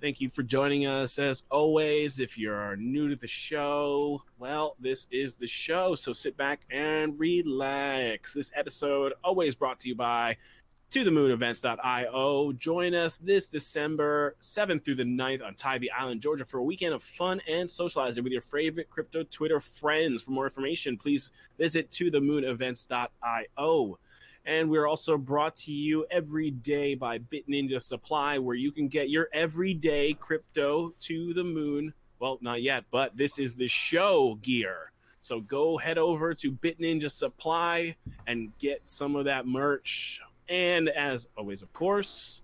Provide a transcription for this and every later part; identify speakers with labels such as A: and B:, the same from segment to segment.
A: Thank you for joining us as always. If you're new to the show, well, this is the show. So sit back and relax. This episode always brought to you by to the moon events.io. Join us this December 7th through the 9th on Tybee Island, Georgia for a weekend of fun and socializing with your favorite crypto Twitter friends. For more information, please visit to the moon events.io. And we're also brought to you every day by Bit Ninja Supply, where you can get your everyday crypto to the moon. Well, not yet, but this is the show gear. So go head over to Bit Ninja Supply and get some of that merch. And as always, of course,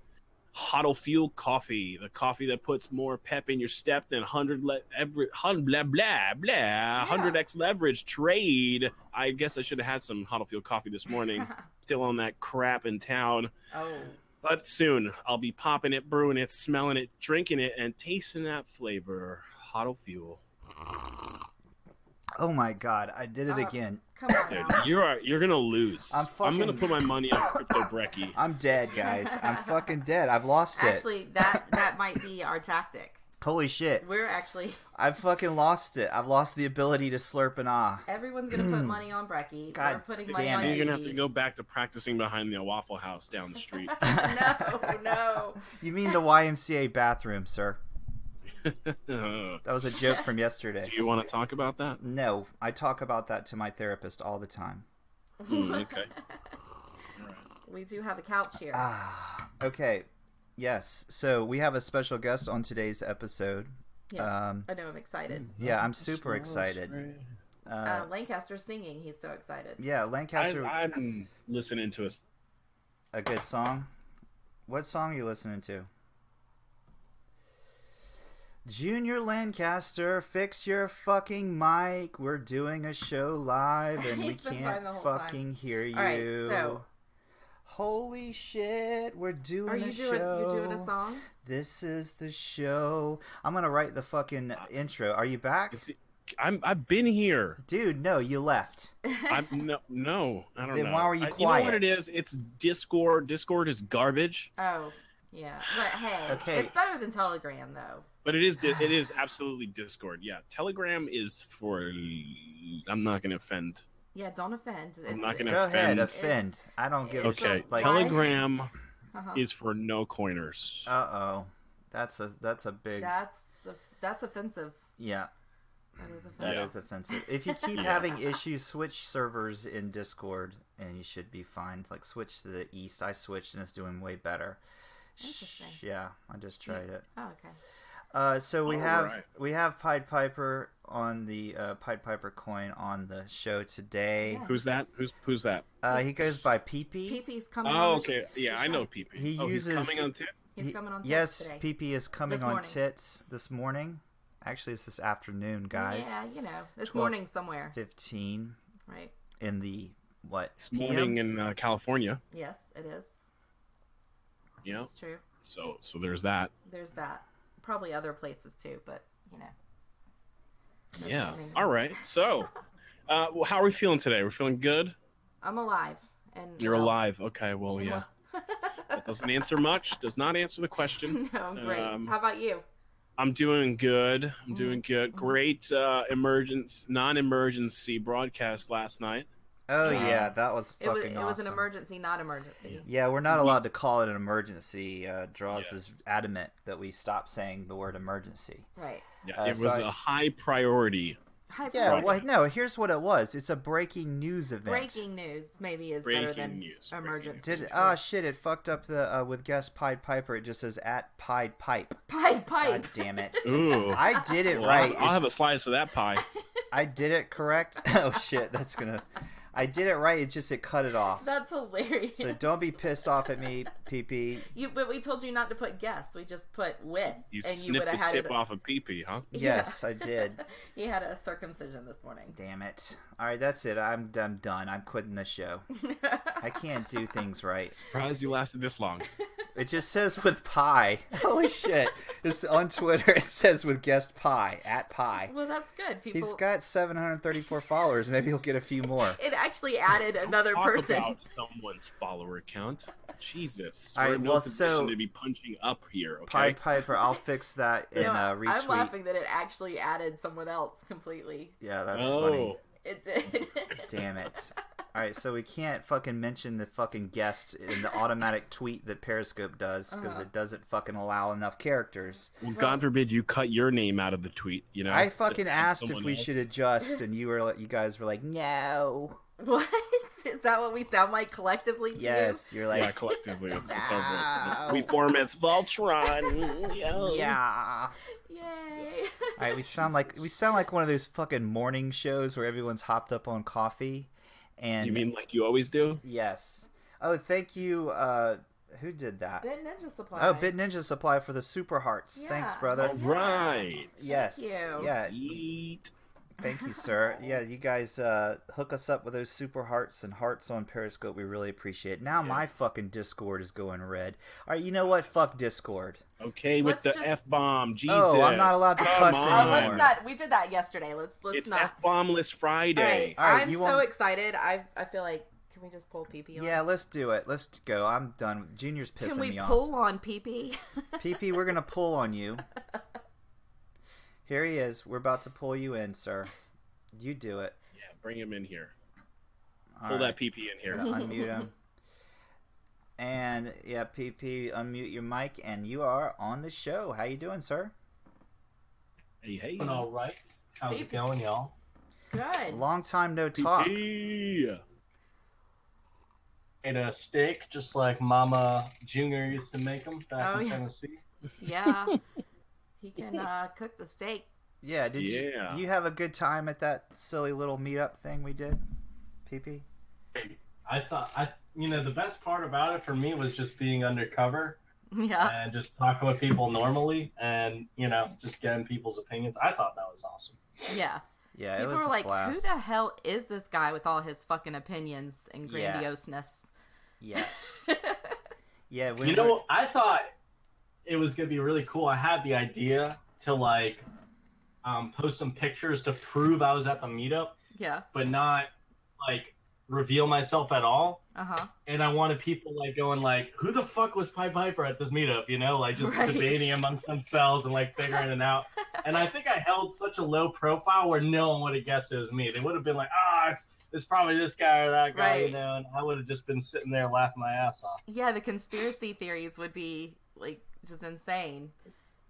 A: Huddle Fuel Coffee, the coffee that puts more pep in your step than 100 le- every, hun, blah, blah, blah, 100x leverage trade. I guess I should have had some Huddle Fuel Coffee this morning. Still on that crap in town.
B: oh,
A: But soon I'll be popping it, brewing it, smelling it, drinking it, and tasting that flavor. Huddle Fuel.
C: Oh my god, I did it
B: Uh,
C: again.
B: come on.
A: Dude,
B: now.
A: you are, you're going to lose.
C: I'm
A: going to
C: fucking-
A: put my money on Crypto Brecky.
C: I'm dead, guys. I'm fucking dead. I've lost it.
B: Actually, that that might be our tactic.
C: Holy shit.
B: We're actually
C: I've fucking lost it. I've lost the ability to slurp and ah.
B: everyone's gonna put money on Brecky. We're
C: God
B: putting
C: damn
B: money
A: Hmm. You're
B: E.
C: it.
B: on
A: going to have to
B: AB.
A: go back to practicing behind the Waffle House down the street.
B: no, no.
C: You mean the YMCA bathroom, sir?
A: Do
C: That was a joke from yesterday.
A: you want to talk about that?
C: No, I talk about that to my therapist all the time.
A: Hmm, okay.
B: We do have a couch here.
C: Ah. Okay. Yes. So we have a special guest on today's episode.
B: yes.
C: Um,
B: I know I'm excited.
C: yeah, I'm super excited.
B: Uh,
C: Uh,
B: Lancaster's singing. He's so excited.
C: yeah,
A: I,
C: Lancaster,
A: I'm listening to us.
C: a good song. What song are you listening to? Junior Lancaster, fix your fucking mic. We're doing a show live and we
B: He's been fine
C: can't
B: the whole time.
C: fucking hear you.
B: All right, so-
C: Holy shit, we're doing
B: Are you
C: a
B: doing
C: show.
B: you doing a song?
C: This is the show. I'm going to write the fucking intro. Are you back?
A: It's- I'm, I've been here.
C: Dude, no, you left.
A: I'm no, no. I don't
C: Then
A: know.
C: why were you
A: I- You know
C: quiet?
A: what it is? It's Discord. Discord is garbage,
B: Oh, yeah. But hey,
C: Okay.
B: it's better than Telegram though.
A: but it is di- it is absolutely Discord. Yeah, Telegram is for. I'm not gonna offend.
B: Yeah, don't offend. It's,
A: I'm not gonna
C: Go ahead,
A: offend.
C: offend. I don't give
B: It's
C: a
A: Okay,
C: shit.
B: like-
A: Telegram
B: uh-huh.
A: is for no coiners.
C: Uh oh, that's a that's a big
B: that's off- that's offensive.
C: yeah.
B: That is offensive.
C: That is
A: Yeah.
C: offensive. If you keep
A: Yeah.
C: having issues, switch servers in Discord, and you should be fine. It's Like switch to the east. I switched, and it's doing way better. Sh-
B: Interesting.
C: Yeah, I just tried it.
B: Oh, okay.
C: Uh, so we have
A: Alright.
C: we have Pied Piper on the uh, Pied Piper coin on the show today.
B: Yeah.
A: Who's that? Who's who's that?
C: Uh, he goes by Pee Pee.
B: Peepee's coming. on
A: Oh,
B: the sh-
A: okay. Yeah, I know PP.
C: Um, He
A: oh,
C: uses-
A: he's coming on tip.
B: He's
C: He-
B: coming on.
C: yes,
B: Yes. Today.
C: Pee Pee is coming
B: This
C: on
B: morning.
C: tits this morning. Actually, it's this afternoon, guys.
B: Yeah, you know, it's
C: 12.
B: morning somewhere,
C: Fifteen
B: right?
C: in the what?
A: It's
C: PM?
A: morning in uh, California.
B: Yes, it is.
A: You know,
B: It's true.
A: so so there's that.
B: There's that. Probably other places too, but you know.
A: Yeah.
B: I mean-
A: All right. So, uh, well, how are we feeling today? We're feeling good.
B: I'm alive, and
A: You're
B: well,
A: alive. Okay. Well,
B: and
A: yeah.
B: well-
A: That doesn't answer much. Does not answer the question.
B: no, I'm great.
A: Um,
B: How about you?
A: I'm doing good. I'm
B: Mhm.
A: doing good. Great uh, emergence, non-emergency broadcast last night.
C: Oh
B: Yeah.
C: yeah, that was
B: It
C: fucking
B: was it was
C: awesome.
B: an emergency, not emergency.
C: Yeah, we're not allowed to call it an emergency. Uh, Draws
A: Yeah.
C: is adamant that we stop saying the word emergency.
B: Right.
A: Yeah,
C: Uh,
A: it
C: so
A: was
C: I-
A: a high priority.
B: Hi,
C: Yeah,
B: Frank.
C: well, no. Here's what it was. It's a breaking news event.
B: Breaking news maybe is better
A: Breaking
B: than
A: news. breaking
B: emergency.
A: news.
C: Did ah shit? It fucked up the uh, with guest Pied Piper. It just says at Pied Pipe.
B: Pipe pipe.
C: God damn it!
A: Ooh.
C: I did it
A: Well,
C: right.
A: I'll, I'll have a slice of that pie.
C: I did it correct. oh shit, that's gonna. I did it right. It just it cut it off.
B: That's hilarious.
C: So don't be pissed off at me, PP.
B: You, but we told you not to put guest. We just put with,
A: You
B: and you
A: snipped
B: would
A: the
B: have had
A: tip
B: it.
A: off of PP, huh?
B: Yeah.
C: Yes, I did.
B: You had a circumcision this morning.
C: Damn it. All right, that's it. I'm, I'm done. I'm quitting the show. I can't do things right.
A: Surprised you lasted this long.
C: It just says with pie. Holy shit. It's on Twitter. It says with guest pie, at pie.
B: well, that's good. People.
C: He's got 734 followers. Maybe he'll get a few more.
B: It actually added
A: Don't
B: another
A: talk
B: person.
A: About someone's follower count. Jesus. this. We're
C: I-
A: in no
C: well,
A: position
C: so-
A: to be punching up here.
C: Pied
A: Okay.
C: Piper, I'll fix that in
B: No,
C: a uh, retweet.
B: I'm laughing that it actually added someone else completely.
C: Yeah, that's
A: oh,
C: funny.
B: It did.
C: Damn it. All right, so we can't fucking mention the fucking guest in the automatic tweet that Periscope does because
B: Uh-huh.
C: it doesn't fucking allow enough characters.
A: well, God forbid you cut your name out of the tweet. You know,
C: I
A: to
C: fucking
A: punch
C: asked if
A: someone
C: we
A: else.
C: should adjust, and you were like, you guys were like, no.
B: What is that? What we sound like collectively to
C: Yes, you're
A: Yeah,
C: like,
A: collectively, it's, it's our voice.
C: No.
A: We form as Voltron. Yo.
C: yeah.
B: you? Yay!
C: All right, we sound like we sound like one of those fucking morning shows where everyone's hopped up on coffee, and
A: You mean like you always do?
C: yes. Oh, thank you. Uh, who did that?
B: Bit Ninja Supply.
C: Oh, Bit Ninja Supply for the super hearts. Thanks,
B: Yeah.
C: brother.
A: All right.
C: Yes.
B: you.
C: Yeah.
A: Yeet.
C: Thank you, sir. Yeah, you guys uh, hook us up with those super hearts and hearts on Periscope. We really appreciate it. Now
A: Yeah.
C: my fucking Discord is going red. All right, you know what? Fuck Discord.
A: Okay, with
B: Let's
A: the
B: just-
A: f bomb. Jesus.
C: Oh, I'm not allowed to
A: Come
C: cuss
A: on.
B: Oh, let's
C: anymore.
B: not. We did that yesterday. Let's let's
A: It's
B: not.
A: f bombless Friday.
B: All right.
C: All right,
B: I'm
C: you
B: so
C: want-
B: excited. I I feel like can we just pull PP on?
C: Yeah, let's do it. Let's go. I'm done. with- Junior's pissing
B: Can we
C: me
B: pull on PP?
C: off. PP, we're gonna pull on you. Here he is. We're about to pull you in, sir. You do it.
A: Yeah, bring him in here.
C: All
A: Pull that
C: right.
A: PP in here.
C: Gonna unmute him. And yeah, PP, unmute your mic, and you are on the show. How you doing, sir?
A: Hey, hey.
D: Doing all right. How's it going, y'all?
B: Good.
C: Long time no talk.
A: PP.
D: Made a steak just like Mama Junior used to make them back
B: Oh,
D: in
B: yeah.
D: Tennessee.
B: Yeah. He can uh, cook the steak.
C: Yeah, did
A: Yeah.
C: you you have a good time at that silly little meetup thing we did? PP?
D: I thought I, you know, the best part about it for me was just being undercover
B: Yeah.
D: and just talking with people normally, and you know, just getting people's opinions. I thought that was awesome.
B: Yeah.
C: Yeah, it
B: People
C: was
B: were
C: a
B: like,
C: blast.
B: "Who the hell is this guy with all his fucking opinions and
C: Yeah.
B: grandioseness?"
C: Yeah. Yeah, we
D: you
C: were-
D: know, I thought it was gonna be really cool. I had the idea to like um, post some pictures to prove I was at the meetup,
B: yeah.
D: but not like reveal myself at all.
B: Uh huh.
D: and I wanted people like going like, "Who the fuck was Pied Piper at this meetup?" You know, like just
B: Right.
D: debating amongst themselves and like figuring it out. And I think I held such a low profile where no one would have guessed it was me. They would have been like, "Ah, it's it's probably this guy or that guy,"
B: Right.
D: you know. And I would have just been sitting there laughing my ass off.
B: Yeah, the conspiracy theories would be like just insane.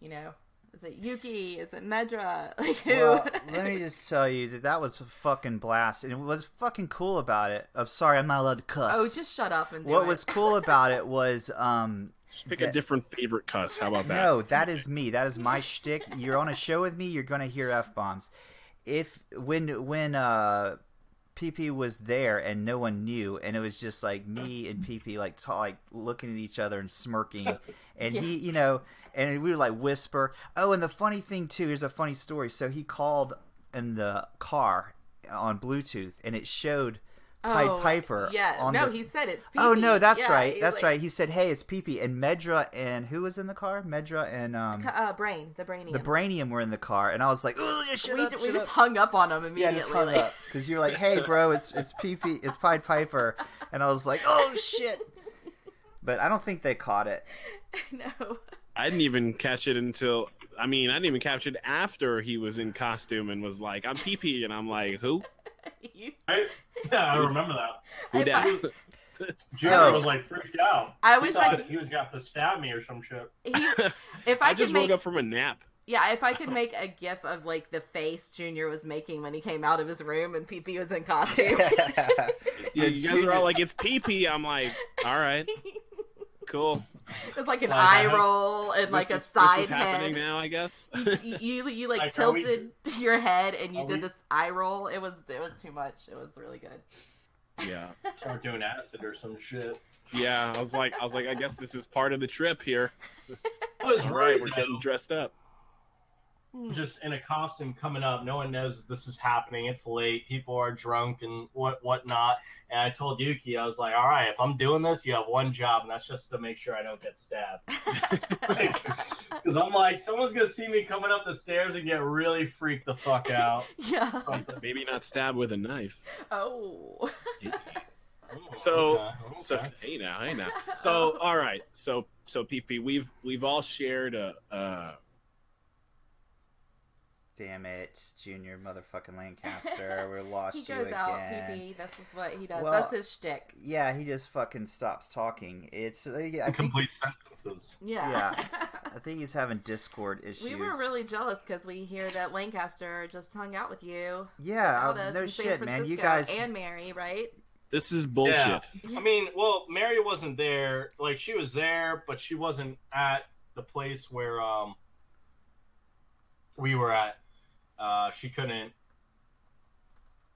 B: You know, is it Yuki? Is it Medra? Like who?
C: Well, let me just tell you that that was a fucking blast, and it was fucking cool about it. I'm sorry, I'm not allowed to cuss.
B: oh, just shut up and do
C: what
B: it.
C: was cool about it was um,
A: Just pick
C: Yeah.
A: a different favorite cuss. How about that?
C: No, that is me. That is my shtick. You're on a show with me. You're gonna hear f bombs. If when when uh, PP was there and no one knew, and it was just like me and PP like ta- like looking at each other and smirking, and he you know, and we would like whisper. Oh, and the funny thing too. Here's a funny story. So he called in the car on Bluetooth, and it showed Pied
B: Oh,
C: Piper.
B: Yeah,
C: on
B: no,
C: the-
B: he said it's.
C: Oh
B: pee-pee.
C: no, that's
B: Yeah,
C: right.
B: he's
C: That's
B: like-
C: right. He said, "Hey, it's PP and Medra and who was in the car? Medra and um
B: Ca- Uh, brain, the brainium.
C: the Branium were in the car." And I was like, "Oh, just shut
B: we
C: up,
B: ju-
C: shut
B: we just
C: up."
B: hung up on him
C: yeah, I
B: immediately.
C: just hung
B: like,
C: up because you were like, "Hey, bro, it's it's PP, it's Pied Piper," and I was like, "Oh shit!" But I don't think they caught it.
B: no.
A: I didn't even catch it until I mean, I didn't even catch it after he was in costume and was like, "I'm PP," and I'm like, "Who?
B: You,
D: Right? Yeah, I remember that.
A: Who
B: I,
A: dat?"
B: fi-
D: Junior
C: Oh.
D: was like freaked out.
B: I
D: He
B: wish I
D: thought
B: could.
D: he was about to stab me or some shit.
B: He, if I,
A: I
B: could
A: just
B: make,
A: woke up from a nap.
B: yeah, if I could make a gif of like the face Junior was making when he came out of his room and PP was in costume.
A: Yeah,
C: And
A: you guys are
C: Junior-
A: all like, "It's PP." I'm like, "All right, cool."
B: It's like an
D: Like, I
B: eye
D: hope-
B: roll and like
A: This
B: a
A: is-
B: side
A: This is happening
B: head.
A: now, I guess.
B: You, just- you, you you, like,
D: Like, are we-
B: tilted your head and you
D: are
B: did
D: we-
B: this eye roll. It was it was too much. It was really good.
A: yeah,
D: Start doing acid or some shit.
A: yeah. I was like, I was like, I guess this is part of the trip here.
D: I was
A: All
D: worried.
A: right, we're getting
D: though.
A: dressed up.
D: just in a costume coming up. No one knows this is happening. It's late. People are drunk and what whatnot. And I told Yuki, I was like, "All right, if I'm doing this, you have one job, and that's just to make sure I don't get stabbed." Because I'm like, someone's gonna see me coming up the stairs and get really freaked the fuck out.
B: yeah.
A: Maybe not stab with a knife.
B: Oh.
A: So-
D: okay,
A: So
D: okay.
A: hey now, hey now. So all right, so so PP, we've we've all shared a, uh, a
C: Damn it, Junior motherfucking Lancaster. We're lost
B: he
C: you
B: goes
C: again.
B: out, PP. This is what he does.
C: Well-
B: That's his shtick.
C: Yeah, he just fucking stops talking. It's uh, yeah, I think
D: complete sentences.
B: Yeah.
C: I think he's having Discord issues.
B: we were really jealous because we hear that Lancaster just hung out with you.
C: yeah.
B: out
C: uh,
B: us
C: No
B: in San
C: shit, man. You
B: Francisco
C: guys.
B: and Mary, right?
A: this is bullshit.
D: I mean, well, Mary wasn't there. Like she was there, but she wasn't at the place where um we were at. Uh, she couldn't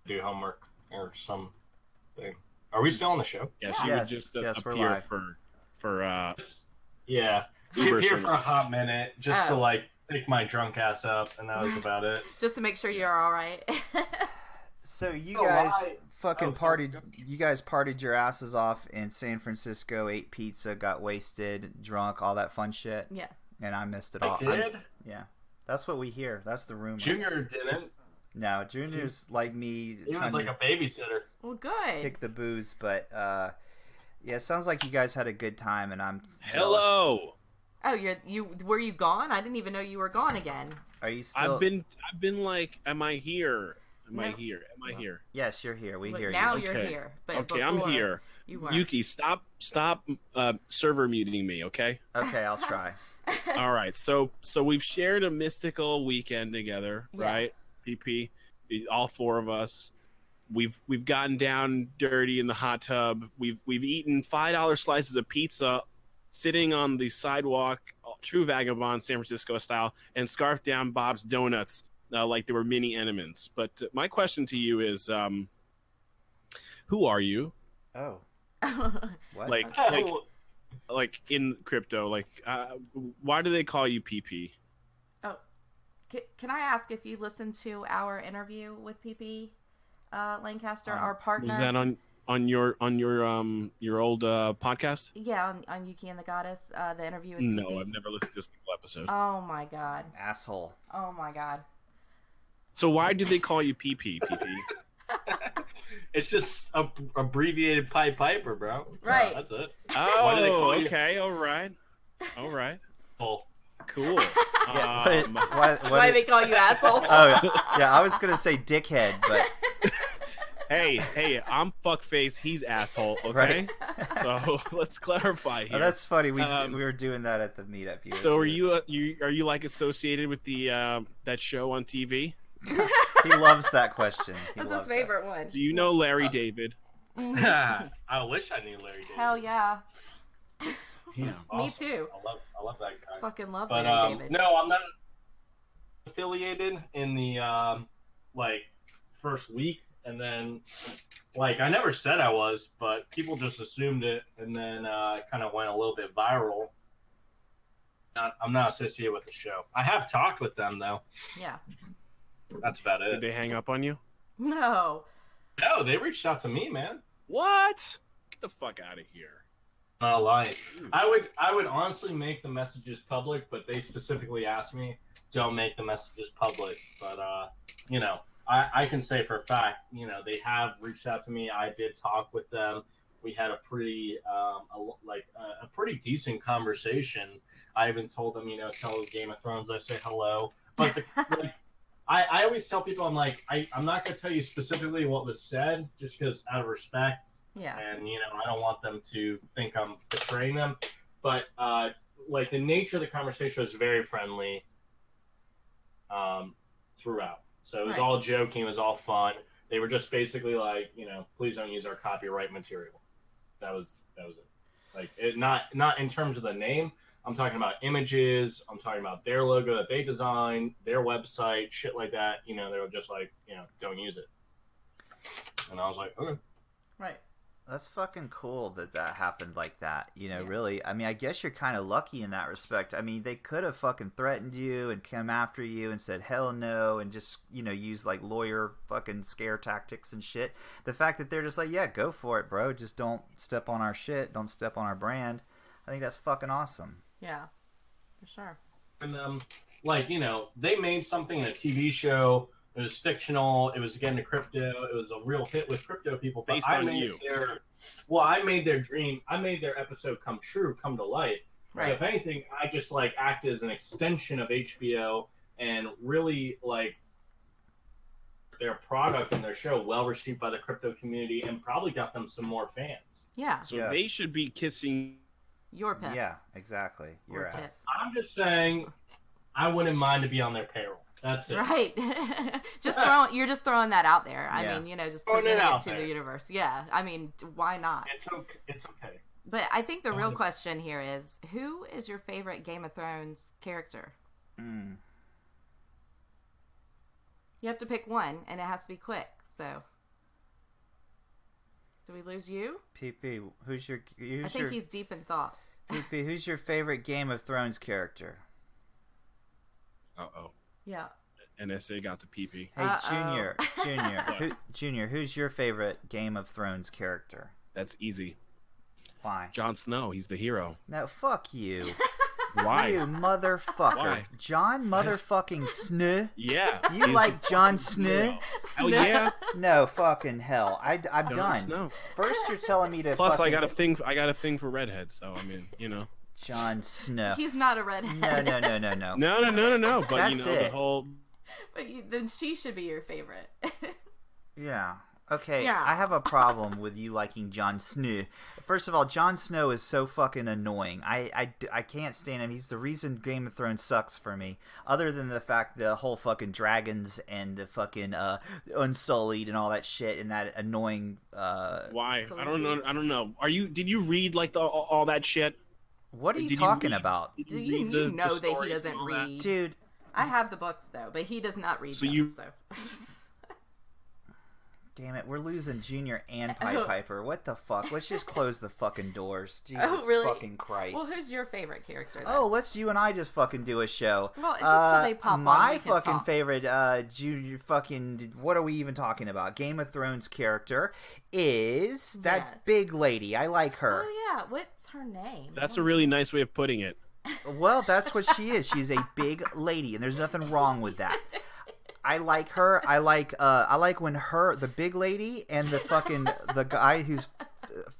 D: do homework or something. Are we still on the show?
A: Yeah, she
C: Yes,
A: would just uh,
C: yes, we're
A: appear
C: live.
A: for for uh,
D: Yeah, she
A: Uber
D: appeared for a
A: services.
D: hot minute just
B: Oh.
D: to like pick my drunk ass up, and that was about it.
B: Just to make sure you're all right.
C: So you
D: Oh,
C: guys
D: I-
C: fucking
D: oh, sorry,
C: partied.
D: go.
C: You guys partied your asses off in San Francisco. Ate pizza, got wasted, drunk, all that fun shit.
B: yeah.
C: And I missed it all.
D: I
C: I'm-
D: did.
C: yeah, that's what we hear. That's the rumor.
D: Junior didn't.
C: no, Junior's like me.
D: He
C: trying
D: was like
C: to-
D: a babysitter.
B: Well, good.
C: kick the booze, but uh, yeah, it sounds like you guys had a good time, and I'm jealous.
A: hello.
B: Oh, you're you were you gone? I didn't even know you were gone again.
C: Are you still?
A: I've been I've been like, am I here? Am I
B: No.
A: here? Am I
C: No.
A: here?
C: Yes, you're here. We
B: Look,
C: hear
B: now
C: you.
B: are
A: Okay.
B: here, but
A: okay,
B: before
A: I'm here.
B: You were.
A: Yuki, stop stop uh, server muting me, okay?
C: Okay, I'll try.
A: All right. So so we've shared a mystical weekend together,
B: Yeah.
A: right? PP, all four of us. We've we've gotten down dirty in the hot tub. We've we've eaten five dollar slices of pizza, sitting on the sidewalk, uh, true vagabond San Francisco style, and scarfed down Bob's donuts uh, like they were mini enemies. But uh, my question to you is, um, who are you?
C: Oh, what?
A: Like like
D: Oh,
A: like in crypto? Like uh, why do they call you PP?
B: C- Can I ask if you listened to our interview with PP uh, Lancaster,
C: Um,
B: our partner?
A: Was that on on your on your um your old uh podcast?
B: yeah, on, on Yuki and the Goddess, uh, the interview with PP.
A: No, I've never listened to a single episode.
B: Oh my god!
C: asshole.
B: Oh my god!
A: so why do they call you PP? PP?
D: it's just a, abbreviated Pied Piper, bro.
B: Right.
D: That's it.
A: oh,
D: Why do they call you-
A: okay, all right, all right,
D: Full.
A: cool.
C: Yeah,
A: Um,
C: what- what-
B: Why do they call you asshole?
C: Oh yeah, yeah, I was gonna say dickhead, but
A: hey, hey, I'm fuckface. He's asshole. Okay,
C: Right.
A: so let's clarify here.
C: oh, that's funny. We
A: Um,
C: we were doing that at the meetup. You
A: so are you, uh, you are you like associated with the um that show on TV?
C: He loves that question. He
B: That's his
C: loves that.
B: favorite one.
A: Do you know
C: Uh,
A: Larry David?
B: Mhm.
D: I wish I knew Larry. David.
B: Hell yeah!
D: He's
B: Me
D: awesome.
B: too.
D: I love, I love that guy.
B: Fucking love
D: But
B: Larry
D: um,
B: David.
D: no, I'm not affiliated in the um, like first week, and then like I never said I was, but people just assumed it, and then uh, it kind of went a little bit viral. Not, I'm not associated with the show. I have talked with them though.
B: Yeah.
D: That's about
C: uh,
A: Did
D: it.
A: they hang up on you?
B: No.
D: No, they reached out to me, man.
A: What? Get the fuck out of here.
D: Not lying. I would I would honestly make the messages public, but they specifically asked me don't make the messages public. But uh, you know, I, I can say for a fact, you know, they have reached out to me. I did talk with them. We had a pretty um, a, l- like a, a pretty decent conversation. I even told them, you know, tell Game of Thrones I say hello. But the, like, I, I always tell people, I'm like, I, I'm not gonna tell you specifically what was said, just because out of respect
B: Yeah.
D: and you know I don't want them to think I'm betraying them. But uh, like the nature of the conversation was very friendly um, throughout, so it was
B: Right.
D: all joking, it was all fun. They were just basically like, you know, please don't use our copyright material. That was that was it. Like it, not not in terms of the name. I'm talking about images. I'm talking about their logo that they designed, their website, shit like that. You know, they were just like, you know, don't use it. And I was like, okay.
B: Right.
C: That's fucking cool that that happened like that. You know,
B: Yeah.
C: really. I mean, I guess you're kind of lucky in that respect. I mean, they could have fucking threatened you and come after you and said hell no and just you know use like lawyer fucking scare tactics and shit. The fact that they're just like, yeah, go for it, bro. Just don't step on our shit. Don't step on our brand. I think that's fucking awesome.
B: Yeah. For sure.
E: um,
D: and them like you know they made something in a tv show
E: It was fictional. It was again to crypto. It was a real hit with crypto people. But
A: Based
E: I
A: on
E: made
A: you.
E: Their, well, I made their dream. I made their episode come true, come to life. So
B: Right.
E: if anything, I just like act as an extension of HBO and really like their product and their show well received by the crypto community and probably got them some more fans.
B: Yeah.
A: So
C: Yeah.
A: they should be kissing.
B: Your piss.
C: Yeah, exactly. You're
B: Or
C: right.
B: tits.
E: I'm just saying, I wouldn't mind to be on their payroll. That's it.
B: Right. just throwing. You're just throwing that out there. I
C: Yeah.
B: mean, you know, just
E: Throwing it
B: presenting it,
E: out
B: to
E: there.
B: the universe. Yeah. I mean, d- why not?
E: It's okay. It's okay.
B: But I think the real
E: Yeah.
B: question here is, who is your favorite Game of Thrones character?
C: Mm.
B: You have to pick one, and it has to be quick. So, do we lose you?
C: PP, who's your who's
B: I think
C: your
B: he's deep in thought.
C: PP, who's your favorite Game of Thrones character?
A: Uh oh.
B: Yeah.
A: NSA got the PP.
C: Hey,
B: Uh-oh.
C: Junior, Junior, who, Junior, who's your favorite Game of Thrones character?
A: That's easy.
C: Why?
A: Jon Snow. He's the hero.
C: No, fuck you, you
A: Why?
C: motherfucker,
A: Why?
C: John motherfucking Snow.
A: yeah.
C: You
A: he's
C: like
A: the
C: John
A: fucking
C: Snow?
A: hero. Hell yeah.
C: No, fucking hell, I, am
A: Jon
C: done.
A: Snow.
C: First, you're telling me to
A: Plus, I
C: fucking-
A: got a thing. I got a thing for redheads. So I mean, you know.
C: John Snow.
B: He's not a redhead.
C: No, no, no, no, no.
A: No, no, no, no, no. But you
C: Oh. That's
A: know the
C: it.
A: whole.
B: But you, then she should be your favorite.
C: Yeah. Okay,
B: Yeah.
C: I have a problem with you liking Jon Snow. First of all, Jon Snow is so fucking annoying. I, I, d- I can't stand him. He's the reason Game of Thrones sucks for me. Other than the fact the whole fucking dragons and the fucking uh, Unsullied and all that shit and that annoying uh,
A: Why? I don't
B: Khaleesi.
A: know. I don't know. Are you? Did you read like the all, all that shit?
C: What are you
A: Did you
C: talking
A: read-
C: about,
A: Did
B: Do you,
A: read
B: you
A: the- the
B: know that he
A: stories
B: doesn't
A: and all that?
B: read?
C: dude?
B: I have the books though, but he does not read
A: So
B: them.
A: you-
B: So.
C: Damn it, we're losing Junior and Pied
B: Oh.
C: Piper. What the fuck? Let's just close the fucking doors. Jesus
B: really?
C: fucking Christ!
B: well, who's your favorite character? Then?
C: Oh, let's you and I just fucking do a show.
B: Well, just till they pop on,
C: Uh, My
B: we can
C: fucking
B: talk.
C: favorite, uh, junior fucking. What are we even talking about? Game of Thrones character is that
B: Yes.
C: big lady. I like her.
B: Oh yeah, what's her name?
A: That's a really nice way of putting it.
C: Well, that's what she is. She's a big lady, and there's nothing wrong with that. I like her. I like uh, I like when her the big lady and the fucking the guy who's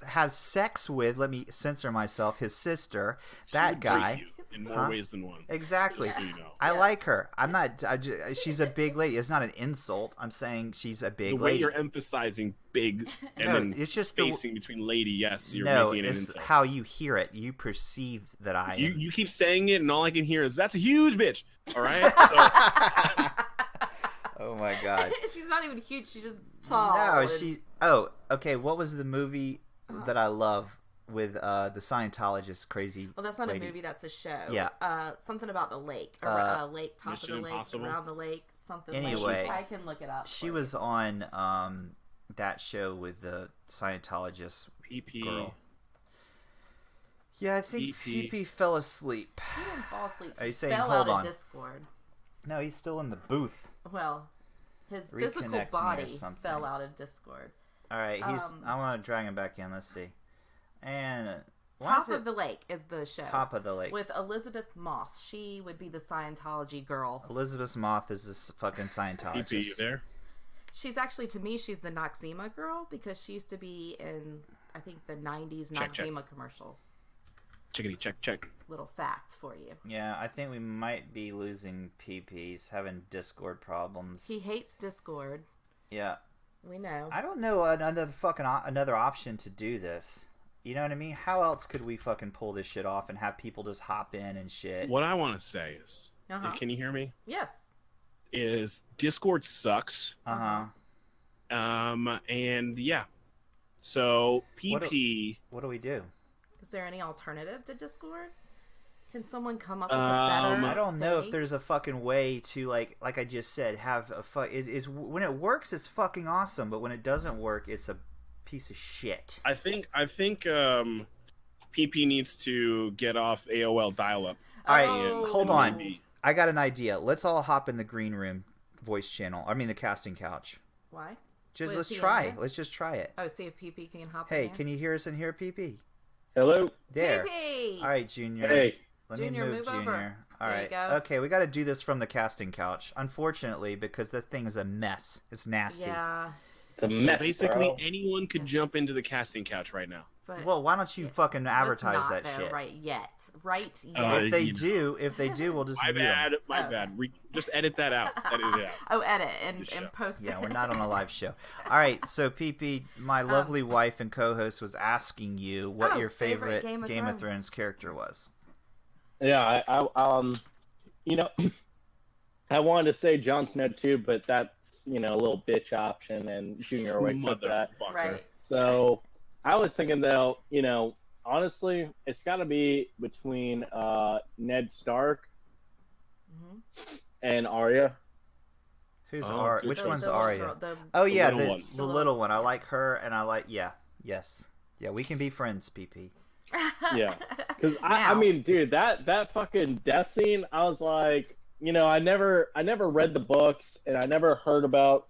C: has sex with. Let me censor myself. His sister,
A: She
C: that
A: would break
C: guy.
A: you in more
C: Huh?
A: ways than one.
C: Exactly.
A: Just so you know.
C: I
B: Yes.
C: like her. I'm not. I ju- she's a big lady. It's not an insult. I'm saying she's a big
A: the way
C: lady.
A: you're emphasizing big and
C: No,
A: then
C: it's just the w-
A: spacing between lady. Yes, you're
C: no,
A: making it an
C: it's
A: insult.
C: how you hear it. You perceive that I
A: you
C: am.
A: you keep saying it, and all I can hear is that's a huge bitch. All right. So,
C: oh my god.
B: she's not even huge. She's just tall.
C: No,
B: and-
C: she. Oh, okay. What was the movie that I love with uh, the Scientologist crazy?
B: Well, that's not
C: lady?
B: a movie. That's a show.
C: Yeah.
B: Uh, something about the lake, or
C: Uh,
B: uh, lake top
A: Mission
B: of the lake,
A: Impossible?
B: around the lake, something.
C: Anyway,
B: like, I can look it up.
C: She
B: for
C: was on um, that show with the Scientologist
A: PP.
C: girl. Yeah, I think
A: PP.
C: PP fell asleep.
B: you. He didn't fall asleep.
C: Are you
B: He
C: saying,
B: fell
C: hold
B: out
C: on.
B: of Discord?
C: No, he's still in the booth.
B: Well, his
C: Reconnects
B: physical
C: me or
B: body
C: something.
B: fell out of Discord.
C: All right, he's.
B: Um,
C: I want to drag him back in. Let's see. And uh, why
B: Top
C: is it
B: of the Lake is the show.
C: top of the lake?
B: With Elizabeth Moss. She would be the Scientology girl.
C: Elizabeth Moth is this fucking Scientologist.
A: PP, you there?
B: She's actually, to me, she's the Noxema girl because she used to be in, I think, the 90s
A: Check, check.
B: Noxema commercials.
A: Chickadee, check, check.
B: Little fact for you.
C: Yeah, I think we might be losing PP. He's having Discord problems.
B: He hates Discord.
C: yeah,
B: We know.
C: I don't know an- another fucking o- another option to do this. You know what I mean? How else could we fucking pull this shit off and have people just hop in and shit?
A: What I want to say is,
B: Uh-huh.
A: can you hear me?
B: Yes.
A: Is Discord sucks.
C: Uh huh.
A: Um, and yeah, so
C: What
A: PP.
C: What do we do?
B: Is there any alternative to Discord? Can someone come up with a
A: Um,
B: better?
C: I don't know if
B: thing?
C: there's a fucking way to like like I just said have a fuck. It is when it works, it's fucking awesome. But when it doesn't work, it's a piece of shit.
A: I think I think um, PP needs to get off AOL dial-up.
C: All right,
B: Oh.
C: hold on. I got an idea. Let's all hop in the green room voice channel. I mean the casting couch.
B: Why?
C: Just
B: Wait,
C: let's
B: is he
C: try.
B: in there?
C: Let's just try it.
B: Oh, see if PP can hop.
C: Hey,
B: in
C: can you hear us in here, PP?
E: Hello.
C: There.
B: PP.
C: All right, Junior.
E: Hey.
C: Let
B: Junior,
C: me move,
B: move over.
C: Junior. All
B: There you
C: right.
B: go.
C: Okay, we got to do this from the casting couch, unfortunately, because that thing is a mess. It's nasty.
B: Yeah,
D: It's a
A: So
D: mess.
A: basically,
D: bro.
A: anyone could
B: Yes.
A: jump into the casting couch right now.
B: but
C: Well, why don't you
B: Yeah.
C: fucking
B: let's
C: advertise
B: not,
C: that
B: though,
C: shit?
B: Right yet, right yet.
A: Uh,
C: If they
A: you know.
C: do, if they do, we'll just
A: My
C: mute 'em.
A: bad. My
B: Oh.
A: bad. Re- just edit that out. Edit it out.
B: oh, edit and,
A: This show.
B: and post
C: Yeah,
B: it.
C: we're not on a live show. All right, so PP, my lovely wife and co-host was asking you what
B: Oh,
C: your favorite, Game, of, Thrones.
B: Thrones
C: character was.
D: Yeah, I, I um, you know, I wanted to say Jon Snow too, but that's you know a little bitch option, and Junior always took that.
A: Motherfucker.
B: right.
D: So I was thinking though, you know, honestly, it's got to be between uh Ned Stark
B: Mhm.
D: and Arya.
C: Who's
A: Oh,
C: Ar-
A: good
C: Which
A: choice.
C: one's
B: little
C: Arya?
B: girl- the-
C: Oh
A: The
C: yeah,
A: little
C: the,
A: one.
C: the little one. I like her, and I like yeah, yes, yeah. We can be friends, PP.
D: Yeah. Because I, I
B: Now.
D: mean, dude, that that fucking death scene, I was like, you know, I never I never read the books and I never heard about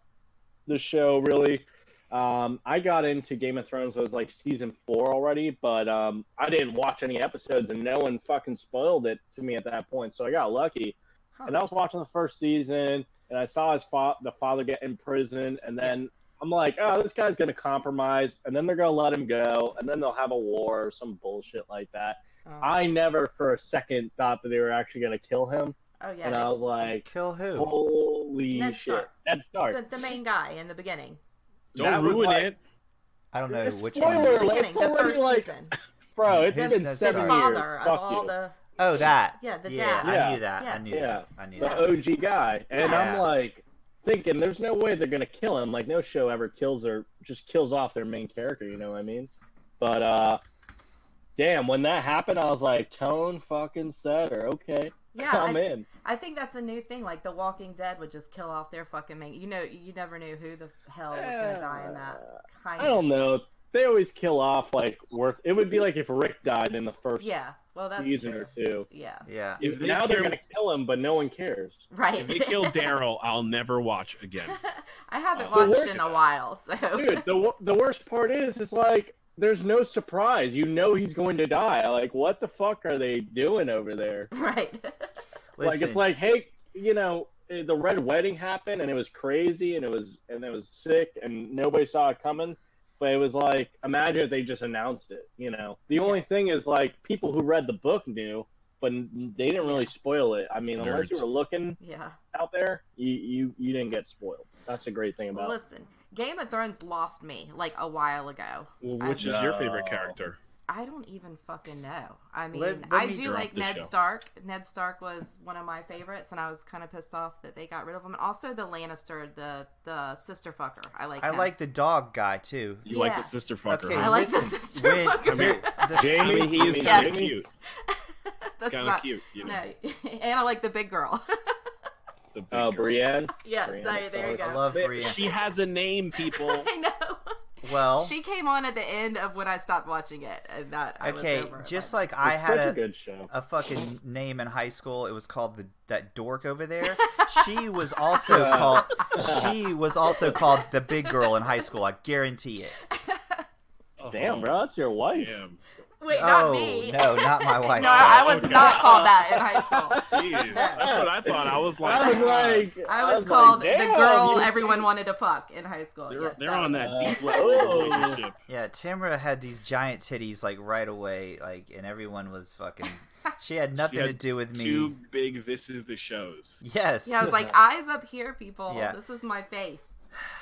D: the show really. Um, I got into Game of Thrones was like season four already, but um, I didn't watch any episodes and no one fucking spoiled it to me at that point, so I got lucky.
B: Huh.
D: And I was watching the first season and I saw his fa- the father get in prison and then I'm like, oh, this guy's gonna compromise, and then they're gonna let him go, and then they'll have a war or some bullshit like that.
B: Oh.
D: I never for a second thought that they were actually going to kill him.
B: oh yeah.
D: and I
B: they-
D: was like,
C: Kill who?
D: holy
B: Ned
D: shit.
B: Stark.
D: Ned Stark.
B: the, the main guy in the beginning.
A: Don't
D: That was
A: ruin
D: like-
A: it.
C: I don't know
D: It's
C: which
D: spoiler
C: one.
B: The
D: Well,
B: beginning,
D: it's
B: the
D: already,
B: first
D: like,
B: season.
D: Bro, it's
C: Who's
D: been
C: Ned
B: The
D: seven
C: Stark?
D: years.
B: father of
D: Fuck
B: all
D: you.
B: the
C: Oh, that.
B: yeah, the
C: yeah,
B: dad.
D: Yeah.
C: I knew that. I
B: Yes.
C: knew
D: Yeah.
C: that. I knew
D: the
C: that.
D: OG guy. And I'm
C: Yeah.
D: like thinking there's no way they're gonna kill him. Like no show ever kills or just kills off their main character, you know what I mean? But uh damn, when that happened I was like, Tone fucking said her, okay.
B: Yeah,
D: I'm
B: I,
D: in.
B: I think that's a new thing. Like The Walking Dead would just kill off their fucking main. You know, you never knew who the hell was gonna die in that. Kind
D: I don't know. They always kill off like worth it would be like if Rick died in the first
B: Yeah. Well, that's
D: season
B: true.
D: or two.
B: Yeah.
C: Yeah.
A: If they
D: now they're
A: kill-
D: gonna kill him, but no one cares.
B: Right.
A: If they kill Daryl, I'll never watch again.
B: I haven't
A: Uh,
D: the
B: watched
D: worst-
B: in a while, so
D: Dude, the wo- the worst part is is like there's no surprise. You know he's going to die. Like what the fuck are they doing over there?
B: right.
D: Like it's like hey, you know eh, the red wedding happened and it was crazy and it was and it was sick and nobody saw it coming. But it was like imagine if they just announced it. You know the only thing is like people who read the book knew, but n- they didn't really spoil it. I mean unless you
A: Nerds.
D: were looking
B: yeah.
D: out there, you you you didn't get spoiled. That's the great thing about. it.
B: Listen, Game of Thrones lost me like a while ago.
A: Well, which is your favorite
D: No.
A: character?
B: I don't even fucking know. I mean,
C: Let- let
B: I
C: me
B: do
A: drop
B: like
A: the
B: Ned
A: show.
B: Stark. Ned Stark was one of my favorites, and I was kind of pissed off that they got rid of him. And also the Lannister, the the sister fucker. I like.
C: I
B: him.
C: like the dog guy too.
A: You like
B: Yeah.
A: the sister fucker?
C: Okay.
B: I
A: Huh?
B: like the
C: Listen,
B: sister
C: when-
B: fucker.
A: I mean-
C: The-
A: I mean, he is
B: mean,
A: kind of
B: yes.
A: cute.
B: That's
A: Kind of
B: not.
A: cute, you know.
B: No, and I like the big girl.
A: the big girl.
D: Oh, Brienne.
B: yes,
D: Brienne
B: there,
D: of
B: there you
D: Tarth.
B: go.
C: I love Brienne.
A: She has a name, people.
B: I know.
C: Well,
B: She came on at the end of when I stopped watching it, and that I was
C: okay,
B: over it,
C: just
B: but-
C: like I
D: It's
C: had
D: such a,
C: a,
D: good show.
C: a fucking name in high school. It was called the that dork over there. She was also
D: Yeah.
C: called she was also called the big girl in high school. I guarantee it.
D: Damn, bro, that's your wife.
A: Oh, Damn.
B: wait,
C: oh
B: not me.
C: no, not my wife.
B: no, I
A: sorry.
B: was
A: Okay.
B: not called that in high school.
A: Jeez, that's what I thought. I was like,
D: I was like, uh,
B: I was, called
D: like,
B: the
D: "Damn,
B: girl
D: you-
B: everyone wanted to fuck in high school.
A: they're,
B: yes,
A: they're on
B: was-
A: that
D: was-
A: deep level
D: Oh.
A: relationship.
C: Yeah, Tamara had these giant titties like right away, like, and everyone was fucking. She had nothing
A: had
C: to do with me.
A: Two big this is the shows.
C: Yes.
B: Yeah, I was like, eyes up here, people.
C: Yeah.
B: This is my face.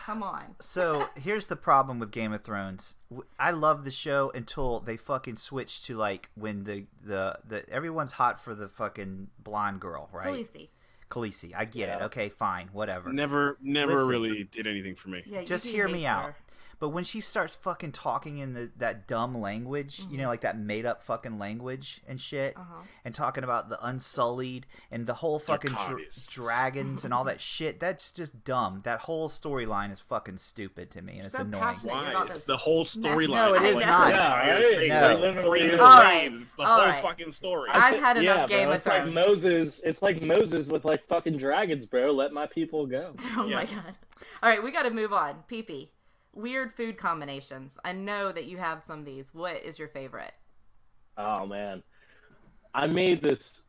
B: Come on.
C: so here's the problem with Game of Thrones. W- I love the show until they fucking switch to like when the the, the everyone's hot for the fucking blonde girl, right?
B: Khaleesi.
C: Khaleesi. I get it.
D: Yeah.
C: Okay, fine, whatever.
A: Never, never
C: Listen.
A: really did anything for me.
B: Yeah,
C: Just
B: you do
C: hear
B: hate
C: me
B: her.
C: out. But when she starts fucking talking in the, that dumb language, you
B: Mm-hmm.
C: know, like that made up fucking language and shit,
B: Uh-huh.
C: and talking about the unsullied and the whole fucking dra-
A: communists.
C: dragons and all that shit, that's just dumb. That whole storyline is fucking stupid to me, and it's
B: So
C: annoying.
B: passionate. You're
A: Why?
B: not
A: It's
B: the-
A: the whole
B: No,
A: storyline.
C: no, it is
A: Like,
C: not.
A: the entire
D: Yeah,
A: thing,
D: it
A: like,
D: literally
A: three slaves.
D: is.
B: All right.
A: It's the
B: All
A: whole
B: right.
A: fucking story.
B: I- I've had enough
D: yeah,
B: Game
D: bro,
B: of
D: it's
B: Thrones.
D: Like Moses, it's like Moses with like fucking dragons, bro. Let my people go.
B: Oh my
A: Yeah.
B: god. All right, we got to move on. Pee-pee. Weird food combinations. I know that you have some of these. What is your favorite?
D: Oh man, I made this.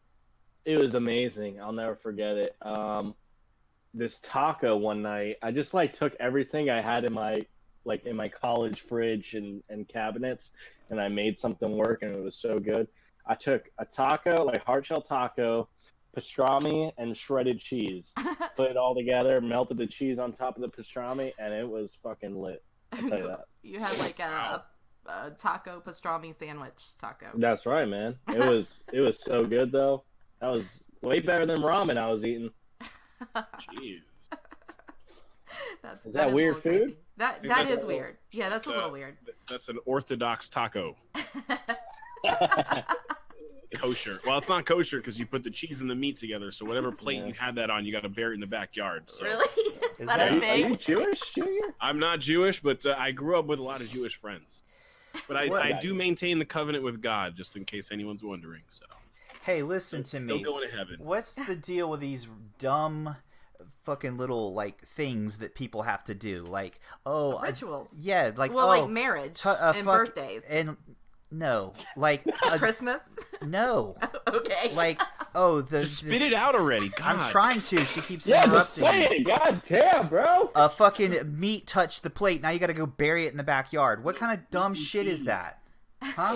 D: it was amazing. I'll never forget it. Um, this taco one night, I just like took everything I had in my like in my college fridge and, and cabinets, and I made something work, and it was so good. I took a taco, like hard shell taco, pastrami, and shredded cheese. Put it all together, melted the cheese on top of the pastrami, and it was fucking lit. I'll tell you that.
B: you had like a, a taco pastrami sandwich taco.
D: That's right, man. It was it was so good though. That was way better than ramen I was eating.
A: Jeez.
B: that's
D: Is
B: that
D: that
B: is a
D: weird
B: little
D: food?
B: Crazy. That
A: Think
B: that
A: that's
B: is
A: a-
B: weird. Yeah, that's a
A: that's
B: little
A: a-
B: weird.
A: Th- That's an orthodox taco. Kosher. Well, it's not kosher because you put the cheese and the meat together. So whatever plate
D: Yeah.
A: you had that on, you got to bury it in the backyard. So
B: really? Is,
C: Is
B: that,
D: Are
B: a
D: you, are you
B: thing?
D: Jewish, Junior?
A: I'm not Jewish, but uh, I grew up with a lot of Jewish friends. But I,
C: What?
A: I do maintain the covenant with God, just in case anyone's wondering. So
C: Hey, listen to
A: still
C: me.
A: going to heaven.
C: What's the deal with these dumb fucking little like things that people have to do? Like, oh, I-
B: Rituals.
C: yeah, like
B: well,
C: oh,
B: like marriage
C: tu- uh,
B: and
C: fuck-
B: birthdays,
C: and no, like a,
B: Christmas.
C: no,
B: okay.
C: like oh the.
A: Just
C: the-
A: spit it out already. God.
C: I'm trying to. She keeps
D: Yeah, just
C: interrupting. me.
D: say it. God damn, bro.
C: A fucking meat touched the plate. Now you got to go bury it in the backyard. What kind of dumb
A: Meat and
C: shit is
A: cheese.
C: that? Huh?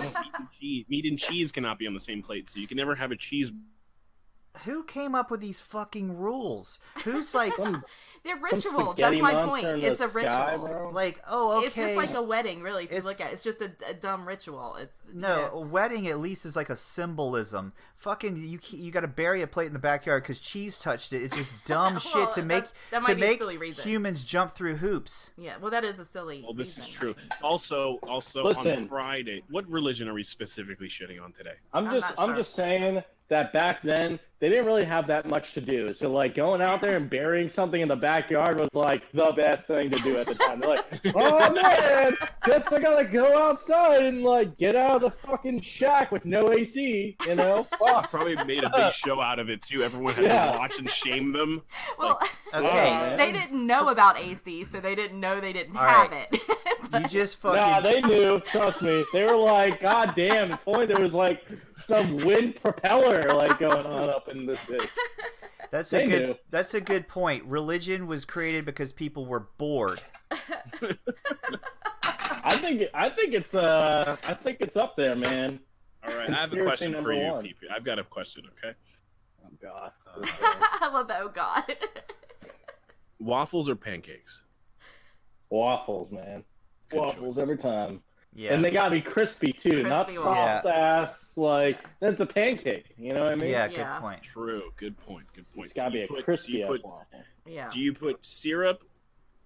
A: Meat and, cheese. meat and cheese cannot be on the same plate, so you can never have a cheese.
C: Who came up with these fucking rules? Who's like,
D: Some,
B: they're
D: some
B: rituals. That's
D: spaghetti
B: my
D: monster
B: point.
D: in the
B: It's a ritual.
D: sky, bro.
C: like, oh, okay.
B: It's just like a wedding, really. If you
C: It's-
B: look at it, it's just a, a dumb ritual. It's you
C: No,
B: know,
C: a wedding at least is like a symbolism. Fucking, you ke- you got to bury a plate in the backyard because cheese touched it. It's just dumb
B: Well,
C: shit to
B: that-
C: make
B: that
C: to
B: might be a
C: make
B: silly reason.
C: humans jump through hoops.
B: yeah. Well, that is a silly.
A: Well, this is
B: reason.
A: true. Also, also on
D: Listen.
A: Friday, what religion are we specifically shitting on today?
D: I'm
B: I'm
D: just
B: not
D: I'm
B: sure.
D: just saying that back then they didn't really have that much to do. So like going out there and burying something in the backyard was like the best thing to do at the time. They're like, oh man, just I gotta go outside and like get out of the fucking shack with no AC, you know? Fuck.
A: Probably made a big show out of it too. Everyone had
D: Yeah.
A: to watch and shame them.
B: Well,
C: Okay,
D: man.
B: they didn't know about AC, so they didn't know they didn't
C: All
B: have
C: right.
B: it.
C: you just fucking
D: Nah, they knew. Trust me. They were like, God damn. At point, there was like some wind propeller like going on up in this bitch.
C: that's a
D: they
C: good
D: knew.
C: that's a good point. Religion was created because people were bored.
D: I think I think it's uh I think it's up there, man.
A: All right, I have a
D: Conspiracy
A: question for
D: number
A: you,
D: one.
A: PP. I've got a question. Okay,
D: Oh God.
B: I love that. Oh God.
A: waffles or pancakes?
D: Waffles, man.
A: Good
D: Waffles
A: choice.
D: every time.
C: Yeah,
D: And they gotta be crispy too, not
B: Crispy
D: soft
C: waffles.
D: ass like that's a pancake. You know what I mean?
C: yeah,
B: Yeah.
C: good point.
A: True. Good point. Good point.
D: It's gotta
A: Do
D: be
A: you
D: a
A: put- do
D: crispy
A: you
D: ass
A: put-
D: waffle.
B: Yeah.
A: Do you put syrup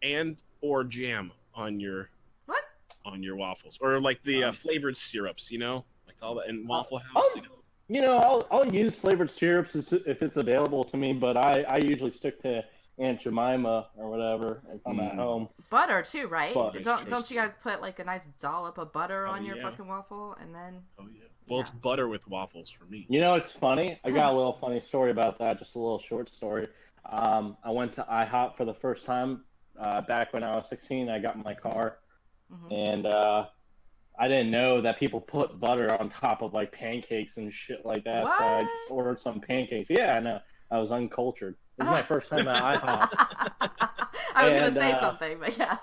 A: and or jam on your
B: What?
A: on your waffles or like the uh,
D: Um,
A: flavored syrups? You know, like all that
B: uh,
A: in Waffle House.
B: oh.
D: I'll-
A: you know?
D: You know, I'll I'll use flavored syrups as- if it's available to me, but I I usually stick to Aunt Jemima or whatever if I'm at
A: Mm.
D: home.
B: Butter too, right?
D: Butter,
B: don't don't
A: sure.
B: you guys put like a nice dollop of butter
A: Oh,
B: on your
A: yeah.
B: fucking waffle and then
A: Oh yeah. Well, it's butter with waffles for me.
D: You know, it's funny. I got a little funny story about that. Just a little short story. Um, I went to IHOP for the first time uh, back when I was 16. I got my car,
B: Mhm.
D: and uh, I didn't know that people put butter on top of like pancakes and shit like that. So I
B: What?
D: just ordered some pancakes. Yeah, I know. I was uncultured. It was my first time at IHOP.
B: I was gonna
D: And,
B: say
D: uh,
B: something, but yeah.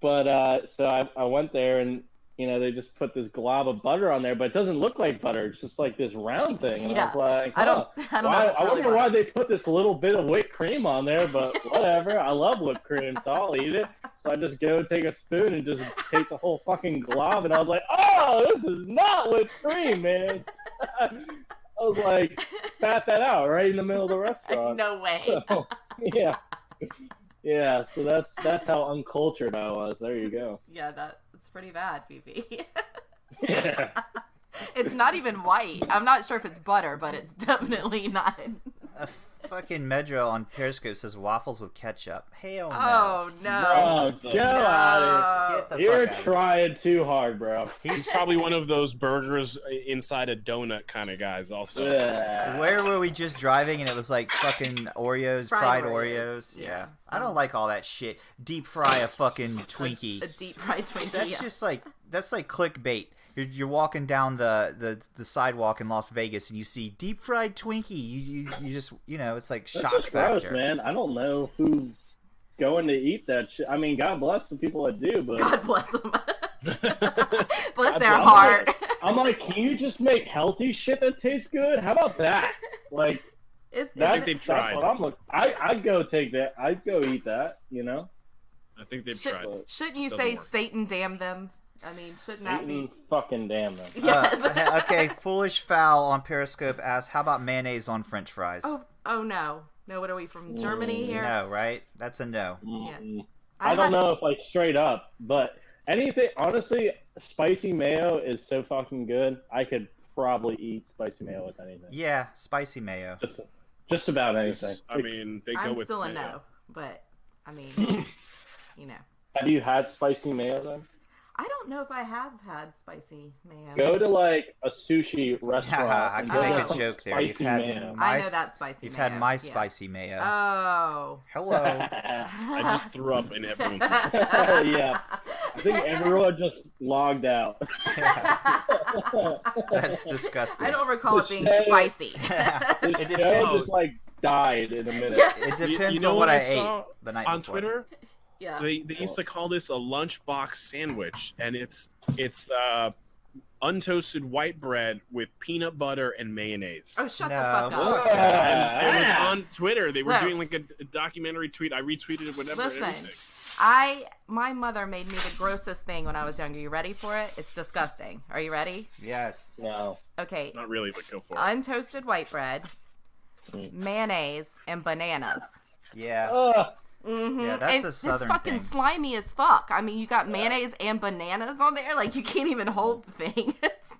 D: But uh, so I, I went there, and you know they just put this glob of butter on there, but it doesn't look like butter. It's just like this round thing. And I
B: Yeah.
D: was like,
B: I
D: "Huh."
B: don't I don't
D: Why-
B: know. if it's
D: I
B: really
D: wonder
B: butter.
D: why they put this little bit of whipped cream on there, but whatever. I love whipped cream, so I'll eat it. So I just go take a spoon and just take the whole fucking glob, and I was like, "Oh, this is not whipped cream, man." I was like, spat that out right in the middle of the restaurant.
B: No way.
D: So, yeah, yeah. So that's that's how uncultured I was. There you go.
B: Yeah, that it's pretty bad, Phoebe.
D: Yeah.
B: it's not even white. I'm not sure if it's butter, but it's definitely not.
C: A fucking Medra on Periscope says waffles with ketchup. Hell no.
B: Oh no.
D: Oh, get out
B: No.
C: Get the
D: of here. You're
C: fuck out of here.
D: trying too hard, bro.
A: He's probably one of those burgers uh, inside a donut kind of guys. Also,
D: Yeah.
C: Where were we just driving and it was like fucking Oreos, fried,
B: Fried
C: Oreos?
B: Oreos,
C: Yeah.
B: yeah.
C: I don't like all that shit. Deep fry a fucking Twinkie.
B: A deep fried Twinkie.
C: That's
B: yeah.
C: just like that's like clickbait. you're, you're walking down the, the the sidewalk in Las Vegas and you see deep fried Twinkie. You you, you just you know it's like
D: That's
C: shock
D: just
C: factor.
D: gross, man. I don't know who's going to eat that shit. I mean, God bless the people that do, but
B: God bless them. bless
D: God
B: their
D: bless
B: heart.
D: I'm like, can you just make healthy shit that tastes good? How about that? Like
B: It's,
D: that,
A: they've
D: that's
A: tried.
D: what I'm looking. I I'd go take that. I'd go eat that. You know,
A: I think they've
B: Shit.
A: tried. it.
B: shouldn't you
A: Doesn't
B: say
A: work.
B: Satan damn them? I mean, shouldn't that
D: Satan
B: be?
D: fucking damn them.
B: Yes.
C: Uh, okay, foolish foul on Periscope asks, how about mayonnaise on French fries?
B: Oh, oh no. No, what are we from? Germany
D: Mm,
B: here?
C: No, right? That's a no.
D: Mm.
B: I
D: I don't
B: had-
D: know if like straight up, but anything honestly, spicy mayo is so fucking good. I could probably eat spicy mayo with anything.
C: Yeah, spicy mayo.
D: Just just about anything.
A: I mean, they go
B: I'm
A: with
B: still a
A: mayo.
B: no, but I mean, you know,
D: have you had spicy mayo then?
B: I don't know if I have had spicy mayo.
D: Go to like a sushi restaurant.
C: I
D: and
C: can
D: get
B: make a
D: some
C: joke there. You've
D: spicy
C: had
D: mayo.
C: my-
B: I know
C: s-
B: that spicy.
C: You've
B: mayo.
C: had my
B: yeah.
C: spicy mayo.
B: Oh.
C: Hello.
A: I just threw up in everyone.
D: yeah, I think everyone just logged out.
C: That's disgusting.
B: I don't recall it being
D: Shit.
B: spicy.
D: The
C: It
D: show
C: depends.
D: just like died in a minute.
B: Yeah.
C: It
A: You- you
C: depends
A: know
C: on what,
A: what I
C: I,
A: saw
C: ate the night
A: On
C: before.
A: Twitter,
B: yeah.
A: they, they used to call this a lunchbox sandwich, and it's it's uh, untoasted white bread with peanut butter and mayonnaise.
B: Oh, shut
C: No.
B: the fuck up.
A: And it was
D: Ah.
A: on Twitter. They were
B: Well.
A: doing like a, a documentary tweet. I retweeted it, whatever.
B: Listen.
A: anything.
B: I my mother made me the grossest thing when I was younger. You ready for it? It's disgusting. Are you ready?
C: Yes.
D: No.
B: Okay.
A: Not really, but go for it.
B: Untoasted white bread,
D: Mm.
B: mayonnaise, and bananas.
C: Yeah.
A: Oh,
D: Ah.
B: Mm-hmm.
C: Yeah, that's
B: and
C: a
B: It's
C: southern
B: fucking
C: thing.
B: slimy as fuck. I mean, you got mayonnaise and bananas on there. Like you can't even hold the thing. It's-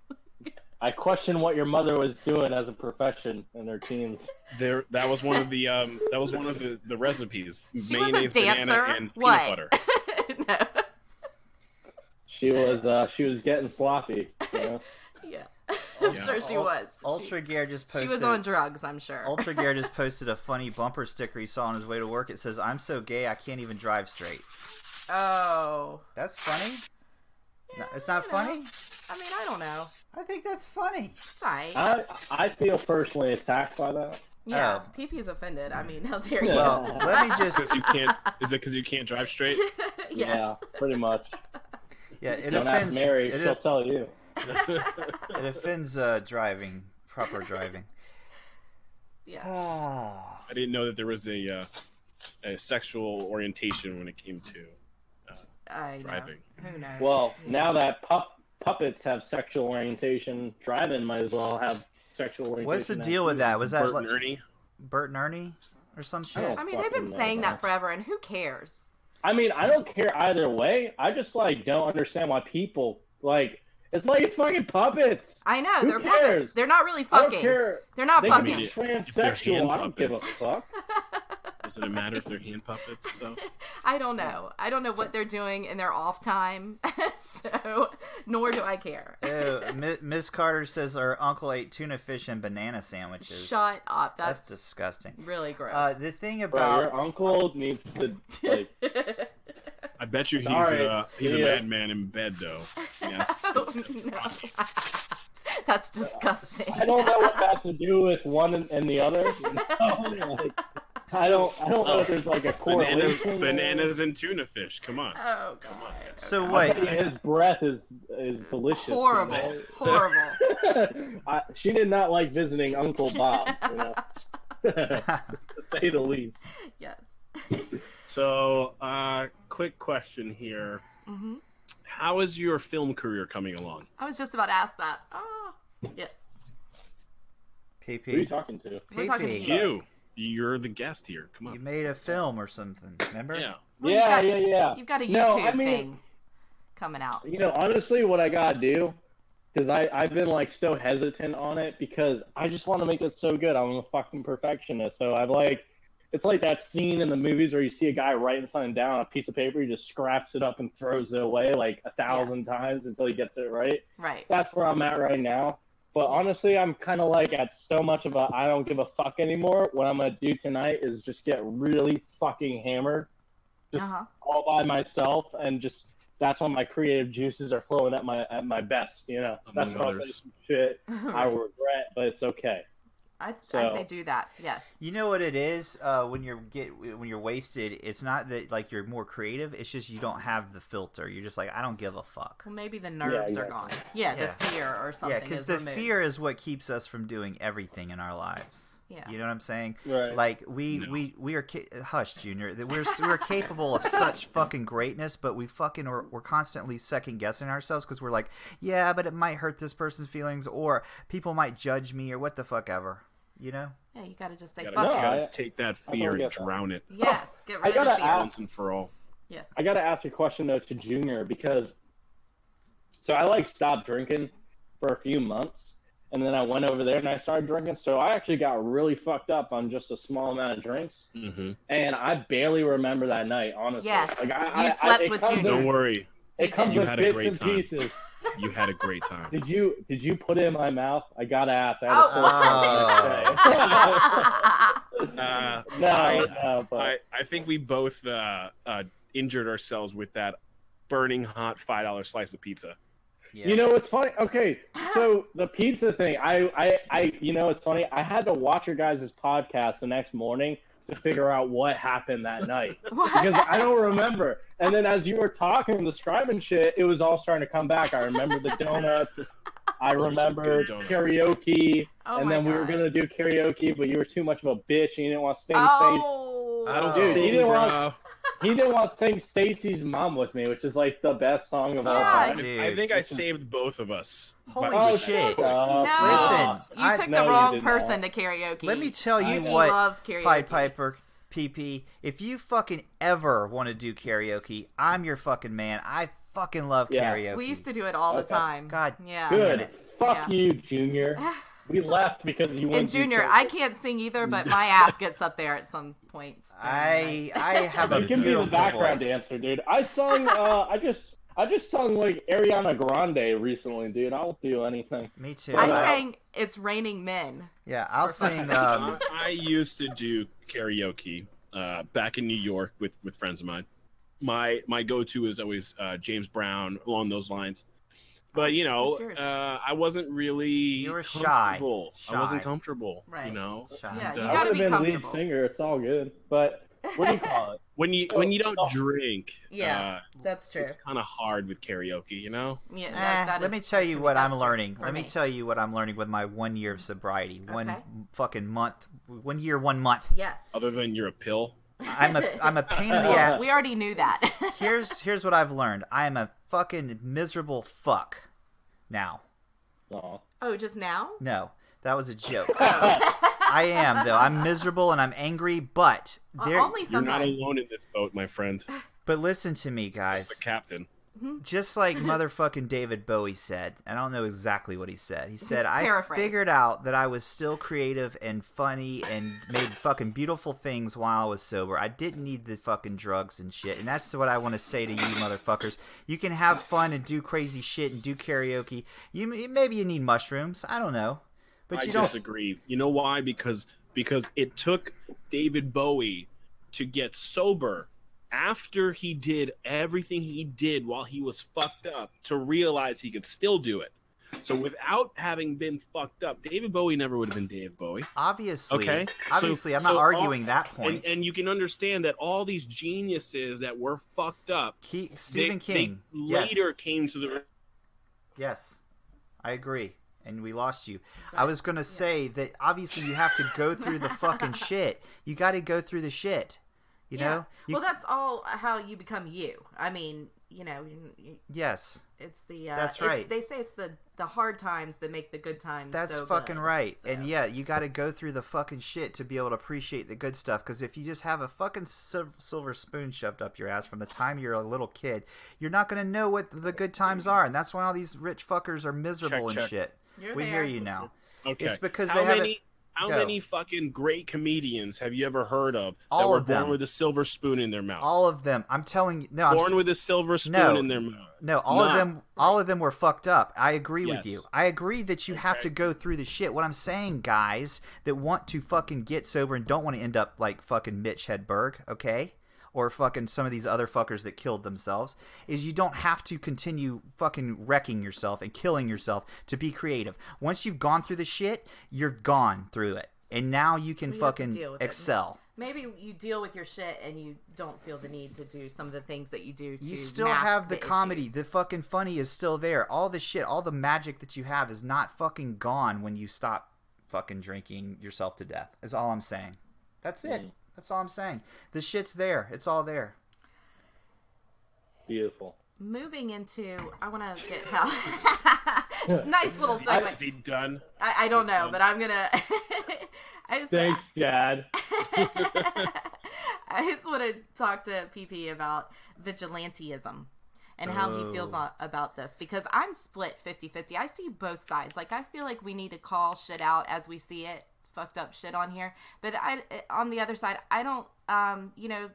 D: I question what your mother was doing as a profession in her teens.
A: There, that was one of the um, that was one of the, the recipes.
B: She was a
A: Mayonnaise,
B: dancer?
A: banana, and
B: What?
A: peanut butter.
B: no.
D: She was uh, she was getting sloppy. You know?
B: Yeah. I'm
A: Yeah.
B: sure she
C: Ul-
B: was. She-
C: Ultra Gear just
B: She,
C: posted.
B: was on drugs. I'm sure.
C: Ultra Gear just posted a funny bumper sticker he saw on his way to work. It says, "I'm so gay I can't even drive straight."
B: oh.
C: That's funny. No, it's
B: I
C: not
B: don't know.
C: funny.
B: I mean, I don't know.
C: I think that's funny.
B: It's all
C: Uh,
B: right.
D: I I feel personally attacked by that.
B: yeah.
C: oh.
B: PP PP's offended. I mean, how dare you?
D: Yeah.
C: Well, let me just.
A: Because you can't. Is it because you can't drive straight?
B: yes.
D: Yeah, pretty much.
C: Yeah, it
D: when ask
C: offends.
D: Mary,
C: It,
D: she'll tell you.
C: it offends uh, driving, proper driving.
B: Yeah.
C: Ah.
A: I didn't know that there was a uh, a sexual orientation when it came to
B: I know.
A: driving.
B: Who knows?
D: Well,
B: Yeah.
D: now that pup puppets have sexual orientation, driving might as well have sexual orientation.
C: What's the
D: now.
C: deal with that? Was that
A: Bert
C: like
A: and Ernie.
C: Bert and Ernie or some shit?
D: Oh.
B: I mean, they've been
D: fucking
B: saying that
D: nuts.
B: forever, and who cares?
D: I mean, I don't care either way. I just like don't understand why people like. It's like it's fucking puppets.
B: I know
D: Who
B: they're puppets.
D: cares?
B: They're not really
D: I don't
B: fucking.
D: care.
B: They're not
D: They can
B: fucking.
D: be
A: If
D: transsexual. I don't give a
A: puppets.
D: fuck.
A: Doesn't it matter if they're hand puppets? though?
B: I don't know. I don't know what they're doing in their off time, so nor do I care.
C: Ew, Mi- Miss Carter says her uncle ate tuna fish and banana sandwiches.
B: Shut up.
C: That's
B: That's,
C: disgusting.
B: really gross.
C: Uh, the thing
D: Bro,
C: about
D: your uncle needs to like.
A: I bet you he's
D: Sorry.
A: uh, he's a
D: Yeah.
A: madman in bed though. Yes.
B: oh, no. That's disgusting.
D: I don't know what that to do with one and, and the other. you know? Like, I don't. I don't know if there's like a
A: Oh. Bananas,
D: correlation. there.
A: bananas and tuna fish. Come on.
B: Oh god.
C: so
D: I
C: wait,
D: bet you his breath is is delicious. you know?
B: Horrible. Horrible.
D: I, she did not like visiting Uncle Bob, you know, to say the least.
B: Yes.
A: So, uh, quick question here:
B: hmm
A: How is your film career coming along?
B: I was just about to ask that. Ah. Yes.
D: Who are you
C: PP,
D: talking to?
B: We're talking to
C: PP.
B: you.
A: You, you're the guest here. Come
C: you
A: on.
C: made a film or something. Remember?
A: Yeah.
B: Well,
D: yeah,
B: you
D: yeah, yeah.
B: You've got a YouTube
D: No, I mean-
B: thing coming out.
D: You know, honestly, what I gotta do, because I I've been like so hesitant on it because I just want to make it so good. I'm a fucking perfectionist, so I've like. It's like that scene in the movies where you see a guy writing something down on a piece of paper, he just scraps it up and throws it away like a thousand times until he gets it right.
B: Right.
D: that's where I'm at right now. But honestly, I'm kind of like at so much of a I don't give a fuck anymore. What I'm gonna do tonight is just get really fucking hammered, just
B: Uh-huh.
D: all by myself, and just that's when my creative juices are flowing at my at my best. You know, that's
A: Among
D: when I say
A: others.
D: some shit I
B: I,
D: regret, but it's okay.
B: I
D: So-
B: say do that. Yes.
C: You know what it is uh, when you're get when you're wasted. It's not that like you're more creative. It's just you don't have the filter. You're just like I don't give a fuck.
B: Well, maybe the nerves are
D: exactly.
B: gone. Yeah,
C: Yeah.
B: the fear or something.
C: yeah, because
B: is
C: the
B: removed.
C: fear is what keeps us from doing everything in our lives.
B: Yeah.
C: You know what I'm saying?
D: Right.
C: Like we
A: No.
C: we we are ca- hush, Junior. That we're we're capable of such fucking greatness, but we fucking are, we're constantly second guessing ourselves because we're like, yeah, but it might hurt this person's feelings, or people might judge me, or what the fuck ever. You know?
B: Yeah, you gotta just say
A: You
B: fuck
A: gotta, you
D: No,
A: gotta
D: I-
A: take that
D: I
A: fear
D: totally
A: and
D: get that.
A: drown it
B: it. Yes, get rid
D: I
B: of
D: gotta
B: the fear.
D: ask-
A: once and for all.
B: yes.
D: I gotta ask a question though to Junior because so I like stopped drinking for a few months and then I went over there and I started drinking. So I actually got really fucked up on just a small amount of drinks
A: Mm-hmm.
D: and I barely remember that night, honestly.
B: Yes,
D: Like, I,
B: you
D: I,
B: slept
D: I, it
B: with
D: comes,
B: Junior.
A: Don't worry,
D: It comes
A: You
D: with
A: had a
D: bits
A: great
D: and
A: time.
D: pieces.
A: you had a great time.
D: Did you did you put it in my mouth? I gotta ask. I had
B: Oh.
D: a sore throat.
A: Uh,
D: no,
A: I-
D: no, but
A: I, I think we both uh, uh, injured ourselves with that burning hot five dollar slice of pizza.
C: Yeah.
D: You know what's funny? Okay, so the pizza thing, I, I, I, you know, it's funny. I had to watch your guys' podcast the next morning to figure out what happened that night because I don't remember. And then as you were talking and describing shit, it was all starting to come back. I remember the donuts. I
A: Those are some
D: remember
A: good donuts.
D: karaoke,
B: oh
D: and
B: my
D: then we were
B: God.
D: gonna do karaoke, but you were too much of a bitch and you didn't want to sing. Stacy.
B: Oh,
C: I don't
D: Dude,
C: sing,
D: you didn't want. He didn't want to sing Stacy's mom with me, which is like the best song of all
B: Yeah,
D: time.
C: Dude.
A: I think I
D: This is-
A: saved both of us.
C: Holy
A: But-
D: Oh,
C: shit.
D: Uh,
B: no.
C: Listen,
B: you
C: I-
B: took
D: No,
B: the
D: you
B: wrong
D: did
B: person to karaoke.
C: Let me tell you
D: He
B: He
C: what,
B: loves karaoke.
C: Pied Piper, PP. If you fucking ever want to do karaoke, I'm your fucking man. I fucking love
D: Yeah.
C: karaoke.
B: We used to do it all the
D: Okay.
B: time.
C: God
B: yeah.
D: Good.
B: Yeah.
D: Fuck you, Junior. We left because you
B: And
D: went.
B: Junior, I can't sing either, but my ass gets up there at some points. during the night.
C: I I have a
D: You can be the
C: beautiful
D: background
C: voice.
D: dancer, dude. I sung. Uh, I just. I just sung like Ariana Grande recently, dude. I'll do anything.
C: Me too.
B: I
D: Wow.
B: sang "It's Raining Men."
C: yeah, I'll sing. Um,
A: I, I used to do karaoke uh, back in New York with, with friends of mine. My my go to is always uh, James Brown along those lines. But you know,
B: What's yours?
A: uh, I wasn't really you
C: were shy.
A: I wasn't
C: Shy.
A: comfortable.
B: Right.
A: You know,
C: Shy.
B: Yeah, you
A: I
D: I
B: gotta
D: would've
B: be
D: been lead
B: comfortable.
D: singer. It's all good. But what do you call it?
A: when you when you don't drink,
B: Yeah,
A: uh,
B: That's true.
A: it's kind of hard with karaoke. You know,
B: Yeah,
C: Eh,
B: that, that
C: let
B: is-
C: me tell you
B: that's
C: what I'm
B: true
C: learning.
B: for
C: Let me tell you what I'm learning with my one year of sobriety. One
B: Okay.
C: fucking month. One year, one month.
B: Yes.
A: other than you're a pill.
C: I'm a I'm a pain in the ass.
B: We already knew that.
C: Here's here's what I've learned. I am a fucking miserable fuck. Now,
D: Aw.
B: oh, just now?
C: no, that was a joke.
B: Oh.
C: I am though. I'm miserable and I'm angry, but
B: Uh,
C: there.
B: only
A: You're not
B: sometimes.
A: alone in this boat, my friend.
C: But listen to me,
A: As
C: guys.
A: the captain,
C: just like motherfucking David Bowie said, I don't know exactly what he said. He said, I
B: Paraphrase.
C: figured out that I was still creative and funny and made fucking beautiful things while I was sober. I didn't need the fucking drugs and shit. And that's what I want to say to you motherfuckers. You can have fun and do crazy shit and do karaoke. You Maybe you need mushrooms. I don't know. But
A: I
C: you don't.
A: disagree. You know why? Because because it took David Bowie to get sober after he did everything he did while he was fucked up to realize he could still do it. So without having been fucked up, David Bowie never would have been Dave Bowie.
C: Obviously.
A: Okay, so-
C: Obviously, I'm not
A: so all-
C: arguing that
A: And
C: point.
A: and you can understand that all these geniuses that were fucked up
C: Ke-
A: they-
C: Stephen
A: they
C: King. Yes.
A: later came to the
C: Yes, I agree. And we lost you. I was going to say that obviously you have to go through the fucking shit. You got to go through the shit. You
B: Yeah.
C: know? You-
B: well, that's all how you become you. I mean, you know, you- you-
C: yes,
B: it's the. Uh,
C: That's
B: it's-
C: right.
B: they say it's the the hard times that make the good times.
C: that's
B: so
C: fucking
B: good,
C: right.
B: so-
C: And yeah, you got to go through the fucking shit to be able to appreciate the good stuff. Because if you just have a fucking sil- silver spoon shoved up your ass from the time you're a little kid, you're not going to know what the good times are. And that's why all these rich fuckers are miserable and
A: check.
C: shit.
B: You're
C: we
B: there.
C: hear you now.
A: Okay.
C: It's because
A: how
C: they haven't.
A: many how
C: Go.
A: many fucking great comedians have you ever heard of that
C: All
A: were
C: of
A: born
C: them.
A: with a silver spoon in their mouth?
C: All of them. I'm telling you. No, I'm,
A: born with a silver spoon
C: No.
A: in their mouth.
C: No, all of
A: Not-
C: them, all of them were fucked up. I agree with
A: Yes.
C: you. I agree that you have
A: Okay.
C: to go through the shit. What I'm saying, guys, that want to fucking get sober and don't want to end up like fucking Mitch Hedberg, okay, or fucking some of these other fuckers that killed themselves is you don't have to continue fucking wrecking yourself and killing yourself to be creative. Once you've gone through the shit, you're gone through it. And now you can
B: You have to
C: fucking
B: deal with it.
C: excel.
B: Maybe you deal with your shit and you don't feel the need to do some of the things that you do. To
C: You still
B: mask
C: have the,
B: the
C: comedy.
B: issues.
C: The fucking funny is still there. All the shit, all the magic that you have is not fucking gone when you stop fucking drinking yourself to death. Is all I'm saying. That's it.
D: Mm.
C: That's all I'm saying. The shit's there. It's all there.
D: Beautiful.
B: Moving into, I want to get how nice little
A: Is he,
B: segue.
A: is he done?
B: I, I don't know, but I'm gonna. I just
D: Thanks, Dad.
B: I just want to talk to PP about vigilanteism and how he feels
C: Oh.
B: on, about this because I'm split 50 50. I see both sides. Like, I feel like we need to call shit out as we see it, fucked up shit on here. But I, on the other side, I don't, um, you know,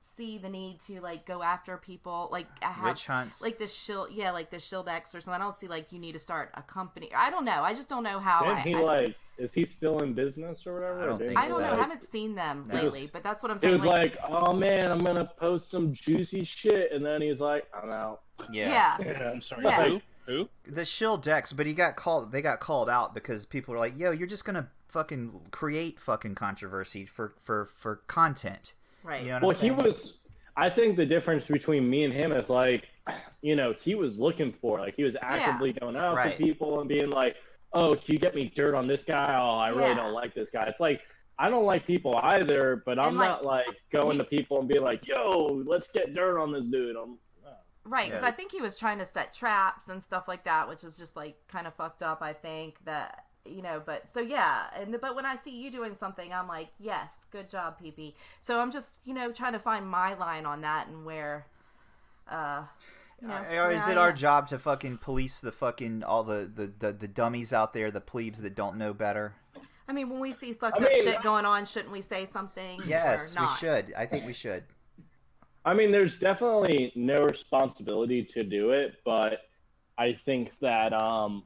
B: see the need to like go after people. Like, I have
C: Witch hunts.
B: like the shield yeah like the shield x or something i don't see like you need to start a company i don't know i just don't know how
D: Didn't
B: I,
D: he
B: I,
D: like? Is he still in business or whatever?
C: I don't
D: Or didn't
C: think
B: I
D: he,
B: don't know
D: like-
B: i haven't seen them
C: It
D: was-
B: lately but that's what i'm
D: It
B: saying
D: was like, oh man, I'm gonna post some juicy shit, and then he's like, I'm out.
B: yeah
A: I'm sorry.
B: Yeah.
A: Who? Who?
C: the shill decks, but he got called. They got called out because people were like, "Yo, you're just gonna fucking create fucking controversy for for for content."
B: right
C: You know what
D: Well,
C: I'm
D: he
C: saying?
D: was. I think the difference between me and him is like, you know, he was looking for, like, he was actively going out
C: Right.
D: to people and being like, "Oh, can you get me dirt on this guy? Oh, I really
B: Yeah.
D: don't like this guy." It's like I don't like people either, but I'm
B: And,
D: not like going
B: he-
D: to people and being like, "Yo, let's get dirt on this dude." I'm,
B: right because
C: Yeah.
B: i think he was trying to set traps and stuff like that which is just like kind of fucked up i think that you know but so yeah and the, but when i see you doing something i'm like yes good job pp so i'm just you know trying to find my line on that and where uh you know,
C: Or is
B: where
C: it
B: I
C: our
B: am.
C: job to fucking police the fucking all the, the, the, the dummies out there, the plebes that don't know better?
B: I mean, when we see fucked
D: I
B: up
D: mean-
B: shit going on, shouldn't we say something?
C: Yes,
B: Mm. or
C: we
B: not?
C: should. I think we should.
D: I mean, there's definitely no responsibility to do it, but I think that um,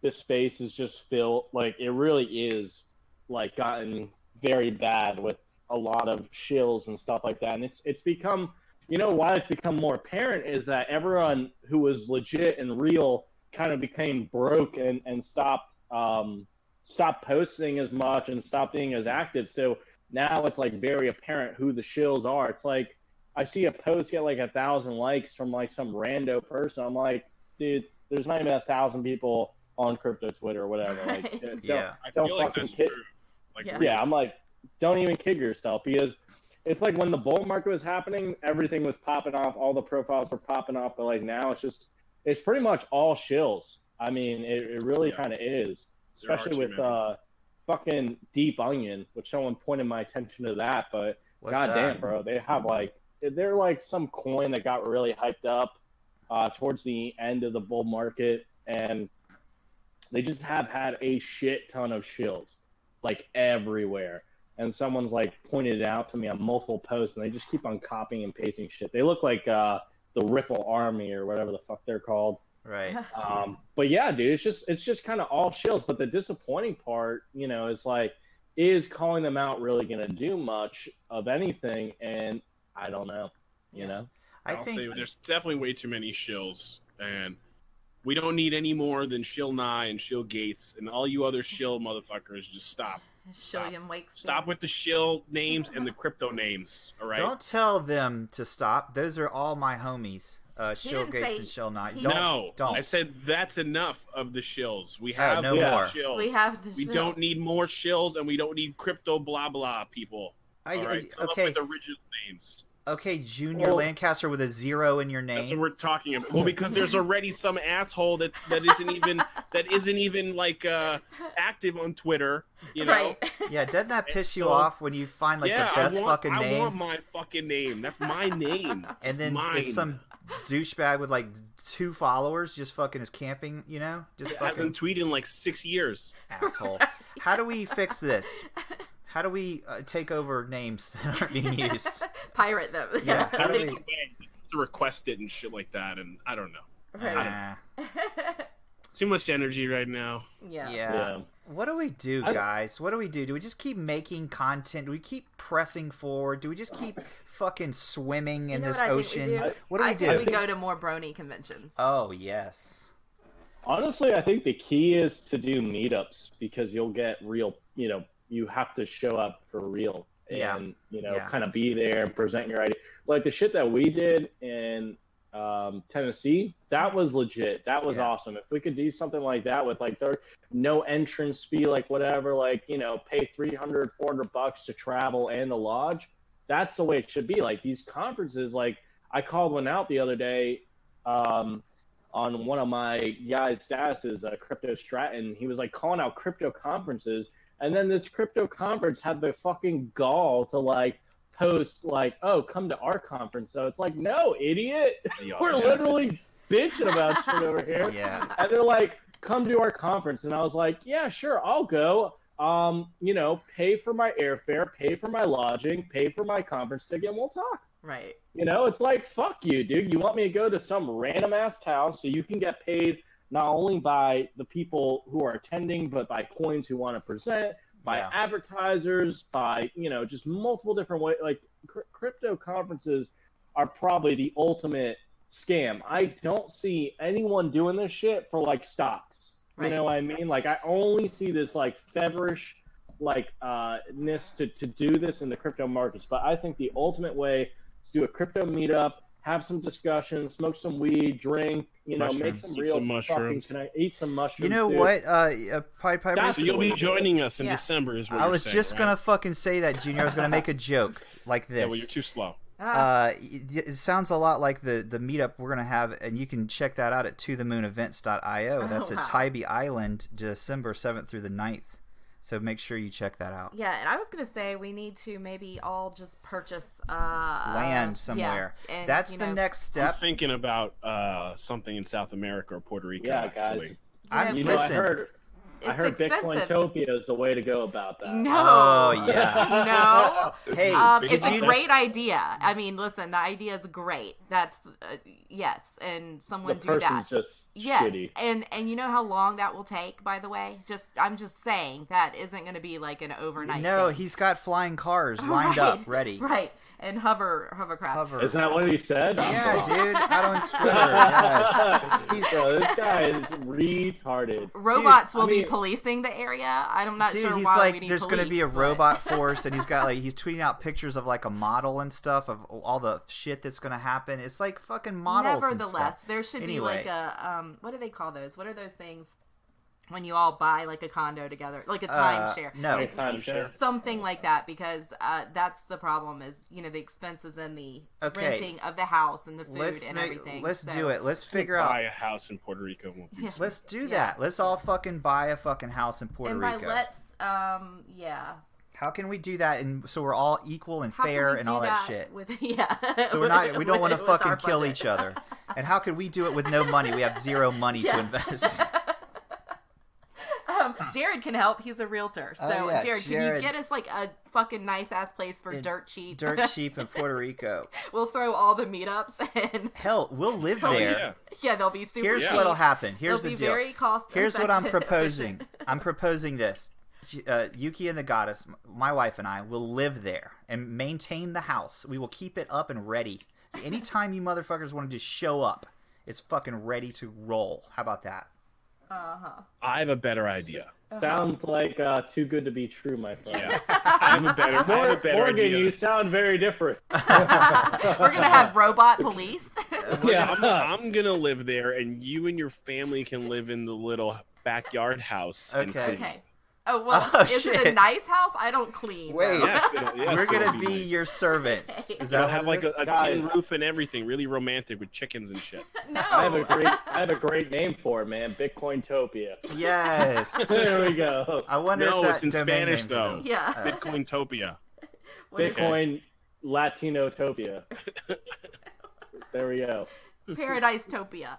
D: this space is just filled like it really is like gotten very bad with a lot of shills and stuff like that, and it's it's become you know why it's become more apparent is that everyone who was legit and real kind of became broke and and stopped um, stopped posting as much and stopped being as active. So now it's like very apparent who the shills are. It's like I see a post get like a thousand likes from like some rando person. I'm like, dude, there's not even a thousand people on crypto Twitter or whatever. Like,
B: Right.
D: don't-
C: Yeah.
A: I
D: Don't
A: feel like
D: fucking
A: that's
D: kid-
A: true. Like,
B: Yeah.
D: yeah, I'm like, don't even kid yourself because it's like when the bull market was happening, everything was popping off, all the profiles were popping off, but like now it's just it's pretty much all shills. I mean, it, it really
A: Yeah.
D: kind of is,
A: There are
D: especially
A: too
D: with
A: many.
D: uh, fucking Deep Onion, which someone pointed my attention to that, but.
C: What's
D: God
C: that?
D: damn, bro. They have like they're like some coin that got really hyped up uh, towards the end of the bull market, and they just have had a shit ton of shills, like everywhere. And someone's like pointed it out to me on multiple posts, and they just keep on copying and pasting shit. They look like uh, the Ripple Army or whatever the fuck they're called.
C: Right.
D: Um, but yeah, dude, it's just it's just kind of all shills. But the disappointing part, you know, is like, is calling them out really going to do much of anything? And I don't know, you know.
C: I
A: I'll
C: think
A: say there's definitely way too many shills, and we don't need any more than Shill Nye and Shill Gates and all you other shill motherfuckers. Just stop.
B: Shilliam wakes.
A: Stop with the shill names and the crypto names. All right.
C: don't tell them to stop. Those are all my homies. Uh, Shill
B: didn't
C: Gates
B: say-
C: and Shill Knight.
B: he-
C: Don't,
A: no,
C: don't.
A: I said that's enough of the shills. We have
C: no
A: the
D: more.
A: shills.
B: We have the
A: We
B: shills.
A: don't need more shills, and we don't need crypto blah blah people.
C: I,
A: all right,
C: I-
A: come
C: okay,
A: up with original names.
C: okay, Junior
D: Well-
C: Lancaster with a zero in your
A: That's what
C: name.
A: we're talking about. Well, because there's already some asshole that that isn't even that isn't even like uh, active on Twitter. You know,
B: right.
C: yeah, doesn't that piss you
A: So-
C: off when you find like
A: yeah,
C: the best
A: I want,
C: fucking
A: I
C: name?
A: want my fucking name. That's my name.
C: and then
A: mine.
C: there's some douchebag with like two followers just fucking is camping, you know? Just fucking
A: Hasn't tweeted in like six years.
C: asshole. How do we fix this? How do we uh, take over names that aren't being used?
B: Pirate them.
C: Yeah,
A: How do they
C: Right.
A: get away to request it and shit like that? And I don't know.
B: Right.
C: Nah.
A: Too much energy right now.
B: yeah.
C: yeah.
D: Yeah.
C: What do we do,
D: I-
C: guys? What do we do? Do we just keep making content? Do we keep pressing forward? Do we just keep fucking swimming in
B: know
C: this
B: what I think we
C: ocean?
B: do?
C: What do we
B: I
C: do?
B: think we go to more brony conventions.
C: Oh yes.
D: Honestly, I think the key is to do meetups because you'll get real. You know, you have to show up for real and
C: Yeah.
D: you know,
C: Yeah.
D: kind of be there and present your idea. Like the shit that we did in um, Tennessee, that was legit. That was
C: Yeah.
D: awesome. If we could do something like that with like there no entrance fee, like whatever, like you know, pay 300, 400 bucks to travel and the lodge. That's the way it should be. Like these conferences, like I called one out the other day. Um, on one of my guys' statuses, uh, Crypto Stratton. He was like calling out crypto conferences, and then this crypto conference had the fucking gall to like post like, "Oh, come to our conference." So it's like, no, idiot,
A: The
D: we're
A: audacity.
D: literally bitching about shit over here,
C: Yeah.
D: and they're like, "Come to our conference," and I was like, "Yeah, sure, I'll go." Um, you know, pay for my airfare, pay for my lodging, pay for my conference ticket, and we'll talk.
B: Right.
D: You know, it's like fuck you, dude. You want me to go to some random ass town so you can get paid not only by the people who are attending, but by coins who want to present, by
C: Yeah.
D: advertisers, by you know, just multiple different ways. Like cr- crypto conferences are probably the ultimate scam. I don't see anyone doing this shit for like stocks.
B: Right.
D: You know what I mean? Like I only see this like feverish like uh ness to, to do this in the crypto markets. But I think the ultimate way is do a crypto meetup, have some discussion, smoke some weed, drink, you know, make
C: Mushrooms.
D: some
A: Eat
D: real
A: some
D: fucking
A: mushrooms.
D: connect, eat some mushrooms.
C: You know
D: dude.
C: what? Uh, uh Pied Piper.
D: That's
A: So you'll be joining us in
B: Yeah.
A: December, is what
C: I
A: you're
C: was
A: saying,
C: just
A: right?
C: gonna fucking say that, Junior. I was gonna make a joke like this.
A: Yeah, well, you're too slow.
B: Ah,
C: uh, it it sounds a lot like the the meetup we're gonna have, and you can check that out at to the moon events.io.
B: Oh,
C: That's at
B: wow.
C: Tybee Island, December seventh through the 9th. So make sure you check that out.
B: yeah, and I was gonna say we need to maybe all just purchase uh,
C: Land
B: yeah,
C: somewhere.
B: and,
C: That's
B: you
C: the
B: know,
C: next
A: I'm
C: step.
A: thinking about uh, something in South America or Puerto Rico.
D: Yeah, guys.
A: actually.
C: I'm-
B: you
D: You
B: know,
D: know,
B: listen,
D: I heard
B: it's
D: I heard Bitcoin
B: expensive. to-
D: Topia is the way to go about that.
B: No.
C: Oh yeah.
B: No.
C: Hey,
B: Um,
A: Big
B: it's a
A: Mouth.
B: great idea. I mean, listen, the idea is great. That's uh, yes, and
D: The
B: someone do that.
D: person's just
B: Yes,
D: shitty.
B: and and you know how long that will take. By the way, just I'm just saying that isn't going to be like an overnight.
C: no,
B: thing.
C: he's got flying cars lined up,
B: Right,
C: ready.
B: right and hover hovercraft.
C: Hover.
D: Isn't that what he said? I'm
C: Yeah,
D: wrong.
C: dude. Out on Twitter. Yes. He's-
D: Bro, this guy is retarded.
B: Robots
D: Dude, I
B: will be
D: mean-
B: policing the area. I'm not
C: Dude,
B: sure
C: he's
B: why
C: like,
B: we need
C: there's
B: going to
C: be a robot force, and he's got like, he's tweeting out pictures of like a model and stuff of all the shit that's gonna happen. It's like fucking models. and stuff.
B: Nevertheless, there should
C: Anyway.
B: be like a um, what do they call those? What are those things when you all buy like a condo together, like a
C: Uh,
B: timeshare?
C: no,
D: Timeshare.
B: something like that because uh, that's the problem is you know the expenses and the
C: Okay.
B: renting of the house and the food
C: let's
B: and
C: make-
B: everything.
C: let's
B: So-
C: do it. Let's figure
A: buy
C: out.
A: a house in Puerto Rico. And we'll do
B: Yeah.
A: something.
C: Let's do
B: Yeah.
C: that. Let's all fucking buy a fucking house in Puerto
B: and by
C: Rico.
B: let's, um, yeah,
C: How can we do that? And so we're all equal and
B: How can
C: fair
B: we
C: and
B: do
C: all
B: that
C: that, shit.
B: With yeah,
C: So we're not. We don't want
B: with-
C: to
B: with
C: fucking
B: our
C: kill
B: budget.
C: each other. And how could we do it with no money? We have zero money to
B: Yeah.
C: invest.
B: um, Jared can help. He's a realtor. So
C: Oh, yeah,
B: Jared, can you
C: Jared.
B: get us like a fucking nice ass place for
C: In
B: dirt cheap?
C: Dirt cheap in Puerto Rico.
B: we'll throw all the meetups and
C: Hell, we'll live
A: Oh,
C: there.
A: yeah.
B: yeah, they'll be super.
C: Here's
B: cheap.
C: what'll happen. Here's
B: they'll
C: the
B: be
C: deal.
B: very cost.
C: Here's what I'm
B: effective.
C: proposing. I'm proposing this. Uh, Yuki and the goddess, m- my wife and I, will live there and maintain the house. We will keep it up and ready. Anytime you motherfuckers want to just show up, it's fucking ready to roll. How about that?
B: Uh-huh.
A: I have a better idea.
D: Sounds like uh, too good to be true, my friend.
A: Yeah. I have a better. I have a better
D: Morgan,
A: idea.
D: you sound very different.
B: We're gonna have robot police.
A: yeah, I'm, I'm gonna live there, and you and your family can live in the little backyard house. in
C: Okay.
A: Cleveland.
B: okay. Oh well,
C: Oh,
B: is it a
C: shit.
B: nice house? I don't clean.
C: Wait.
A: Yes, it'll- yes,
C: We're
A: it'll
C: gonna be,
A: nice.
C: your servants.
B: Okay.
C: Is that
A: It'll
C: what
A: have like a, a
D: Guys.
A: tin roof and everything, really romantic with chickens and shit.
B: No.
D: I have a great, I have a great name for it, man. Bitcointopia.
C: a yes?
D: There we go.
C: I wonder
A: No,
C: if that
A: it's in
C: domain
A: Spanish,
C: name's
A: though.
C: available.
B: yeah.
A: Bitcointopia.
B: What is it?
D: Bitcoin Latinotopia. There we go.
B: Paradise Topia.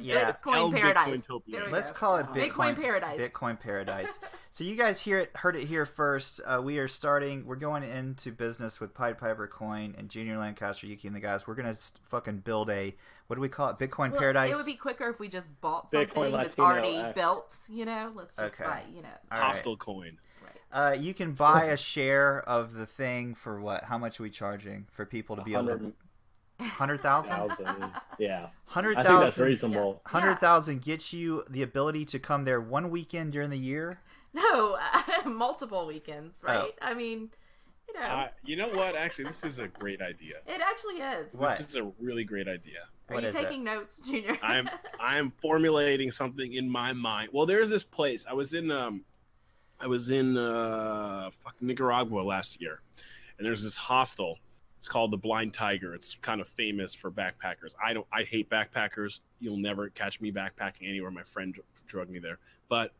C: Yeah.
B: Bitcoin
A: L
B: Paradise.
A: Bitcointopia.
B: There we
C: Let's
B: go.
C: call it
B: Bitcoin
C: Bitcoin,
B: Paradise.
C: Bitcoin Paradise. so you guys hear it, heard it here first. Uh, we are starting. We're going into business with Pied Piper Coin and Junior Lancaster Yuki and the guys. We're gonna s- fucking build a what do we call it? Bitcoin
B: Well,
C: Paradise.
B: It would be quicker if we just bought
D: Bitcoin
B: something that's
D: Latino
B: already
D: X.
B: built, you know? Let's just
C: Okay.
B: buy, you know.
C: All right.
A: Hostile coin.
B: Right.
C: Uh, you can buy a share of the thing for what? How much are we charging for people to be able to? 100,000?
D: 100,000. Yeah. I think that's
C: 100,000
D: reasonable.
B: Yeah.
C: 100,000 gets you the ability to come there one weekend during the year.
B: No, multiple
C: oh.
B: weekends, right? I mean, you know,
A: Uh, you know what? Actually, this is a great idea.
B: it actually is.
C: What?
A: This is a really great idea.
B: Are
C: What
B: you
C: is it?
B: taking notes, Junior?
A: I'm I'm formulating something in my mind. Well, there's this place. I was in um I was in uh fuck Nicaragua last year. And there's this hostel. It's called the Blind Tiger. It's kind of famous for backpackers. I don't I hate backpackers. You'll never catch me backpacking anywhere. My friend dr- drugged me there. But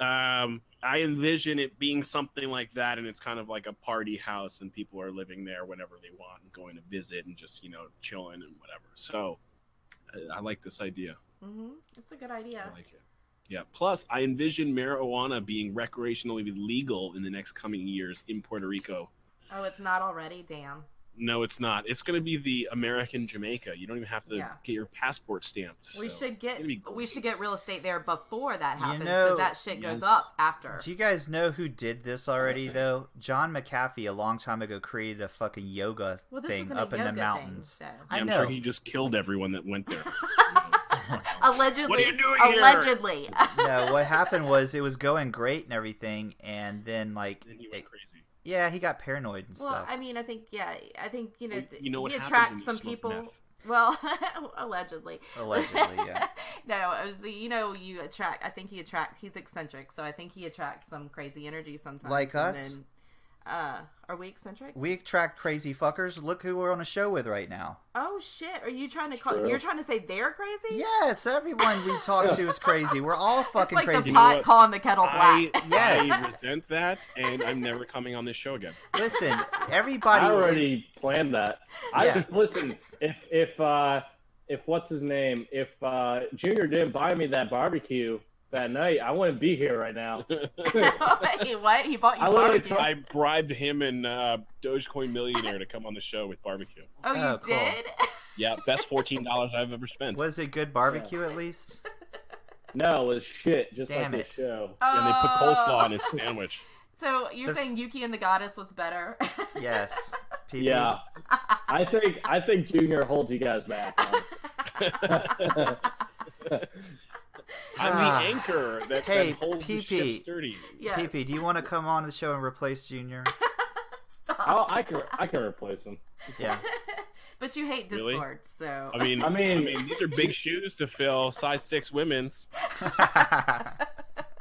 A: um I envision it being something like that and it's kind of like a party house and people are living there whenever they want and going to visit and just, you know, chilling and whatever. So I- I like this idea.
B: hmm It's a good idea.
A: I like it. Yeah. Plus, I envision marijuana being recreationally legal in the next coming years in Puerto Rico.
B: Oh, it's not already? Damn.
A: No, it's not. It's going to be the American Jamaica. You don't even have to
B: Yeah.
A: get your passport stamped.
B: we
A: so-
B: should get
A: it'd be
B: we
A: great.
B: should get real estate there before that
C: You
B: happens because
C: know-
B: that shit
A: Yes.
B: goes up after.
C: Do you guys know who did this already, though? John McAfee, a long time ago, created a fucking yoga
B: well, this
C: thing
B: isn't
C: up
B: a
C: in
B: yoga
C: the mountains.
B: thing,
A: Yeah,
C: I
A: I'm
C: know.
A: sure he just killed everyone that went there.
B: so. allegedly.
A: What are you doing here?
B: allegedly.
C: no, what happened was it was going great and everything, and then, like,
A: then he
C: it-
A: went crazy.
C: yeah, he got paranoid and
B: well,
C: stuff.
B: I mean, I think yeah, I think you know,
A: Well,
B: th-
A: you know what
B: he
A: happens
B: attracts
A: when
B: some
A: you smoke
B: people.
A: meth.
B: Well, allegedly.
C: Allegedly, yeah.
B: no, it was, you know, you attract. I think he attract. He's eccentric, so I think he attracts some crazy energy sometimes.
C: Like
B: and
C: us?
B: Then, uh, are we eccentric?
C: We attract crazy fuckers. Look who we're on a show with right now.
B: oh shit! Are you trying to call?
D: True.
B: You're trying to say they're crazy?
C: Yes, everyone we talk to is crazy. We're all
B: It's
C: fucking
B: like
C: crazy.
B: the
A: You know
B: pot
A: what?
B: calling the kettle
A: I,
B: black.
C: Yes.
A: I resent that, and I'm never coming on this show again.
C: Listen,
D: I
C: everybody.
D: already planned that.
C: Yeah.
D: I listen. If if uh, if what's his name? If uh, Junior didn't buy me that barbecue that night, I wouldn't be here right now.
B: Wait, what? He bought you
D: I literally
B: barbecue?
A: I bribed him and uh, Dogecoin Millionaire to come on the show with barbecue.
B: oh, you
C: Oh, cool.
B: did?
A: Yeah, best fourteen dollars I've ever spent.
C: Was it good barbecue at least?
D: No, it was shit. Just
C: Damn
D: like
C: it.
D: this show.
B: Oh.
A: And they put coleslaw in his sandwich.
B: So you're
C: The-
B: saying Yuki and the Goddess was better?
C: Yes. PP.
D: Yeah, I think I think Junior holds you guys back.
A: I'm
C: Ah.
A: the anchor that,
C: Hey,
A: that holds the
C: PP.
A: ship sturdy.
B: yeah.
C: PP, do you want to come on the show and replace Junior?
D: I'll,
B: Stop.
D: I can I can replace him.
C: Yeah.
B: but you hate
A: Really?
B: Discord, so
A: I mean,
D: I
A: I mean,
D: mean-
A: these are big shoes to fill. Size six women's.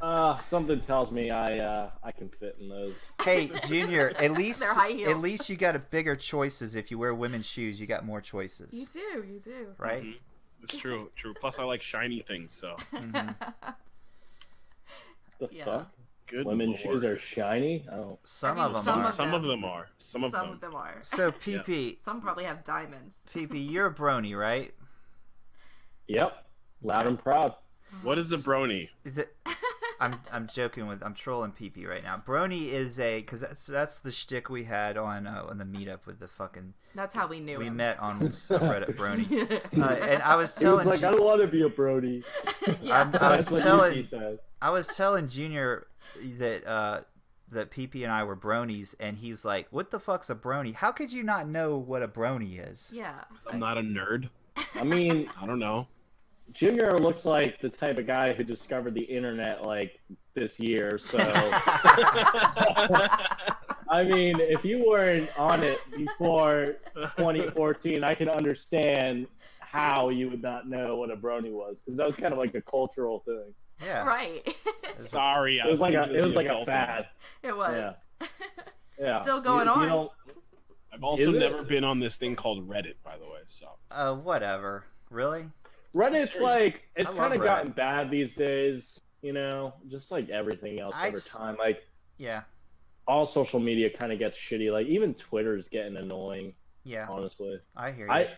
D: Uh, something tells me I uh, I can fit in those.
C: hey, Junior, at least
B: They're high heels.
C: at least you got a bigger choices if you wear women's shoes. You got more choices,
B: you do, you do.
C: right?
D: Mm-hmm.
A: Mhm. It's true, true. Plus, I like shiny things. So
C: Mhm.
A: Mm-hmm.
D: The
B: Yeah.
D: fuck?
A: good.
D: Women's
A: lord.
D: shoes are shiny. Oh,
C: Some
B: I mean,
C: of them
B: some
C: are.
B: of-
A: Some of them are. Some of them.
B: are.
C: So PP,
B: Some probably have diamonds.
C: PP, you're a brony, right?
D: yep. Loud and proud.
A: What is a brony?
C: Is it? I'm I'm joking with I'm trolling PP right now. Brony is a because that's that's the shtick we had on uh, on the meetup with the fucking
B: That's how we knew
C: we
B: him.
C: met on subreddit Brony. Uh,
B: and
C: and I was
D: He was
C: telling
D: like, I
C: Ju-
D: don't want to be a Brody.
B: yeah.
C: I was
D: That's what
C: telling-
D: Yuki said.
C: I was telling Junior that uh, that PP and I were bronies, and he's like, "What the fuck's a brony? How could you not know what a brony is?"
B: yeah.
A: 'Cause I'm not a nerd.
D: I mean,
A: I don't know.
D: Junior looks like the type of guy who discovered the internet like this year. So, I mean, if you weren't on it before 2014, I can understand how you would not know what a brony was because that was kind of like a cultural thing.
C: Yeah,
B: Right.
A: Sorry, I
D: It was like a
A: too
D: it was
A: busy
D: like a
A: adulting.
D: fad.
B: it was.
D: Yeah. Yeah,
B: Still going
D: You- you
B: on.
D: don't-
A: I've also
D: Is it?
A: never been on this thing called Reddit, by the way. So
C: Uh, whatever. Really?
D: Reddit's
A: Serious.
D: like it's
C: I love
D: kind of
C: Reddit.
D: gotten bad these days. You know, just like everything else
C: I
D: over
C: s-
D: time. Like
C: Yeah,
D: all social media kind of gets shitty. Like even Twitter's getting annoying.
C: yeah.
D: Honestly,
C: I hear you.
D: I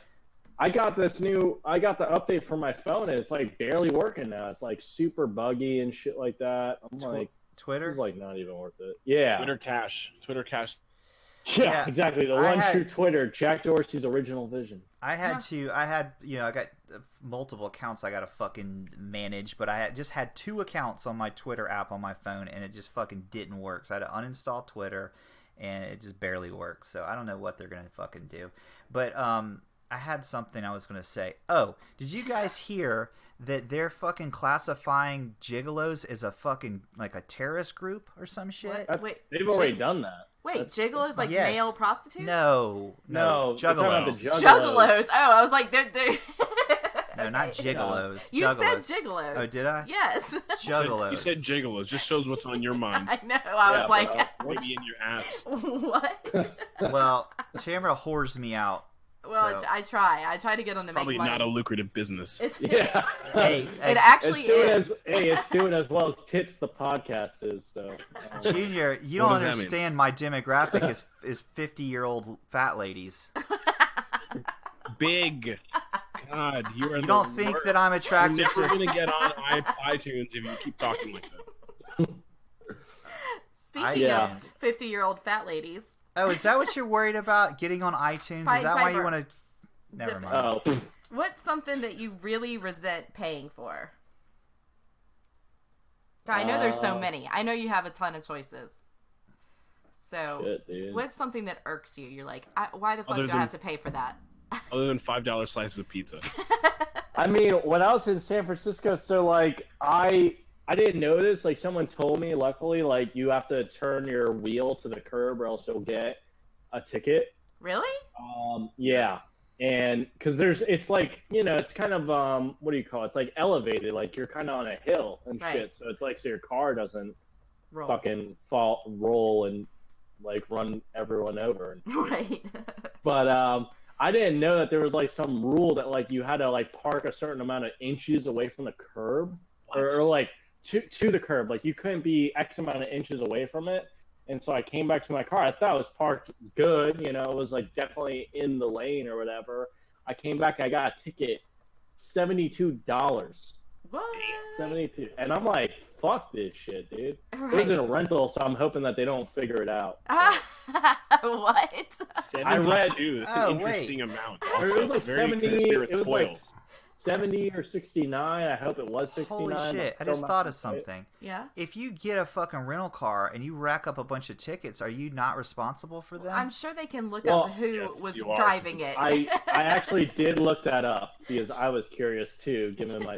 D: I got this new, I got the update for my phone, and it's like barely working now. It's like super buggy and shit like that. I'm
C: Tw-
D: like, this
C: Twitter.
D: is like not even worth it. Yeah,
A: Twitter cash. Twitter cash.
D: yeah,
C: Yeah.
D: exactly. The
C: I
D: one
C: had-
D: true Twitter, Jack Dorsey's original vision.
C: I
B: Huh.
C: had to. I had you know. I got uh, multiple accounts. I got to fucking manage, but I had, just had two accounts on my Twitter app on my phone, and it just fucking didn't work. So I had to uninstall Twitter, and it just barely works. So I don't know what they're gonna fucking do. But um, I had something I was gonna say. Oh, did you guys hear that they're fucking classifying gigolos as a fucking like a terrorist group or some shit?
D: That's,
B: Wait,
D: they've already
B: Jake-
D: done that.
B: Wait, gigolos like
C: Yes.
B: male prostitutes?
C: No, no,
D: No, they're talking about the
C: juggalos.
D: juggalos.
B: Juggalos. Oh, I was like, they're they're.
C: No, not
B: Okay.
C: gigolos.
B: You
C: juggalos.
B: said gigolos.
C: Oh, did I?
B: Yes.
C: Juggalos.
A: You said jiggles. Just shows what's on your mind.
B: I know. I
D: Yeah, uh,
B: was like,
D: bro.
A: Maybe in your ass.
B: what?
C: well, Tamara whores me out.
B: Well,
C: So-
B: I try. I try to get on to make
A: Probably
B: money.
A: not a lucrative business.
B: It's
D: yeah.
C: Hey, hey,
B: it actually
D: it's doing
B: is.
D: As, hey, it's doing as well as tits the podcast is. So um,
C: Junior, you
A: What
C: don't
A: does that mean?
C: understand. My demographic is is fifty year old fat ladies.
A: Big. God, you are.
C: You don't think that I'm
A: I'm
C: attracted
A: never
C: to?
A: gonna get on i- iTunes if you keep talking like this.
C: I
B: Speaking
D: Yeah.
B: of fifty-year-old fat ladies,
C: Oh, is that what you're worried about? Getting on iTunes?
B: Pied
C: Is that why you
B: Piper.
C: want to? Never
B: Zip it.
C: mind.
D: oh,
B: what's something that you really resent paying for? I know there's so
D: Uh,
B: many. I know you have a ton of choices. So,
D: shit, dude.
B: what's something that irks you? You're like, I, why the fuck
A: Other
B: do I
A: than-
B: have to pay for that?
A: Other than five dollar slices of pizza.
D: I mean, when I was in San Francisco, so like I I didn't know this. Like someone told me, luckily, like you have to turn your wheel to the curb or else you'll get a ticket.
B: Really?
D: Um, yeah, and because there's it's like you know it's kind of um what do you call it? It's like elevated, like you're kind of on a hill and
B: Right.
D: shit. So it's like so your car doesn't
B: Roll.
D: fucking fall roll and like run everyone over and
B: Right.
D: but um, I didn't know that there was like some rule that like you had to like park a certain amount of inches away from the curb or, or like to to the curb. Like you couldn't be X amount of inches away from it. And so I came back to my car. I thought it was parked good, you know, it was like definitely in the lane or whatever. I came back. I got a ticket, seventy two dollars,
B: what?
D: seventy two, and I'm like, fuck this shit, dude. It was in
B: Right. Ah.
D: a rental, so I'm hoping that they don't figure it out.
B: what?
A: I read too. That's
C: Oh,
A: an interesting amount.
D: Or
A: Also,
D: it was like
A: very
D: 70 it was
A: conspiratorial.
D: like 70 or 69 i hope it was 69
C: Holy shit! I
D: Still
C: just
D: not
C: thought of
D: right.
C: something.
B: yeah.
C: If you get a fucking rental car and you rack up a bunch of tickets, are you not responsible for them?
B: I'm sure they can look
D: Well,
B: up who
A: yes,
B: was
A: you are.
B: driving it.
D: i i actually did look that up because i was curious too given my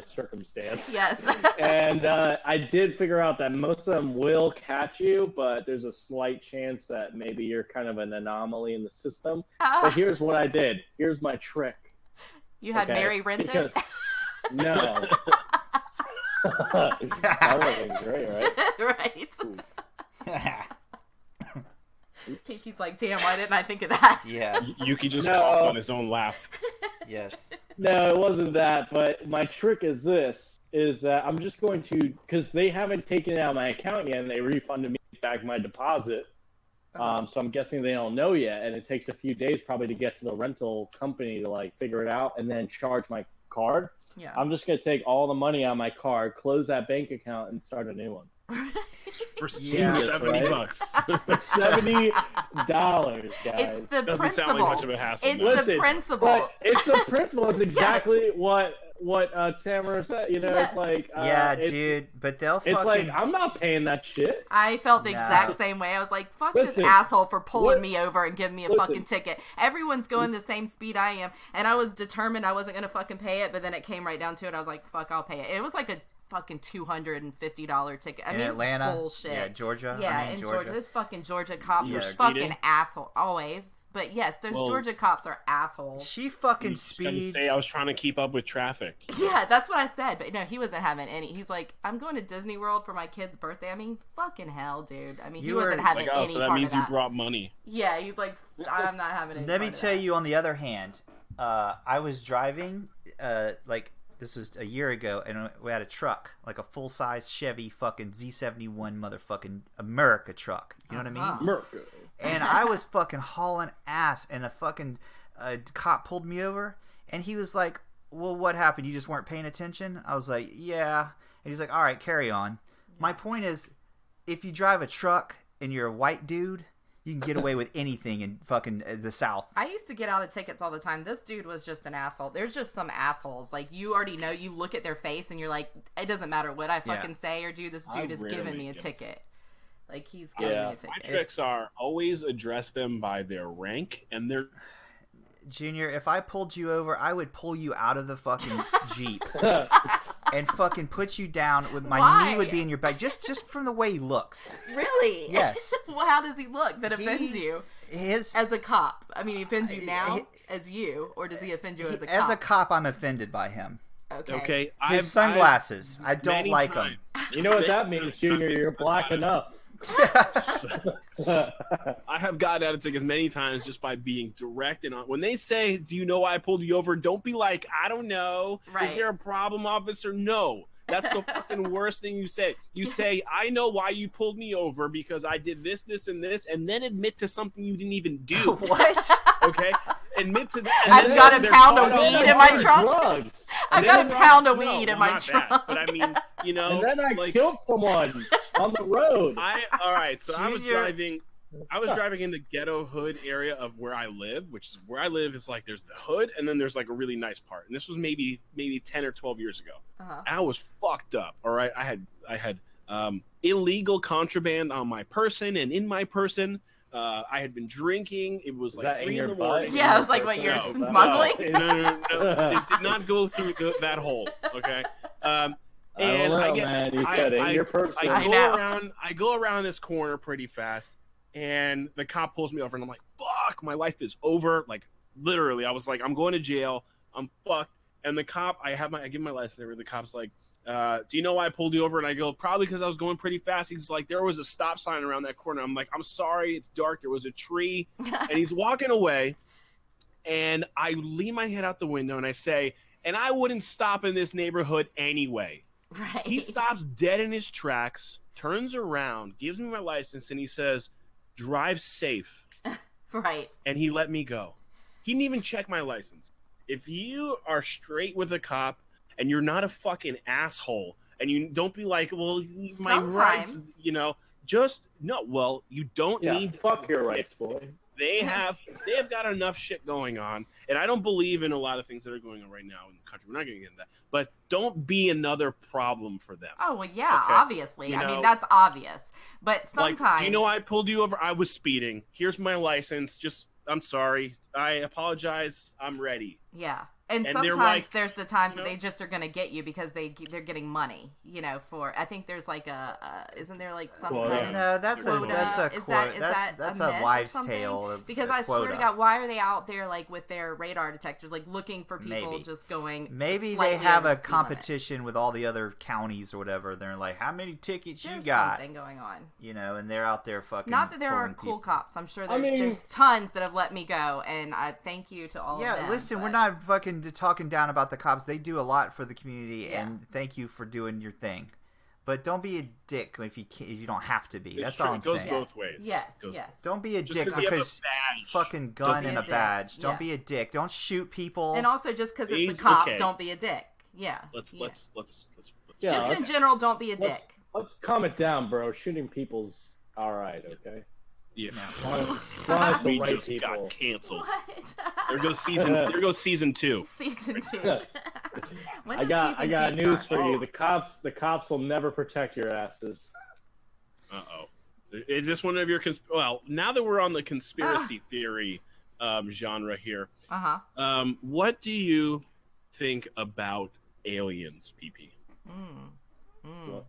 D: circumstance
B: yes.
D: and uh, i did figure out that most of them will catch you but there's a slight chance that maybe you're kind of an anomaly in the system
C: Ah.
D: but here's what i did here's my trick
B: you had
D: okay?
B: Mary rent it?
D: Because- no that would have been great right
B: right.
C: yes.
B: Pinky's like, damn, why didn't I think of that?
A: Yuki just
D: No.
A: coughed on his own laugh.
C: Yes.
D: No, it wasn't that. But my trick is this: is that I'm just going to because they haven't taken it out of my account yet, and they refunded me back my deposit.
B: Uh-huh.
D: Um, so I'm guessing they don't know yet, and it takes a few days probably to get to the rental company to like figure it out and then charge my card.
B: Yeah.
D: I'm just gonna take all the money out of my card, close that bank account, and start a new one.
A: For
C: Yeah,
A: seventy
D: right?
A: bucks.
D: Seventy dollars, guys.
B: it's the
A: Doesn't sound like much of
B: principle.
A: a hassle.
B: It's
A: but-
B: the
D: Listen,
B: principle.
D: But it's the principle. It's exactly what what uh, Tamara said. You know,
B: Yes.
D: it's like uh,
C: yeah,
D: it's-
C: dude. But they'll fucking.
D: It's like I'm not paying that shit.
B: I felt the
C: Nah.
B: exact same way. I was like, fuck
D: Listen.
B: this asshole for pulling
D: What-
B: me over and giving me a
D: Listen.
B: fucking ticket. Everyone's going the same speed I am. And I was determined I wasn't going to fucking pay it, but then it came right down to it. I was like, fuck, I'll pay it. It was like a fucking $250 ticket. I
C: in
B: mean, it's
C: Atlanta,
B: bullshit.
C: yeah, Georgia,
B: Yeah,
C: I mean,
B: in Georgia. Those fucgia Georgia cops
A: Yeah,
B: are
A: Sweden.
B: fucking asshole always. But yes, those
A: Well-
B: Georgia cops are assholes.
C: She
A: You
C: fucking
A: just gotta
C: speeds.
A: Say I was trying to keep up with traffic.
B: Yeah, that's what I said. But no, he wasn't having any. He's like, I'm going to Disney World for my kid's birthday. I mean, fucking hell, dude. I mean, he
C: You were-
B: wasn't
C: It's
B: having
A: Like, oh,
B: any
A: so that
B: part
A: means
B: of
A: you
B: that.
A: brought money.
B: yeah, he's like, I'm not having any.
C: Let me
B: part of
C: tell
B: that."
C: you, on the other hand, uh, I was driving, uh, like, this was a year ago, and we had a truck, like a full size Chevy fucking Z71 motherfucking America truck. You know what I
B: Uh-huh.
C: mean?
D: Merc.
C: and I was fucking hauling ass, and a fucking uh, cop pulled me over, And he was like, Well, what happened? You just weren't paying attention? I was like, Yeah. And he's like, All right, carry on. My point is, if you drive a truck and you're a white dude, you can get away with anything in fucking uh, the South.
B: I used to get out of tickets all the time. This dude was just an asshole. There's just some assholes. Like you already know. You look at their face and you're like, it doesn't matter what I
C: Yeah.
B: fucking say or do. This
A: I
B: dude is giving
A: rarely
B: me a
A: get-
B: ticket. Like he's giving
D: Yeah.
B: me a
A: My
B: ticket.
A: tricks are always address them by their rank and their
C: Junior, if I pulled you over, I would pull you out of the fucking Jeep and fucking put you down with my
B: Why?
C: knee would be in your back just just from the way he looks.
B: Really?
C: Yes.
B: well, how does he look that
C: He-
B: offends you
C: His
B: as a cop? I mean, he offends you
C: Uh,
B: now
C: he-
B: as you, or does he offend you as a
C: as
B: cop?
C: a cop, I'm offended by him.
B: okay.
A: okay. His
C: His sunglasses, I don't like them.
D: You know what that means, Junior? You're black enough.
A: I have gotten out of tickets many times just by being direct and on. When they say, "Do you know why I pulled you over?" Don't be like, "I don't know."
B: Right.
A: Is there a problem, officer? No. That's the fucking worst thing you say. You say, "I know why you pulled me over because I did this, this, and this," and then admit to something you didn't even do.
C: what?
A: Okay, admit to that. and
B: I've
A: then
B: got a
A: they're
B: pound of
A: caught on
B: weed
A: that
B: in my
A: charge.
B: trunk.
D: Drugs.
B: I've
A: They
B: got a
A: don't
B: pound of
A: know.
B: weed
A: Well,
B: in my
A: not
B: trunk.
A: that, but I mean, you know,
D: And then I
A: like,
D: killed someone on the road.
A: I all right. So I was
C: Junior-
A: driving. I was driving in the ghetto hood area of where I live, which is where I live is like there's the hood and then there's like a really nice part. And this was maybe maybe ten or twelve years ago.
B: Uh-huh.
A: I was fucked up. All right, I had I had um, illegal contraband on my person and in my person. Uh, I had been drinking. It was
D: Is
A: like
D: that
A: three
D: in your
A: in the
D: butt?
A: morning.
B: Yeah, I was like, what, you're
A: No, no,
B: smuggling?
A: No, no, no, no. it did not go through the, that hole. Okay. Um,
D: I don't
A: and
D: know,
A: I get-
D: man. You
A: I-
D: said it.
A: I-
D: You're person.
A: I
B: I
A: go
B: know.
A: around. I go around this corner pretty fast, and the cop pulls me over, and I'm like, "Fuck, my life is over." Like literally, I was like, "I'm going to jail. I'm fucked." And the cop, I have my, I give my license. number. The cop's like, uh, "Do you know why I pulled you over?" And I go, "Probably because I was going pretty fast." He's like, "There was a stop sign around that corner." I'm like, "I'm sorry, it's dark. There was a tree." and he's walking away, and I lean my head out the window and I say, "And I wouldn't stop in this neighborhood anyway."
B: right.
A: he stops dead in his tracks, turns around, gives me my license, and he says, "Drive safe."
B: right.
A: And he let me go. He didn't even check my license. If you are straight with a cop and you're not a fucking asshole, and you don't be like, "Well, my rights,"
B: Sometimes.
A: you know, just no. Well, you don't
D: yeah,
A: need.
D: fuck your rights, boy.
A: They have they have got enough shit going on, and I don't believe in a lot of things that are going on right now in the country. We're not going to get into that, but don't be another problem for them.
B: Oh well, yeah,
A: Okay.
B: obviously.
A: You
B: I mean,
A: know-
B: that's obvious. But sometimes,
A: Like, you know, I pulled you over. I was speeding. Here's my license. Just, I'm sorry. I apologize. I'm ready.
B: yeah. And,
A: and they're
B: sometimes
A: like,
B: there's the times
A: you
B: that
A: know-
B: they just are going to get you because they they're getting money, you know. For I think there's like a uh, isn't there like some
D: Quota.
B: kind of
C: No, that's a
B: Quota.
C: that's a
B: Is that-
C: quote.
B: is
C: that's
B: that
C: that's
B: a myth
C: a
B: or
C: wives'
B: something?
C: tale. Of,
B: because
C: a
B: I swear
C: quota.
B: to God, why are they out there like with their radar detectors, like looking for people
C: Maybe.
B: just going?
C: Maybe
B: slightly
C: they have
B: over the
C: a
B: speed
C: competition with all the other counties or whatever. They're like, how many tickets
B: limit.
C: you
B: There's
C: got?
B: something going on.
C: You know, and they're out there fucking.
B: Not that there
C: pulling
B: aren't cool
C: people.
B: cops. I'm sure there,
D: I mean-
B: there's tons that have let me go, and I thank you to all
C: Yeah,
B: of them.
C: listen, we're
B: but-
C: not fucking d- talking down about the cops. They do a lot for the community,
B: Yeah.
C: and thank you for doing your thing. But don't be a dick if you can, if you don't have to be.
A: It's
C: that's
A: true.
C: all
A: It
C: I'm
A: goes
C: saying.
A: both ways.
B: Yes,
A: Goes-
B: yes.
C: Don't be a
A: Just
C: dick
A: you have a
C: because
A: badge.
C: fucking gun
A: Doesn't
C: and
B: Be
C: a
B: a dick.
C: badge. Don't
B: Yeah.
C: be a dick. Don't shoot people.
B: And also, just because it's
A: He's-
B: a cop,
A: okay.
B: don't be a dick. Yeah.
A: Let's
B: yeah.
A: let's let's let's let's.
D: Yeah,
B: Just in
D: let's-
B: general, don't be a
D: let's-
B: dick.
D: Let's calm it down, bro. Shooting people's all right, okay.
A: yeah.
D: Honest
A: we
D: the right
A: just got
D: people.
A: canceled. There
B: What?
A: goes season. there goes season two.
B: season two. when
D: I
B: does
D: got I
B: season
D: got
B: two
D: news
B: start?
D: for you. The cops the cops will never protect your asses.
A: Uh oh. Is this one of your consp- well? Now that we're on the
D: Ah.
A: conspiracy theory um, genre here,
B: Uh huh.
A: um, what do you think about aliens, PP?
B: Mm. Mm.
D: What?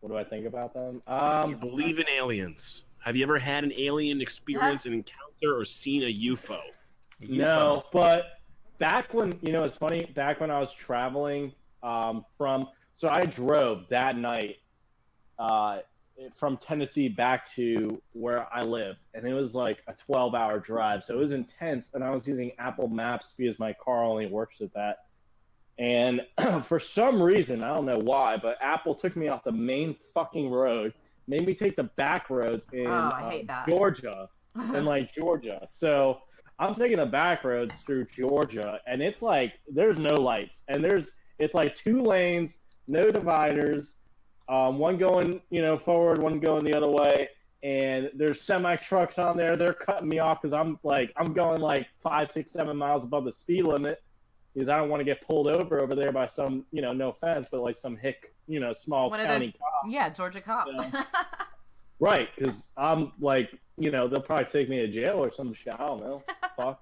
D: What do I think about them?
A: Do you
D: Um,
A: believe in aliens? Have you ever had an alien experience, an encounter, or seen a UFO?
C: You
D: No, but back when you know it's funny. Back when I was traveling um, from, so I drove that night uh, from Tennessee back to where I live, and it was like a twelve-hour drive, so it was intense. And I was using Apple Maps because my car only works with that. And for some reason, I don't know why, but Apple took me off the main fucking road, made me take the back roads in
B: Oh, I hate
D: uh,
B: that.
D: Georgia in like Georgia. So I'm taking a back roads through Georgia, and it's like there's no lights, and there's it's like two lanes, no dividers, um, one going you know forward, one going the other way, and there's semi trucks on there. They're cutting me off because I'm like I'm going like five, six, seven miles above the speed limit because I don't want to get pulled over over there by some you know no offense, but like some hick you know small
B: One of
D: county
B: those- Yeah, Georgia cops.
D: Right, because I'm like, you know, they'll probably take me to jail or some shit. I don't know, fuck.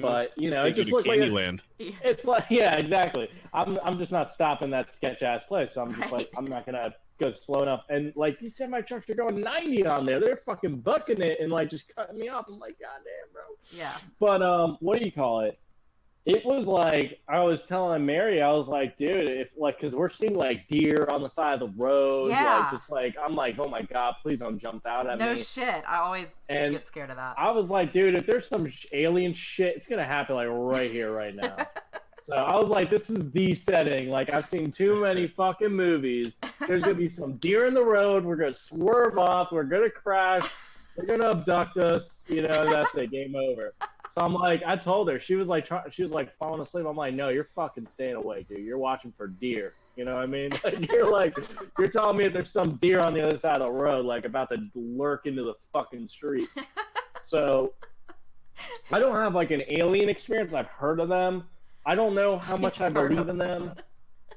D: But you
A: Mm-hmm. Take
D: know, it
A: you
D: just
A: to
D: looks like it's,
A: Candyland.
D: it's like, yeah, exactly. I'm I'm just not stopping that sketch ass place. So I'm just like,
B: Right.
D: I'm not gonna go slow enough. And like these semi trucks are going 90 on there. They're fucking bucking it and like just cutting me off. I'm like, goddamn, bro.
B: yeah.
D: But um, what do you call it? It was like I was telling Mary, I was like, dude, if like, cause we're seeing like deer on the side of the road,
B: Yeah.
D: like just like I'm like, oh my god, please don't jump out at
B: no
D: me.
B: shit. I always
D: And-
B: get scared of that.
D: I was like, dude, if there's some sh- alien shit, it's gonna happen like right here, right now. so I was like, this is the setting. Like I've seen too many fucking movies. There's gonna be some deer in the road. We're gonna swerve off. We're gonna crash. They're gonna abduct us. You know, that's it. Game over. So I'm like, I told her. She was like, try- she was like falling asleep. I'm like, no, you're fucking staying awake, dude. You're watching for deer. You know what I mean? Like, you're like, you're telling me that there's some deer on the other side of the road, like about to lurk into the fucking street. So I don't have like an alien experience. I've heard of them. I don't know how much I
B: You've heard
D: believe
B: of
D: in them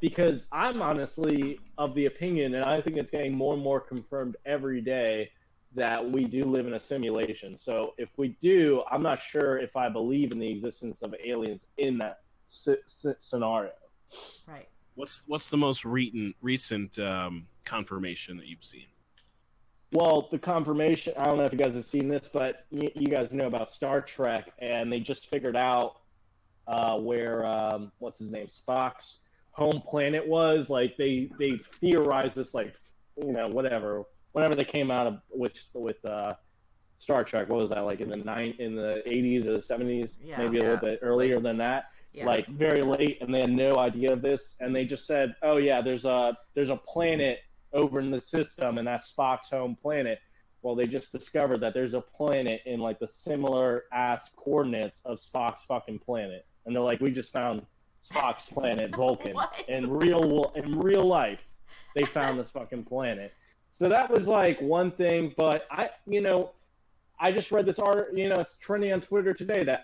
D: because I'm honestly of the opinion, and I think it's getting more and more confirmed every day that we do live in a simulation. So if we do, I'm not sure if I believe in the existence of aliens in that s- s- scenario.
B: Right.
A: What's what's the most recent recent um, confirmation that you've seen?
D: Well, the confirmation, I don't know if you guys have seen this, but you, you guys know about Star Trek, and they just figured out uh, where, um, what's his name, Spock's home planet was. Like, they, they theorized this, like, you know, whatever, whenever they came out of, which, with uh, Star Trek, what was that, like in the nine, in the 80s or the 70s?
B: Yeah.
D: maybe a
B: Yeah.
D: little bit earlier than that
B: Yeah.
D: like very late and they had no idea of this and they just said oh yeah there's a there's a planet over in the system and that's spock's home planet well they just discovered that there's a planet in like the similar ass coordinates of spock's fucking planet and they're like we just found spock's planet vulcan
B: What?
D: in real in real life they found this fucking planet so that was like one thing but i you know I just read this art, you know, it's trending on Twitter today that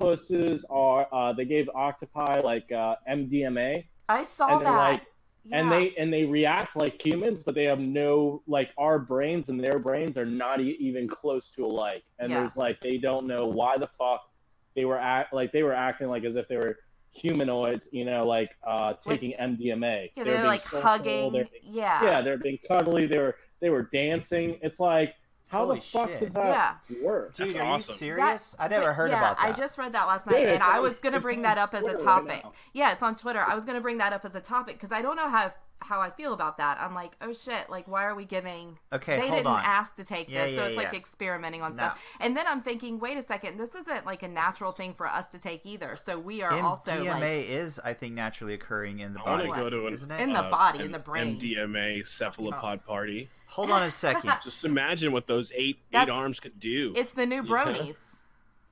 D: octopuses are, uh, they gave octopi like uh, MDMA,
B: I saw
D: and they're
B: that.
D: like,
B: yeah.
D: and they and they react like humans, but they have no like our brains and their brains are not e- even close to alike, and
B: Yeah.
D: there's like they don't know why the fuck they were act like they were acting like as if they were humanoids, you know, like uh, taking MDMA.
B: yeah,
D: They were
B: they're
D: being
B: like
D: social,
B: hugging.
D: they're-
B: yeah.
D: yeah, they're being cuddly. They were they were dancing. It's like how
C: Holy
D: the fuck
C: shit.
D: does
B: Yeah.
D: that work?
C: Dude,
A: That's
C: are
A: awesome.
C: you serious? Uh, I never heard
B: yeah,
C: about that.
B: I just read that last night,
D: Yeah,
B: and
D: it's
B: I
D: on-
B: was going to
D: it's
B: bring
D: on
B: that up as a
D: Twitter right
B: topic.
D: now.
B: yeah, it's on Twitter. I was going to bring that up as a topic because I don't know how how I feel about that. I'm like, oh shit, like why are we giving?
C: okay,
B: they
C: hold
B: didn't
C: on.
B: ask to take
C: Yeah,
B: this, so
C: yeah,
B: it's like
C: yeah.
B: experimenting on
C: No.
B: stuff. And then I'm thinking, wait a second, this isn't like a natural thing for us to take either. So we are
C: MDMA
B: also like
C: is, I think, naturally occurring in the
A: I want
C: body.
A: to go to an
C: Isn't it? Oh.
B: In the
A: uh,
B: body,
A: an
B: in the brain.
A: MDMA cephalopod party.
C: Hold on a second.
A: Just imagine what those eight eight
B: That's-
A: arms could do.
B: it's the
A: Yeah.
B: new bronies.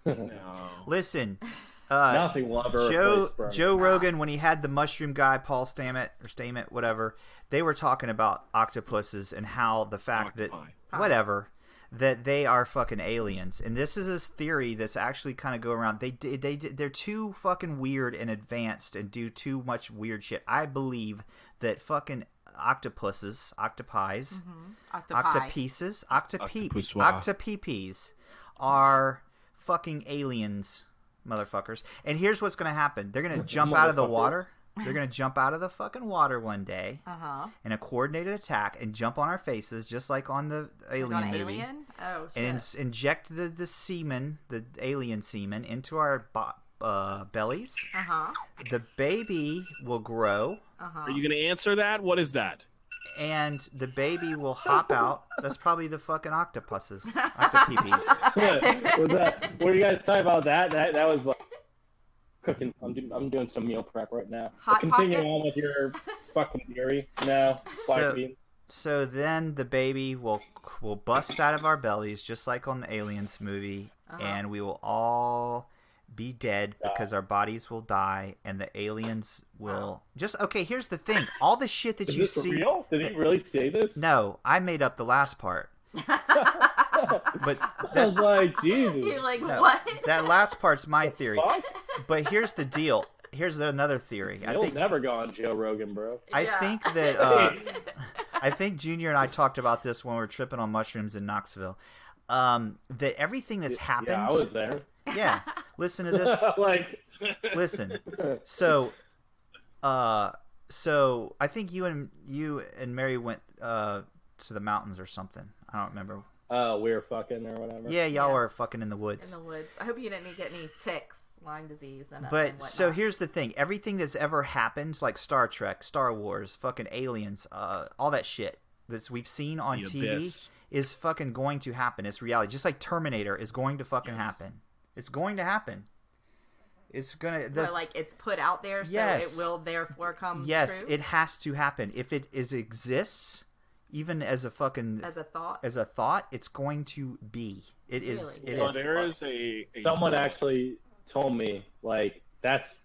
A: No.
C: Listen, uh,
D: Nothing will ever
C: Joe
D: replace Bernie.
C: Joe Rogan when he had the mushroom guy Paul Stammet or Stammet whatever, they were talking about octopuses and how the fact
A: Octopi.
C: that whatever that they are fucking aliens. And this is this theory that's actually kind of go around. They d- they d- they're too fucking weird and advanced and do too much weird shit. I believe that fucking octopuses, octopies,
B: Mm-hmm. Octopi.
C: octopieces, octopi,
A: Octopusois.
C: octopipes are fucking aliens, motherfuckers. And here's what's gonna happen: they're gonna jump out of the
D: Motherfuckers.
C: water. They're gonna jump out of the fucking water one day
B: Uh huh.
C: in a coordinated attack and jump on our faces, just like on the alien
B: Like on
C: movie,
B: Alien? Oh shit.
C: and ins- inject the the semen, the alien semen, into our bo- uh, bellies.
B: Uh huh.
C: The baby will grow.
B: Uh huh.
A: Are you going to answer that? What is that?
C: and the baby will hop out. That's probably the fucking octopuses, octopeepees.
D: what, was that, what you guys talking about that? That that was like cooking. I'm doing, I'm doing some meal prep right now.
B: Hot
D: Continue
B: pockets?
D: on with your fucking theory. No, black
C: So-
D: bean.
C: so then the baby will will bust out of our bellies, just like on the aliens movie,
B: Uh-huh.
C: and we will all be dead
D: Die.
C: because our bodies will die and the aliens will
B: Oh.
C: just okay here's the thing all the shit that
D: Is
C: you
D: this
C: see
D: real? Did he really say this?
C: no i made up the last part but
D: I was
C: that's,
D: like, Jesus.
B: You're like
C: no,
B: what?
C: that last part's my theory
D: fuck?
C: but here's the deal here's another theory i
D: You'll
C: think
D: never go on Joe Rogan, bro.
C: I
B: Yeah.
C: think that uh, I think Junior and I talked about this when we were tripping on mushrooms in Knoxville. Um, that everything that's happened,
D: Yeah, I was there.
C: yeah. Listen to this.
D: like,
C: listen. So, uh, so I think you and you and Mary went uh to the mountains or something. I don't remember.
D: uh, we were fucking or whatever.
C: Yeah, y'all
B: Yeah.
C: are fucking in the
B: in
C: woods.
B: the woods. I hope you didn't get any ticks, Lyme disease, and uh, and
C: But
B: whatnot.
C: so here's the thing: everything that's ever happened, like Star Trek, Star Wars, fucking aliens, uh, all that shit that we've seen on
A: The
C: TV,
A: abyss.
C: is fucking going to happen. It's reality. Just like Terminator is going to fucking
A: Yes.
C: happen. It's going to happen. It's gonna.
B: Where,
C: The,
B: like it's put out there, so
C: Yes.
B: it will therefore come.
C: yes,
B: true
C: it has to happen. If it is exists, even as a fucking
B: as
C: as
B: a thought.
C: a, thought, it's going to be. It is.
B: Really?
C: It
A: so
C: is.
A: there is a, a
D: Someone actually told me, like, that's.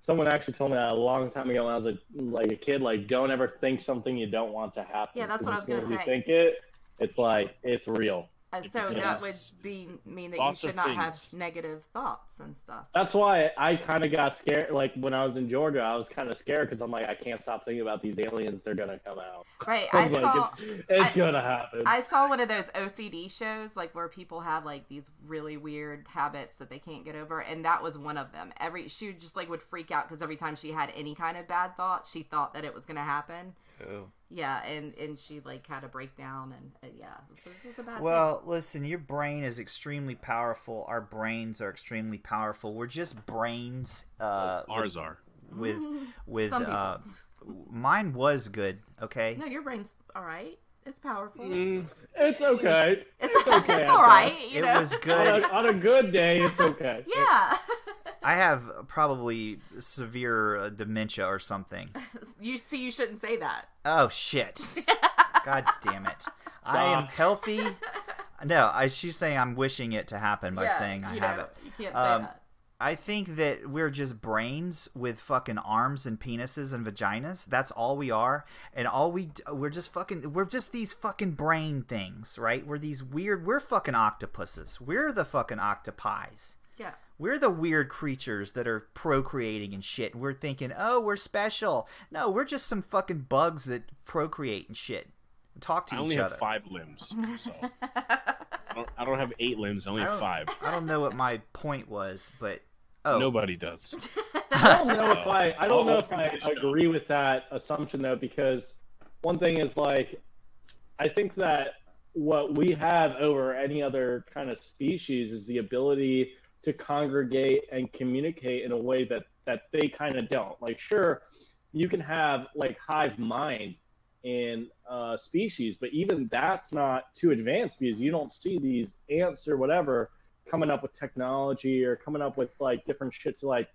D: Someone actually told me that a long time ago when I was a, like a kid, like, don't ever think something you don't want to happen.
B: Yeah, that's what I was
D: Because as
B: gonna
D: soon as
B: say.
D: You think it, it's like, it's real.
B: And
A: It
B: Uh, so that would
A: becomes
B: be mean that you
A: lots
B: should
A: of
B: not have
A: things.
B: negative thoughts and stuff.
D: That's why I kind of got scared. Like, when I was in Georgia, I was kind of scared because I'm like, I can't stop thinking about these aliens. They're going to come out.
B: Right.
D: I
B: I
D: was like,
B: saw
D: it's, it's
B: I-
D: going to happen.
B: I saw one of those OCD shows, like where people have like these really weird habits that they can't get over, and that was one of them. Every she would just like would freak out because every time she had any kind of bad thought, she thought that it was gonna happen. Yeah, and and she like had a breakdown, and uh, yeah, so this is a bad.
C: Well, listen, your brain is extremely powerful. Our brains are extremely powerful. We're just brains uh,
A: Oh, ours are.
C: with with
B: Mm-hmm. Some
C: uh,
B: people's.
C: mine was good. Okay,
B: thing. no, your brain's all right. It's powerful.
D: Mm, it's okay.
B: It's, it's,
D: okay, I
B: all right. You
C: it
B: know?
C: was
D: on,
C: good.
D: a, on a good day, it's okay.
B: yeah.
C: I have probably severe uh, dementia or something.
B: you see, you shouldn't say that.
C: Oh shit! God damn it! I am
D: Stop.
C: healthy. No, I, she's saying I'm wishing it to happen by
B: yeah,
C: saying I
B: you
C: have
B: know,
C: it.
B: You can't say
C: Um,
B: that.
C: I think that we're just brains with fucking arms and penises and vaginas. That's all we are, and all we d- we're just fucking we're just these fucking brain things, right? We're these weird. We're fucking octopuses. We're the fucking octopies.
B: Yeah.
C: We're the weird creatures that are procreating and shit. and We're thinking, oh, we're special. No, we're just some fucking bugs that procreate and shit. and Talk to
A: I
C: each
A: only have
C: other.
A: five limbs. So. I, don't, I don't have eight limbs. I only
C: I
A: have
C: don't-
A: five.
C: I don't know what my point was, but oh,
A: Nobody does.
D: I don't know if I, I don't know if I agree with that assumption though, because one thing is like, I think that what we have over any other kind of species is the ability to congregate and communicate in a way that that they kind of don't. Like, sure, you can have like hive mind in uh, species, but even that's not too advanced because you don't see these ants or whatever coming up with technology or coming up with like different shit to like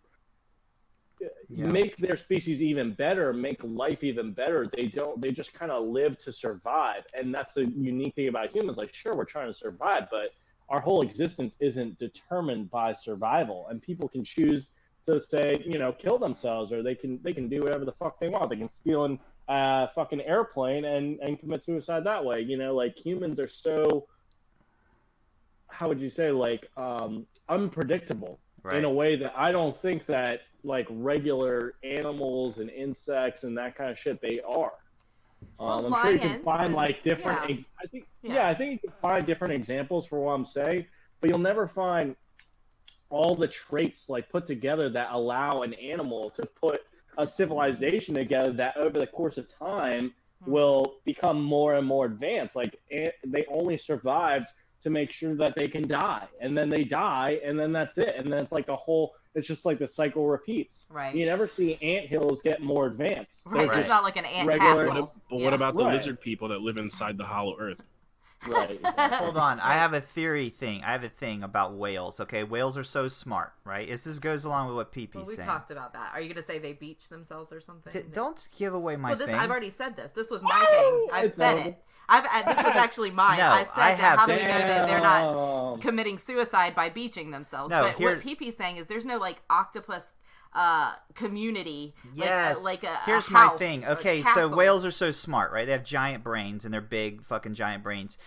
C: yeah.
D: make their species even better, make life even better. They don't. They just kind of live to survive, and that's the unique thing about humans. Like, sure, we're trying to survive, but our whole existence isn't determined by survival, and people can choose to say, you know, kill themselves, or they can they can do whatever the fuck they want. They can steal an uh, fucking airplane and and commit suicide that way. You know, like humans are so. How would you say like um, unpredictable? in a way that I don't think that like regular animals and insects and that kind of shit they are. Um,
B: Well,
D: I'm sure you can
B: lions
D: find
B: and-
D: like different.
B: yeah.
D: Ex- I think
B: Yeah.
D: yeah. I think you can find different examples for what I'm saying, but you'll never find all the traits like put together that allow an animal to put a civilization together that over the course of time
B: Hmm.
D: will become more and more advanced. Like a- they only survived to make sure that they can die, and then they die, and then that's it, and then it's like a whole. It's just like the cycle repeats.
B: Right.
D: You never see ant hills get more advanced.
B: Right,
C: Right.
B: there's not like an ant
D: Regular-
A: What
B: castle.
A: ab- but what
B: Yeah.
A: about the
D: Right.
A: lizard people that live inside the hollow earth?
D: Right.
C: Hold on, I have a theory thing. I have a thing about whales. Okay, whales are so smart, right? This this goes along with what
B: Well,
C: PP
B: we
C: saying.
B: talked about that. Are you going to say they beach themselves or something?
C: D- don't give away my
B: Well, this
C: thing.
B: I've already said this. This was my thing. I've
D: it's
B: said
D: not-
B: it. I've I, this was actually mine.
C: No,
B: I said
C: I
B: that. How do we
C: haven't.
B: know that they're not
D: Damn.
B: committing suicide by beaching themselves?
C: No,
B: but
C: here-
B: what PP's saying is there's no like octopus uh community.
C: Yes.
B: Like a, like a a
C: Here's my
B: house,
C: thing.
B: a
C: Okay, so
B: castle.
C: whales are so smart, right? They have giant brains and they're big fucking giant brains.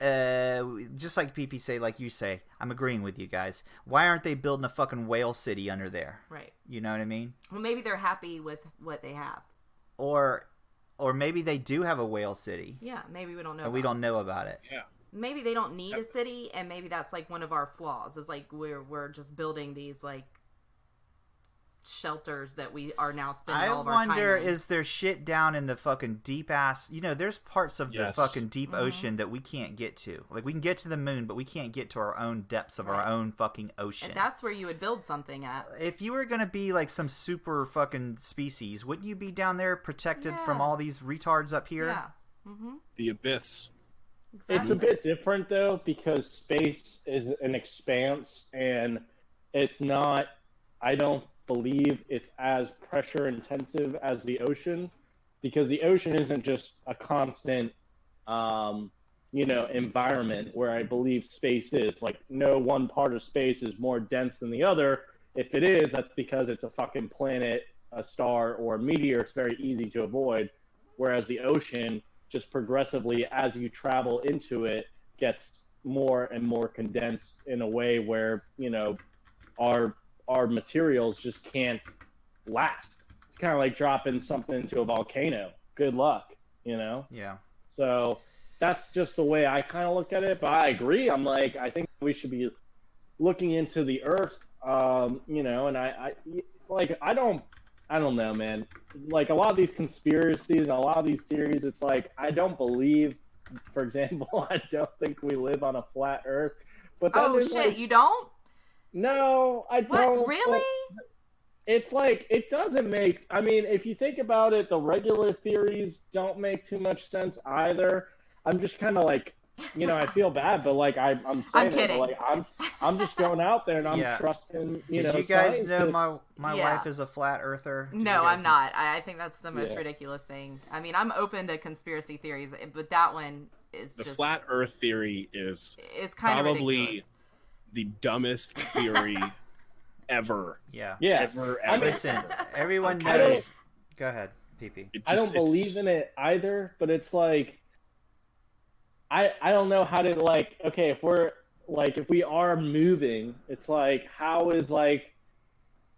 C: Uh, just like PP say, like you say, I'm agreeing with you guys. Why aren't they building a fucking whale city under there?
B: Right.
C: You know what I mean?
B: Well, maybe they're happy with what they have.
C: Or, or maybe they do have a whale city
B: Yeah. Maybe we don't know.
C: and we
B: about it.
C: don't know about it.
B: Maybe they don't need a city, and maybe that's like one of our flaws. Is like we're we're just building these like shelters that we are now spending
C: I
B: all of our time.
C: wonder
B: in.
C: is there shit down in the fucking deep ass you know, there's parts of
A: Yes.
C: the fucking deep
B: Mhm.
C: ocean that we can't get to. Like we can get to the moon, but we can't get to our own depths of our
B: Right.
C: own fucking ocean.
B: and that's where you would build something at.
C: if you were gonna be like some super fucking species, wouldn't you be down there protected from
B: Yeah.
C: all these retards up here?
B: Yeah. Mm-hmm.
A: The abyss.
D: It's a
B: Exactly.
D: bit different though because space is an expanse and it's not I don't believe it's as pressure intensive as the ocean because the ocean isn't just a constant um you know environment where I believe space is like no one part of space is more dense than the other if it is that's because it's a fucking planet a star or a meteor it's very easy to avoid whereas the ocean just progressively as you travel into it gets more and more condensed in a way where you know our our materials just can't last it's kind of like dropping something into a volcano good luck you know
C: Yeah.
D: so that's just the way I kind of look at it. But I agree. I'm like, I think we should be looking into the earth, um, you know. And I, I, like, I don't, I don't know, man. Like a lot of these conspiracies, and a lot of these theories, it's like I don't believe. For example, I don't think we live on a flat Earth. But that
B: Oh
D: is,
B: shit!
D: like-
B: you don't?
D: no, I
B: What?
D: don't.
B: really?
D: it's like it doesn't make i mean if you think about it the regular theories don't make too much sense either i'm just kind of like you know i feel bad but like I, i'm saying it, but,
B: kidding.
D: like i'm i'm just going out there and i'm
C: Yeah.
D: trusting you
C: Did
D: know
C: you guys know
D: scientists.
C: my my
B: Yeah.
C: wife is a flat earther? Did you
B: No,
C: guys
B: I'm not. I, I think that's the most
D: Yeah.
B: ridiculous thing. I mean, I'm open to conspiracy theories, but that one is
A: The
B: just
A: flat Earth theory is
B: It's kind of
A: probably-
B: ridiculous.
A: the dumbest theory ever,
C: Yeah.
D: yeah
A: ever,
D: I mean-
A: ever.
C: Listen, everyone
A: I
D: don't-
C: knows. Go ahead, PP.
A: It
D: I
A: just-
D: don't
A: it's-
D: believe in it either, but it's like I I don't know how to like okay, if we're like if we are moving, it's like how is like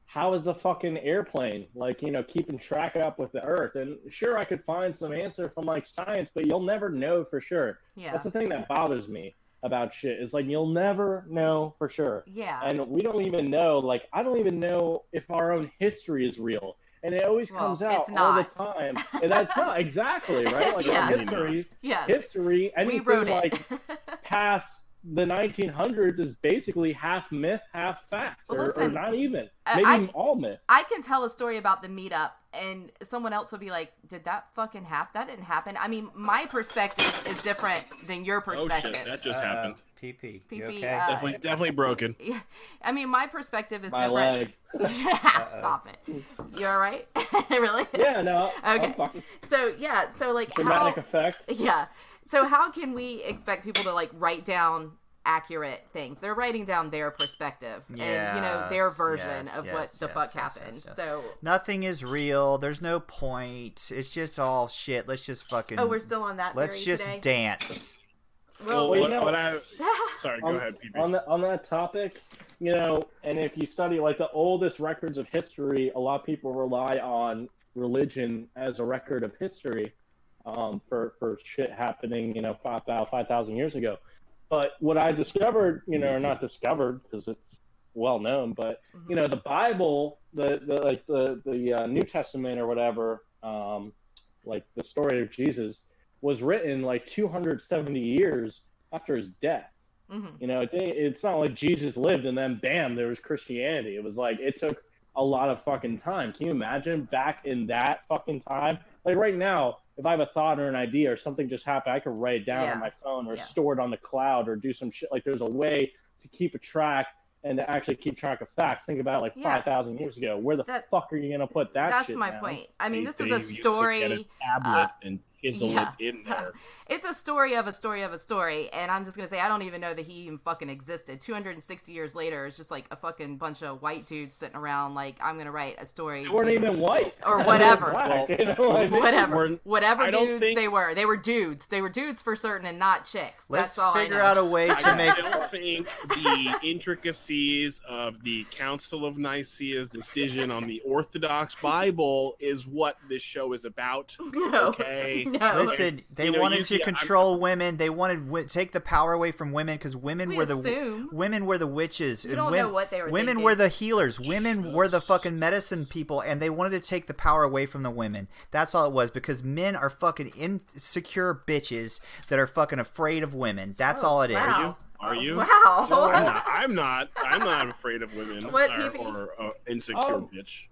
D: how is the fucking airplane like you know keeping track up with the earth and sure i could find some answer from like science but you'll never know for sure
B: Yeah.
D: that's the thing that bothers me about shit is like you'll never know for sure
B: yeah.
D: and we don't even know like i don't even know if our own history is real and it always
B: Well,
D: comes out
B: it's
D: all the
B: not.
D: time and that's not exactly right like
B: Yeah.
D: history
B: yes.
D: history
B: we
D: anything
B: wrote
D: like
B: it.
D: past the 1900s is basically half myth half fact
B: Well,
D: or, or
B: listen,
D: not even
B: I-
D: maybe
B: I-
D: all myth
B: I can tell a story about the meetup and someone else will be like, Did that fucking happen? That didn't happen. I mean, my perspective is different than your
A: Oh
B: perspective.
A: shit! That just
C: Uh-oh,
A: happened.
C: PP. Uh, You
B: PP,
C: okay?
B: uh,
A: Definitely, definitely broken.
B: Yeah. I mean, my perspective is
D: my
B: different.
D: leg
B: Stop it. You all right? really?
D: yeah no
B: Okay.
D: I'm fucking,
B: So, yeah. So, like,
D: dramatic
B: how.
D: effect
B: Yeah. So how can we expect people to like write down accurate things? They're writing down their perspective and you know their
C: Yes,
B: version
C: yes,
B: of
C: yes,
B: what the
C: yes,
B: fuck
C: yes, yes,
B: happened.
C: yes.
B: So
C: Nothing is real. There's no point. It's just all shit. Let's just fucking.
B: oh, we're still on that.
C: Let's
B: theory
C: just
B: today?
C: dance.
A: Well,
D: well, you
A: what,
D: know-
A: what I sorry, go
D: Um,
A: ahead, PB.
D: on the, on that topic, you know, and if you study like the oldest records of history, a lot of people rely on religion as a record of history um, for for shit happening, you know, five thou- 5,000 years ago. But what I discovered, you know, or not discovered because it's well known, but you know, the Bible, the the like the the uh, New Testament or whatever, um, like the story of Jesus was written like 270 years after his death.
B: Mhm.
D: You know, it, it's not like Jesus lived and then bam, there was Christianity. It was like it took a lot of fucking time. Can you imagine back in that fucking time? Like right now, if I have a thought or an idea or something just happened, I could write it down
B: Yeah.
D: on my phone or
B: Yeah.
D: store it on the cloud or do some shit. Like there's a way to keep a track and to actually keep track of facts. Think about it, like
B: Yeah.
D: five thousand years ago. Where the
B: That-
D: fuck are you gonna put that?
B: That's
D: shit
B: my
D: now?
B: point. I mean,
A: They-
B: this is
A: they
B: a
A: used to get a
B: story.
A: tablet
B: uh,
A: and is the
B: Yeah.
A: one in there.
B: It's a story of a story of a story, and I'm just gonna say I don't even know that he even fucking existed. 260 years later, it's just like a fucking bunch of white dudes sitting around like I'm gonna write a story.
D: They weren't
B: to-
D: even white
B: Or
D: They were
B: whatever.
D: black, you know what I mean?
B: whatever,
A: We're-
B: whatever
A: I don't
B: dudes
A: think-
B: they were, they were dudes. They were dudes for certain, and not chicks.
C: Let's
B: That's all
C: figure
B: I know.
C: out a way to
A: I
C: make
A: still think the intricacies of the Council of Nicaea's decision on the Orthodox Bible is what this show is about.
B: no,
A: Okay.
B: no.
C: Listen, they
A: You know,
C: wanted
A: usually
C: to
A: I'm-
C: control women. They wanted wi- take the power away from women because women
B: we
C: were the
B: assume.
C: women were the witches.
B: You
C: and
B: don't
C: wom-
B: know what they were
C: Women
B: thinking.
C: were the healers. Women were the fucking medicine people, and they wanted to take the power away from the women. That's all it was because men are fucking insecure bitches that are fucking afraid of women. That's
B: Oh,
C: all it is.
B: wow.
A: Are you?
B: Wow.
D: No,
A: I'm not. I'm not. I'm not afraid of women
B: What,
A: or,
B: PP?
A: or, uh, insecure
D: Oh.
A: bitch.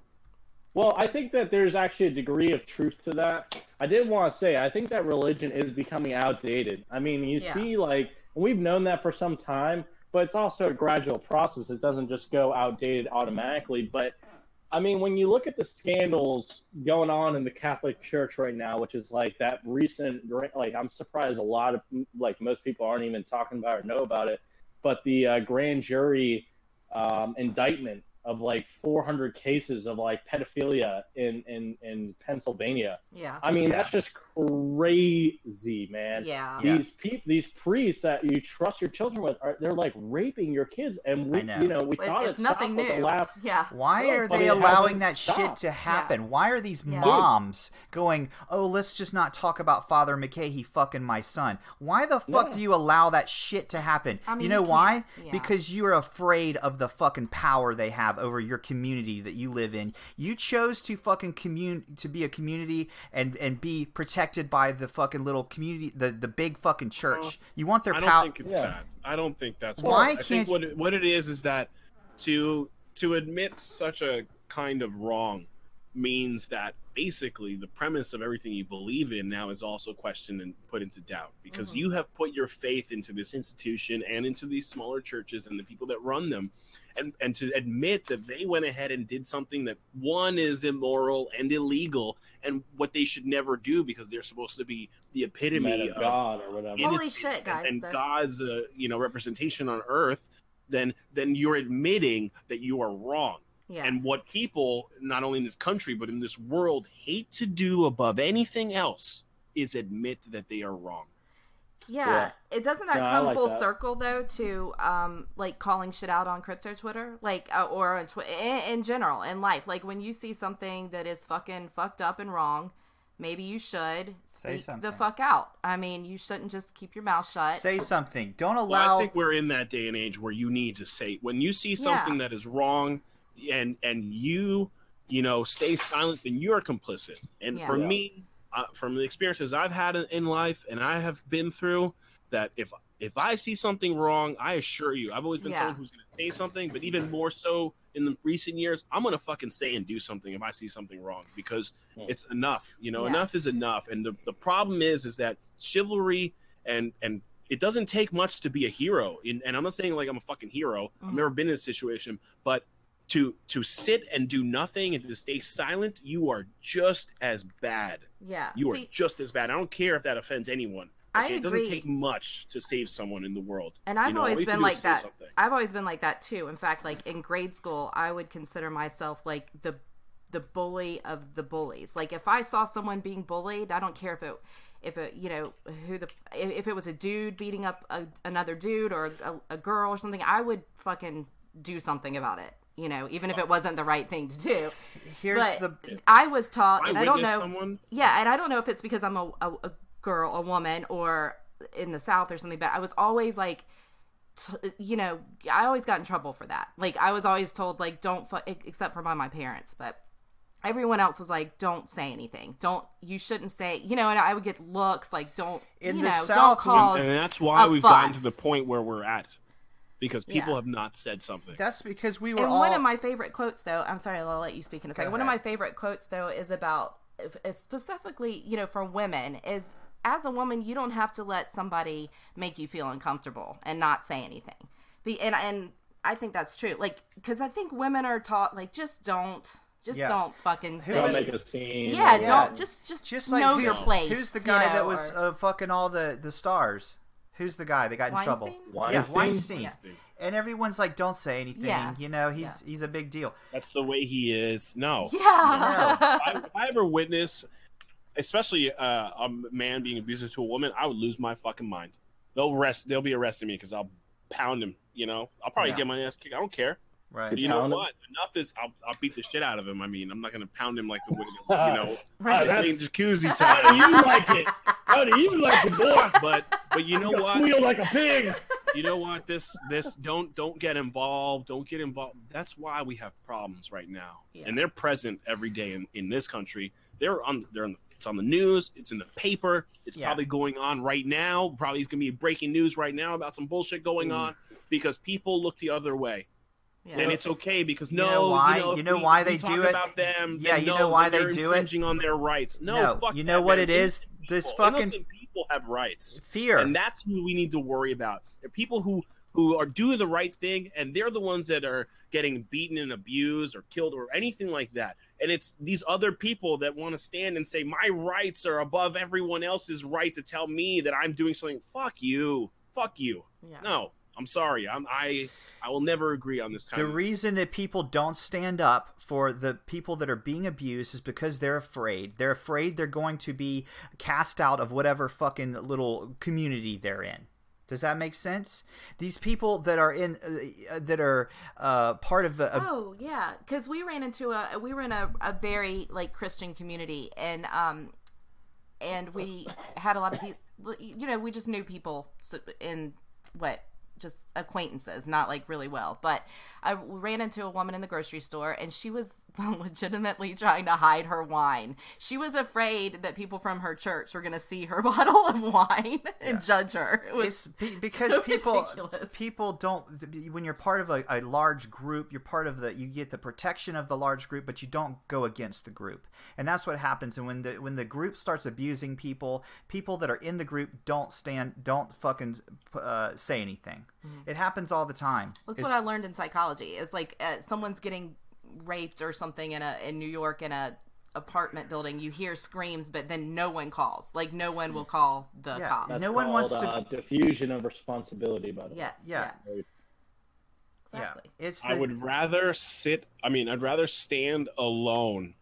D: Well, I think that there's actually a degree of truth to that. I did want to say, I think that religion is becoming outdated. I mean, you
B: Yeah.
D: see, like, we've known that for some time, but it's also a gradual process. It doesn't just go outdated automatically. But, I mean, when you look at the scandals going on in the Catholic Church right now, which is like that recent, like, I'm surprised a lot of, like, most people aren't even talking about or know about it, but the uh, grand jury um, indictment of like 400 cases of like pedophilia in in, in Pennsylvania.
B: Yeah.
D: I mean, that's just crazy, man.
B: Yeah.
C: Yeah.
D: These peop these priests that you trust your children with are they're like raping your kids, and we
C: I know.
D: you know we
B: It-
D: thought
B: it's
D: it
B: nothing
D: stopped with
B: new.
D: The last
B: Yeah.
C: Why
D: Well,
C: are
D: but
C: they
D: it
C: allowing
D: hasn't
C: that shit
D: stopped.
C: to happen? Why are these
B: Yeah.
C: moms going, "Oh, let's just not talk about Father McKay, he fucking my son." Why the fuck
D: Yeah.
C: do you allow that shit to happen?
B: I mean,
C: you know
B: you
C: why?
B: can't- yeah.
C: Because you're afraid of the fucking power they have over your community that you live in. You chose to fucking commune to be a community and and be protected by the fucking little community, the the big fucking church.
A: Well,
C: you want their
A: I don't
C: power.
A: think it's
D: Yeah.
A: that. I don't think that's
C: Why
A: what- I
C: can't-
A: think what it- what it is is that to to admit such a kind of wrong means that basically the premise of everything you believe in now is also questioned and put into doubt because
C: Mm-hmm.
B: Mhm.
A: you have put your faith into this institution and into these smaller churches and the people that run them and and to admit that they went ahead and did something that one is immoral and illegal and what they should never do because they're supposed to be the
D: man
A: epitome
D: of
A: of
D: God or whatever.
B: Holy
A: innocent
B: shit,
A: and-
B: guys,
A: and,
B: that-
A: God's uh, you know representation on Earth, then then you're admitting that you are wrong.
B: Yeah.
A: And what people, not only in this country but in this world, hate to do above anything else is admit that they are wrong.
B: Yeah. It doesn't that
D: No, I
B: come
D: like
B: full
D: that.
B: circle though to um like calling shit out on crypto Twitter, like uh, or on tw- in, in general in life. Like when you see something that is fucking fucked up and wrong, maybe you should speak the
C: Say something.
B: fuck out. I mean, you shouldn't just keep your mouth shut.
C: Say something. Don't
A: Well,
C: allow
A: I think we're in that day and age where you need to say when you see something that is wrong, and and you you know stay silent, then you're complicit. And
B: Yeah.
A: for
D: Yeah.
A: me, uh, from the experiences I've had in, in life and I have been through, that if if I see something wrong, I assure you, I've always been
B: Yeah.
A: someone who's going to say something, but even more so in the recent years, I'm going to fucking say and do something if I see something wrong because
D: Yeah.
A: it's enough. You know,
B: Yeah.
A: enough is enough. And the, the problem is, is that chivalry and and it doesn't take much to be a hero. In, and I'm not saying like I'm a fucking hero. I've
B: Mhm.
A: never been in this situation, but to to sit and do nothing and to stay silent, you are just as bad.
B: yeah.
A: You are
B: See,
A: just as bad. I don't care if that offends anyone.
B: I
A: It doesn't
B: agree.
A: take much to save someone in the world.
B: and I've
A: You know, all
B: always
A: you can
B: been
A: do is
B: like
A: say
B: that.
A: something.
B: I've always been like that too. In fact, like in grade school, I would consider myself like the the bully of the bullies. Like if I saw someone being bullied, I don't care if it if it you know who the if if it was a dude beating up a, another dude or a, a girl or something, I would fucking do something about it. You know, even if it wasn't the right thing to do.
C: here's the
B: but I was taught,
A: I
B: and I don't
A: witness
B: know.
A: someone.
B: Yeah, and I don't know if it's because I'm a, a, a girl, a woman, or in the South or something, but I was always like, t- you know, I always got in trouble for that. Like, I was always told, like, don't, fu- e, except for by my parents, but everyone else was like, don't say anything. Don't, you shouldn't say, you know, and I would get looks like, don't,
C: In
B: you
C: the
B: know,
C: South,
B: don't cause.
A: And, and that's why
B: a
A: we've gotten to
B: fuss.
A: the point where we're at, because people
B: Yeah.
A: have not said something.
C: that's because we were
B: and
C: all
B: one of my favorite quotes though i'm sorry i'll let you speak in a second one of my
C: ahead.
B: favorite quotes though is about if- is specifically you know for women is as a woman you don't have to let somebody make you feel uncomfortable and not say anything Be, and and i think that's true like because i think women are taught like just don't Just
C: Yeah.
B: don't fucking say.
D: Don't
C: was-
D: make a scene.
B: yeah,
C: Yeah.
B: don't just just,
C: Just like
B: know
C: who's,
B: your place.
C: Who's the
B: you
C: guy
B: know,
C: that was
B: or-
C: uh, fucking all the the stars? Who's the guy that got in trouble?
B: Weinstein?
C: Yeah, Weinstein.
D: Weinstein?
B: Yeah.
C: And everyone's like, "Don't say anything."
B: Yeah.
C: You know, he's he's a big deal.
A: That's the way he is. No.
B: Yeah.
A: I, if I ever witness, especially uh, a man being abusive to a woman, I would lose my fucking mind. They'll arrest. They'll be arresting me because I'll pound him. You know, I'll probably
C: Yeah.
A: get my ass kicked. I don't care.
C: Right.
A: But you know
D: Pound him?
A: what? Enough is. I'll, I'll beat the shit out of him. I mean, I'm not gonna pound him like the woman. You know,
B: right.
A: this ain't jacuzzi
D: How do
A: time.
D: you like it? How do you like the boy?
A: but but you know what?
D: Squeal like a pig.
A: you know what this this don't don't get involved don't get involved that's why we have problems right now
B: Yeah.
A: and they're present every day in, in this country they're on they're on the, it's on the news it's in the paper it's
C: Yeah.
A: probably going on right now probably gonna be breaking news right now about some bullshit going
D: Mm.
A: on because people look the other way
B: Yeah.
A: and it's okay because
C: You
A: no
C: know why-
A: if
C: you know
A: we-
C: why
A: we
C: they
A: talk
C: do it?
A: about them
C: Yeah,
A: then
C: you
A: no,
C: know why
A: then
C: they
A: they're
C: do it?
A: infringing on their rights no,
C: No,
A: fuck
C: you
A: that,
C: know what
A: man.
C: it is?
A: Innocent
C: This
A: people-
C: fucking-
A: innocent people have rights
C: Fear.
A: and that's who we need to worry about. They're people who who are doing the right thing, and they're the ones that are getting beaten and abused or killed or anything like that. And it's these other people that want to stand and say my rights are above everyone else's right to tell me that I'm doing something. Fuck you. Fuck you.
B: Yeah.
A: No, I'm sorry. I'm I I will never agree on this kind
C: the
A: of
C: reason that people don't stand up for the people that are being abused is because they're afraid. They're afraid they're going to be cast out of whatever fucking little community they're in. Does that make sense? These people that are in uh, uh, that are uh, part of the uh,
B: oh yeah because we ran into a we were in a, a very like christian community and um and we had a lot of people you know we just knew people so- in what just acquaintances not like really well but i ran into a woman in the grocery store and she was legitimately trying to hide her wine she was afraid that people from her church were going to see her bottle of wine and judge her it was
C: it's be- because
B: so
C: people
B: ridiculous.
C: people don't when you're part of a, a large group you're part of the you get the protection of the large group but you don't go against the group and that's what happens and when the when the group starts abusing people people that are in the group don't stand don't fucking uh, say anything it happens all the time
B: Mm. That's
C: It's-
B: what I learned in psychology. Is like uh, someone's getting raped or something in a in New York in a apartment building. You hear screams, but then no one calls. Like no one will call the
C: Yeah,
B: cops.
C: No one wants
D: called,
C: to-
D: uh, diffusion of responsibility. By the way,
B: Yes. Yeah.
C: Yeah.
B: Exactly.
C: yeah it's the,
A: I would rather sit. I mean, I'd rather stand alone,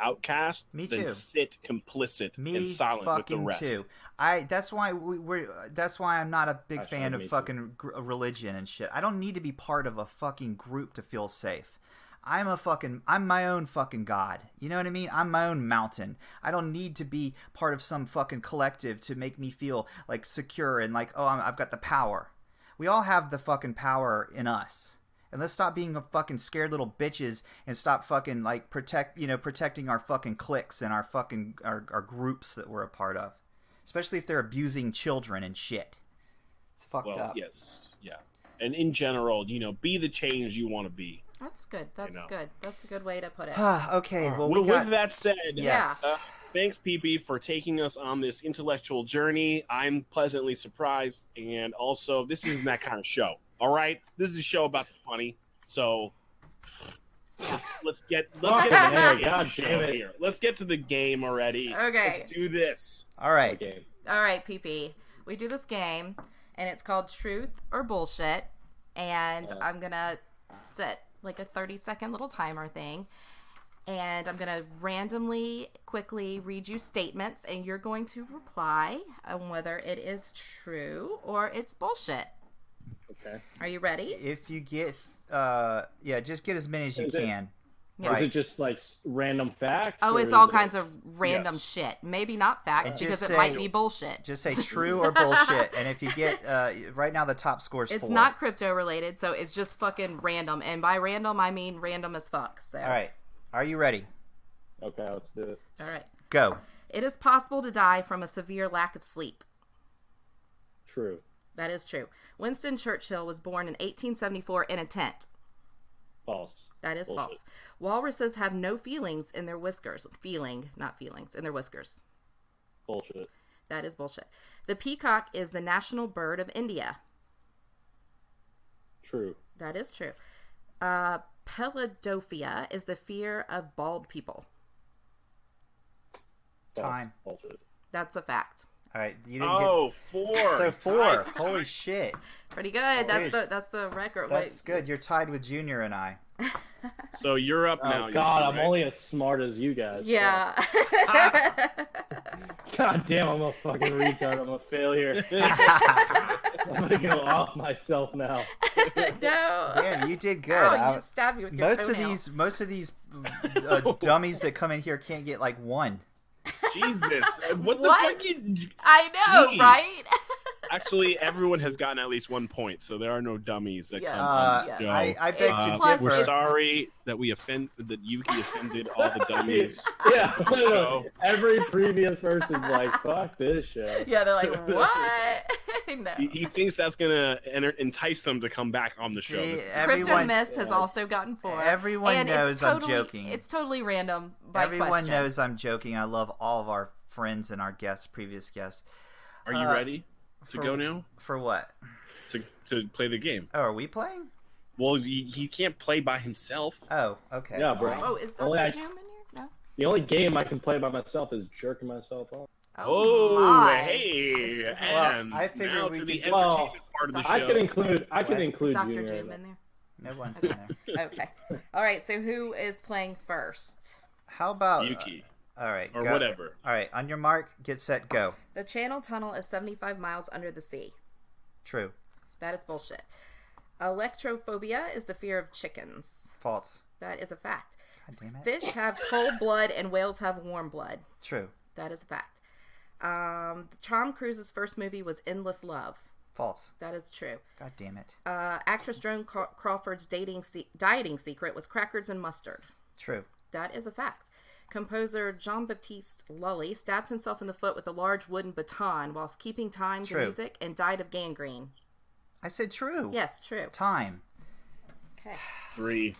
A: outcast,
C: Me
A: than
C: too.
A: sit complicit
C: me
A: and silent with
C: fucking
A: the rest.
C: too. I that's why we, we're that's why I'm not a big
D: Hashtag
C: fan
D: me
C: of
D: too.
C: fucking gr- uh, religion and shit. I don't need to be part of a fucking group to feel safe. I'm a fucking I'm my own fucking god. You know what I mean? I'm my own mountain. I don't need to be part of some fucking collective to make me feel like secure and like oh I'm, I've got the power. We all have the fucking power in us. And let's stop being a fucking scared little bitches and stop fucking like protect you know protecting our fucking cliques and our fucking our, our groups that we're a part of, especially if they're abusing children and shit. It's fucked
A: well
C: up.
A: yes yeah and in general you know be the change you want to be
B: That's good. That's
A: know.
B: good. That's a good way to put it.
C: okay, well we
A: with,
C: got
A: with that said
C: yes.
B: Yeah.
A: uh, thanks pp for taking us on this intellectual journey i'm pleasantly surprised and also this isn't that kind of show all right this is a show about the funny so let's, let's get let's
D: Fucking
A: get to the
D: A,
A: fucking
D: God
A: show
D: damn it.
A: here let's get to the game already
B: Okay.
A: let's do this
C: All right,
D: Okay.
B: All right, PP. We do this game, and it's called Truth or Bullshit. And I'm gonna set like a 30 second little timer thing. And I'm gonna randomly, quickly read you statements, and you're going to reply on whether it is true or it's bullshit.
D: Okay.
B: Are you ready?
C: if you get uh yeah, just get as many as you
D: Is it-
C: can.
B: Yeah.
D: Is it
C: Right.
D: just like s- random facts?
B: Oh,
D: or
B: it's
D: is
B: all
D: it-
B: kinds of random
A: Yes.
B: shit. Maybe not facts
C: Just
B: because it
C: say-
B: might be bullshit.
C: Just say true or bullshit, and if you get uh right now the top score's
B: it's
C: four.
B: not crypto related, so it's just fucking random. And by random, I mean random as fuck. So,
C: All right, are you ready?
D: Okay, let's do it.
B: All right.
C: Go.
B: It is possible to die from a severe lack of sleep.
D: True.
B: That is true. Winston Churchill was born in 1874 in a tent.
D: False.
B: That is
D: Bullshit.
B: false. Walruses have no feelings in their whiskers. Feeling, not feelings, in their whiskers.
D: Bullshit.
B: That is bullshit. The peacock is the national bird of India.
D: True.
B: That is true. Uh, Peladophia is the fear of bald people.
D: False.
C: Time.
D: Bullshit.
B: That's a fact.
C: All right, you didn't
A: Oh,
C: get
A: four.
C: so four.
A: Tied-
C: Holy shit,
B: Pretty good. That's
C: Wait.
B: the that's the record.
C: that's
B: Wait,
C: good. You're tied with Junior and I.
A: So you're up now.
D: Oh
A: you
D: God,
A: two,
D: I'm
A: right?
D: only as smart as you guys. so-
B: Yeah.
D: God damn, I'm a fucking retard. I'm a failure.
C: Ah.
D: I'm gonna go off myself now.
B: no.
C: Damn, you did good.
B: Ow,
C: I-
B: Oh, you just stabbed me with your
C: most of
B: toenail.
C: these, most of these uh, dummies that come in here can't get like one.
A: Jesus. What the
B: What?
A: fuck? is-
B: I know,
A: Jeez.
B: right?
A: Actually, everyone has gotten at least one point, so there are no dummies that
B: Yes.
A: come.
C: Uh,
B: yes.
A: Joe.
C: I, I beg
A: Uh,
C: to
B: Plus
A: we're
B: it's-
C: differ.
A: sorry that we offend that Yuki offended all the dummies.
D: Yeah.
A: So-
D: Every previous person's like, "Fuck this shit."
B: Yeah, they're like, what? no.
A: He, he thinks that's gonna enter, entice them to come back on the show.
C: See,
A: That's-
B: Crypto
C: everyone,
B: Mist has
D: Yeah.
B: also gotten four.
C: everyone
B: and
C: knows
B: it's totally,
C: I'm joking.
B: It's totally random by
C: everyone
B: question.
C: knows I'm joking. I love all of our friends and our guests, previous guests.
A: are you
C: uh,
A: ready to
C: for-
A: go now
C: For what?
A: to to play the game?
C: Oh, are we playing?
A: Well, he, he can't play by himself.
C: Oh, okay.
D: Yeah, bro.
C: fine.
B: Oh, is there
D: Only I-
B: Jim in here? No.
D: The only game I can play by myself is jerking myself off.
A: Oh,
B: my.
A: hey!
B: This is-
A: and
C: Well, I figured
A: now
C: we
A: to the
C: could-
D: Well,
A: entertainment part of the show.
D: I could include. I could
C: What?
B: Is
D: include
B: Dr.
D: Junior. in
B: Jim
D: that.
B: in there?
C: No one's in there.
B: Okay. All right, so who is playing first?
C: How about
A: Yuki
C: uh, all right,
A: or
C: go.
A: whatever.
C: All right, on your mark, get set, go.
B: The Channel Tunnel is 75 miles under the sea.
C: True,
B: That is bullshit. Electrophobia is the fear of chickens.
C: false.
B: That is a fact.
C: God damn it.
B: Fish have cold blood and whales have warm blood.
C: True,
B: That is a fact. Um, Tom Cruise's first movie was Endless Love.
C: false.
B: That is true.
C: God damn it.
B: Uh, actress Joan Craw- Crawford's dating se- dieting secret was crackers and mustard.
C: True,
B: That is a fact. Composer Jean Baptiste Lully stabbed himself in the foot with a large wooden baton whilst keeping time
C: True.
B: to music and died of gangrene.
C: I said true.
B: Yes, true.
C: Time.
B: Okay.
A: Three.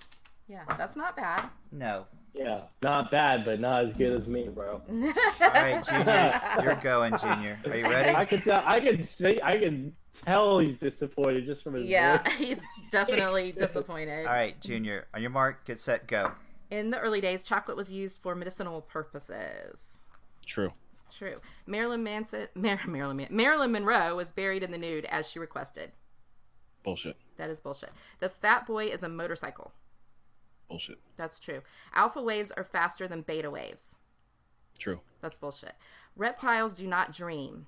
B: Yeah, that's not bad.
C: No.
D: Yeah, not bad, but not as good as me, bro.
C: All right, Junior, you're going, Junior. Are you
D: I
C: ready?
D: could tell. I can see. I can tell he's disappointed just from his
B: Yeah,
D: voice.
B: he's definitely disappointed.
C: All right, Junior, on your mark, get set, go.
B: In the early days, chocolate was used for medicinal purposes.
A: True.
B: True. Marilyn Manson, Mar- Marilyn, Man- Marilyn Monroe was buried in the nude as she requested.
A: Bullshit.
B: That is bullshit. The Fat Boy is a motorcycle.
A: Bullshit.
B: That's true. Alpha waves are faster than beta waves.
A: True.
B: That's bullshit. Reptiles do not dream.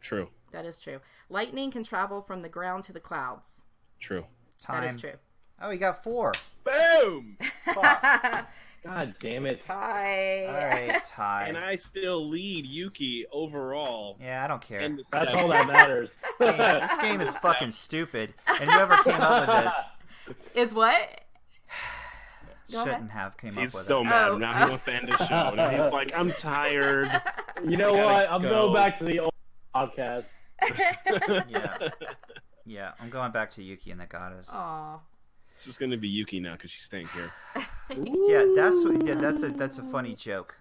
A: True.
B: That is true. Lightning can travel from the ground to the clouds.
A: True.
C: Time.
B: That is true.
C: Oh, you got four.
A: Boom!
C: Fuck.
D: God damn it.
B: Hi.
C: All right, tie.
A: And I still lead Yuki overall.
C: Yeah, I don't care.
A: And the
D: That's
A: seven.
D: all that matters.
C: Damn, this game is fucking stupid, and whoever came up with this
B: Is what? Go ahead.
C: shouldn't have came
A: He's
C: up with
A: so
C: it.
A: mad
B: Oh,
A: now. He
B: oh.
A: wants to end his show. Now he's like, I'm tired.
D: You know
A: I gotta
D: what? I'm
A: go.
D: going back to the old podcast.
C: Yeah, yeah. I'm going back to Yuki and the Goddess.
B: Aw.
A: This is going to be Yuki now because she's staying here.
C: Yeah, that's what, yeah, that's a that's a funny joke.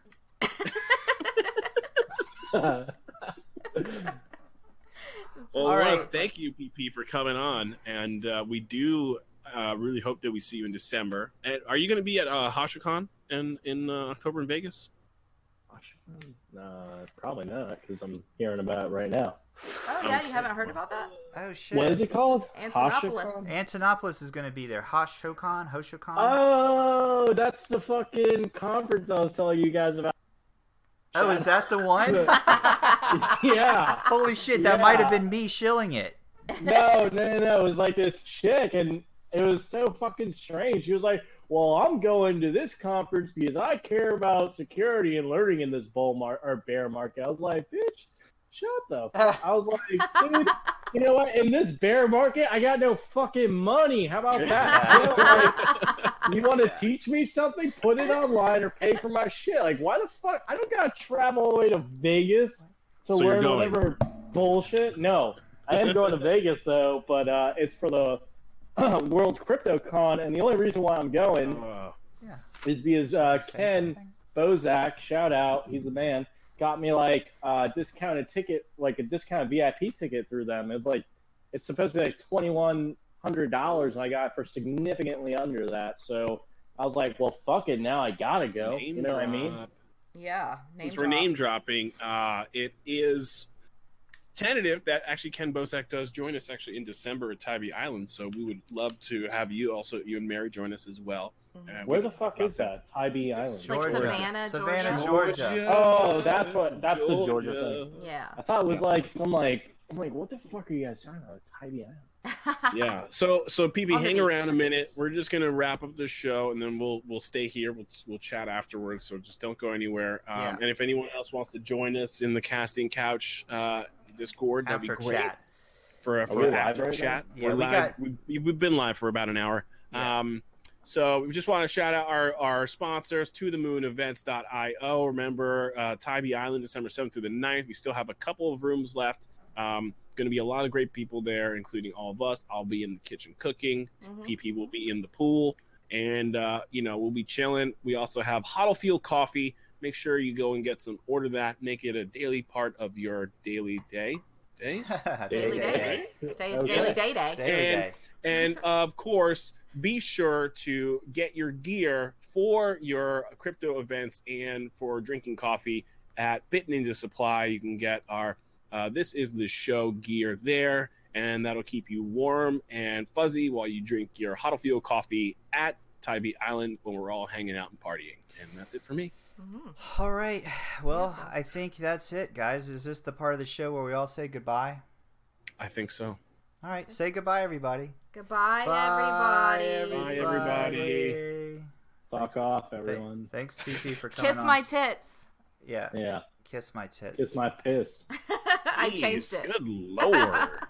A: Well,
C: All
A: Love,
C: right.
A: thank you, PP, for coming on. And uh, we do uh, really hope that we see you in December. And are you going to be at uh, HashiCon in, in uh, October in Vegas?
C: um,
D: Uh, probably not, because I'm hearing about it right now.
B: Oh yeah, you haven't heard about that?
C: Oh shit.
D: What is it called?
B: Antonopoulos.
D: Hashikon?
C: Antonopoulos is going to be there. Hosh Shokan, Hoshokan.
D: Oh, that's the fucking conference I was telling you guys about.
C: oh, is that the one?
D: yeah.
C: Holy shit, that
D: Yeah.
C: might have been me shilling it.
D: No, no, no, no. It was like this chick, and it was so fucking strange. She was like, "Well, I'm going to this conference because I care about security and learning in this bull mar- or bear market." I was like, "Bitch, shut the." F-. I was like, "Dude, you know what? In this bear market, I got no fucking money. How about that?" You want to teach me something? Put it online or pay for my shit. Like, why the fuck? I don't gotta travel all the way to Vegas to
A: So you're
D: learn
A: going.
D: whatever bullshit. No, I am going to Vegas though, but uh, it's for the World Crypto Con, and the only reason why I'm going is because uh,
C: Say
D: Ken
C: something.
D: Bozak, shout out, he's the man, got me like a discounted ticket, like a discounted VIP ticket through them. It's like it's supposed to be like twenty one hundred hundred dollars, and I got it for significantly under that. So I was like, well, fuck it, now I gotta go.
A: Name
D: you know what I
A: drop.
D: mean?
B: Yeah. Name
A: Since we're
B: drop.
A: name dropping, uh, it is tentative that actually Ken Bosack does join us actually in December at Tybee Island. So we would love to have you also, you and Mary, join us as well.
B: Mhm.
A: Uh, we
D: Where the
A: can talk
D: fuck
A: about
D: is that? Tybee Island.
B: Like
C: Georgia.
B: Savannah,
C: Savannah,
B: Georgia?
C: Georgia.
D: Oh, that's what- that's the Georgia
B: Yeah.
D: I thought it was like some like I'm like, what the fuck are you guys talking about? Tybee Island.
A: yeah. So so PB,
B: On the
A: hang
B: beach.
A: around a minute. We're just gonna wrap up the show, and then we'll we'll stay here. We'll we'll chat afterwards. So just don't go anywhere. Um,
B: Yeah.
A: And if anyone else wants to join us in the casting couch uh, Discord, that'd
C: After
A: be great
C: chat.
A: for a
D: Are we
A: for an
D: live
A: after
D: right now?
A: chat.
C: Yeah,
A: We're
C: we
A: live.
C: got-
A: We, we've been live for about an hour.
C: Yeah.
A: Um, so we just want to shout out our, our sponsors to the moon events.io. Remember, uh, Tybee Island, December 7th through the 9th. We still have a couple of rooms left. Um, going to be a lot of great people there, including all of us. I'll be in the kitchen cooking.
B: Mhm.
A: PP will be in the pool. And, uh, you know, we'll be chilling. We also have Hoddlefield Coffee. Make sure you go and get some, order that, make it a daily part of your daily day. Day?
B: Daily
C: day.
B: Day,
D: Okay.
B: Daily day day.
C: Daily
A: And-
C: day.
A: And of course, be sure to get your gear for your crypto events and for drinking coffee at Bit Ninja Supply. You can get our uh, This Is the Show gear there, and that'll keep you warm and fuzzy while you drink your Hoddlefield coffee at Tybee Island when we're all hanging out and partying. And that's it for me.
B: Mhm.
C: All right. Well, I think that's it, guys. Is this the part of the show where we all say goodbye?
A: I think so.
C: All right. Say goodbye, everybody.
B: Goodbye,
C: Bye,
B: everybody.
A: Bye, everybody.
D: Fuck
C: Thanks.
D: off,
C: Th-
D: everyone.
C: Thanks, TP, for coming
B: Kiss
C: on.
B: my tits.
C: yeah.
D: Yeah,
C: Kiss my tits.
D: kiss my piss.
B: I changed
A: Jeez,
B: it.
A: Good lord.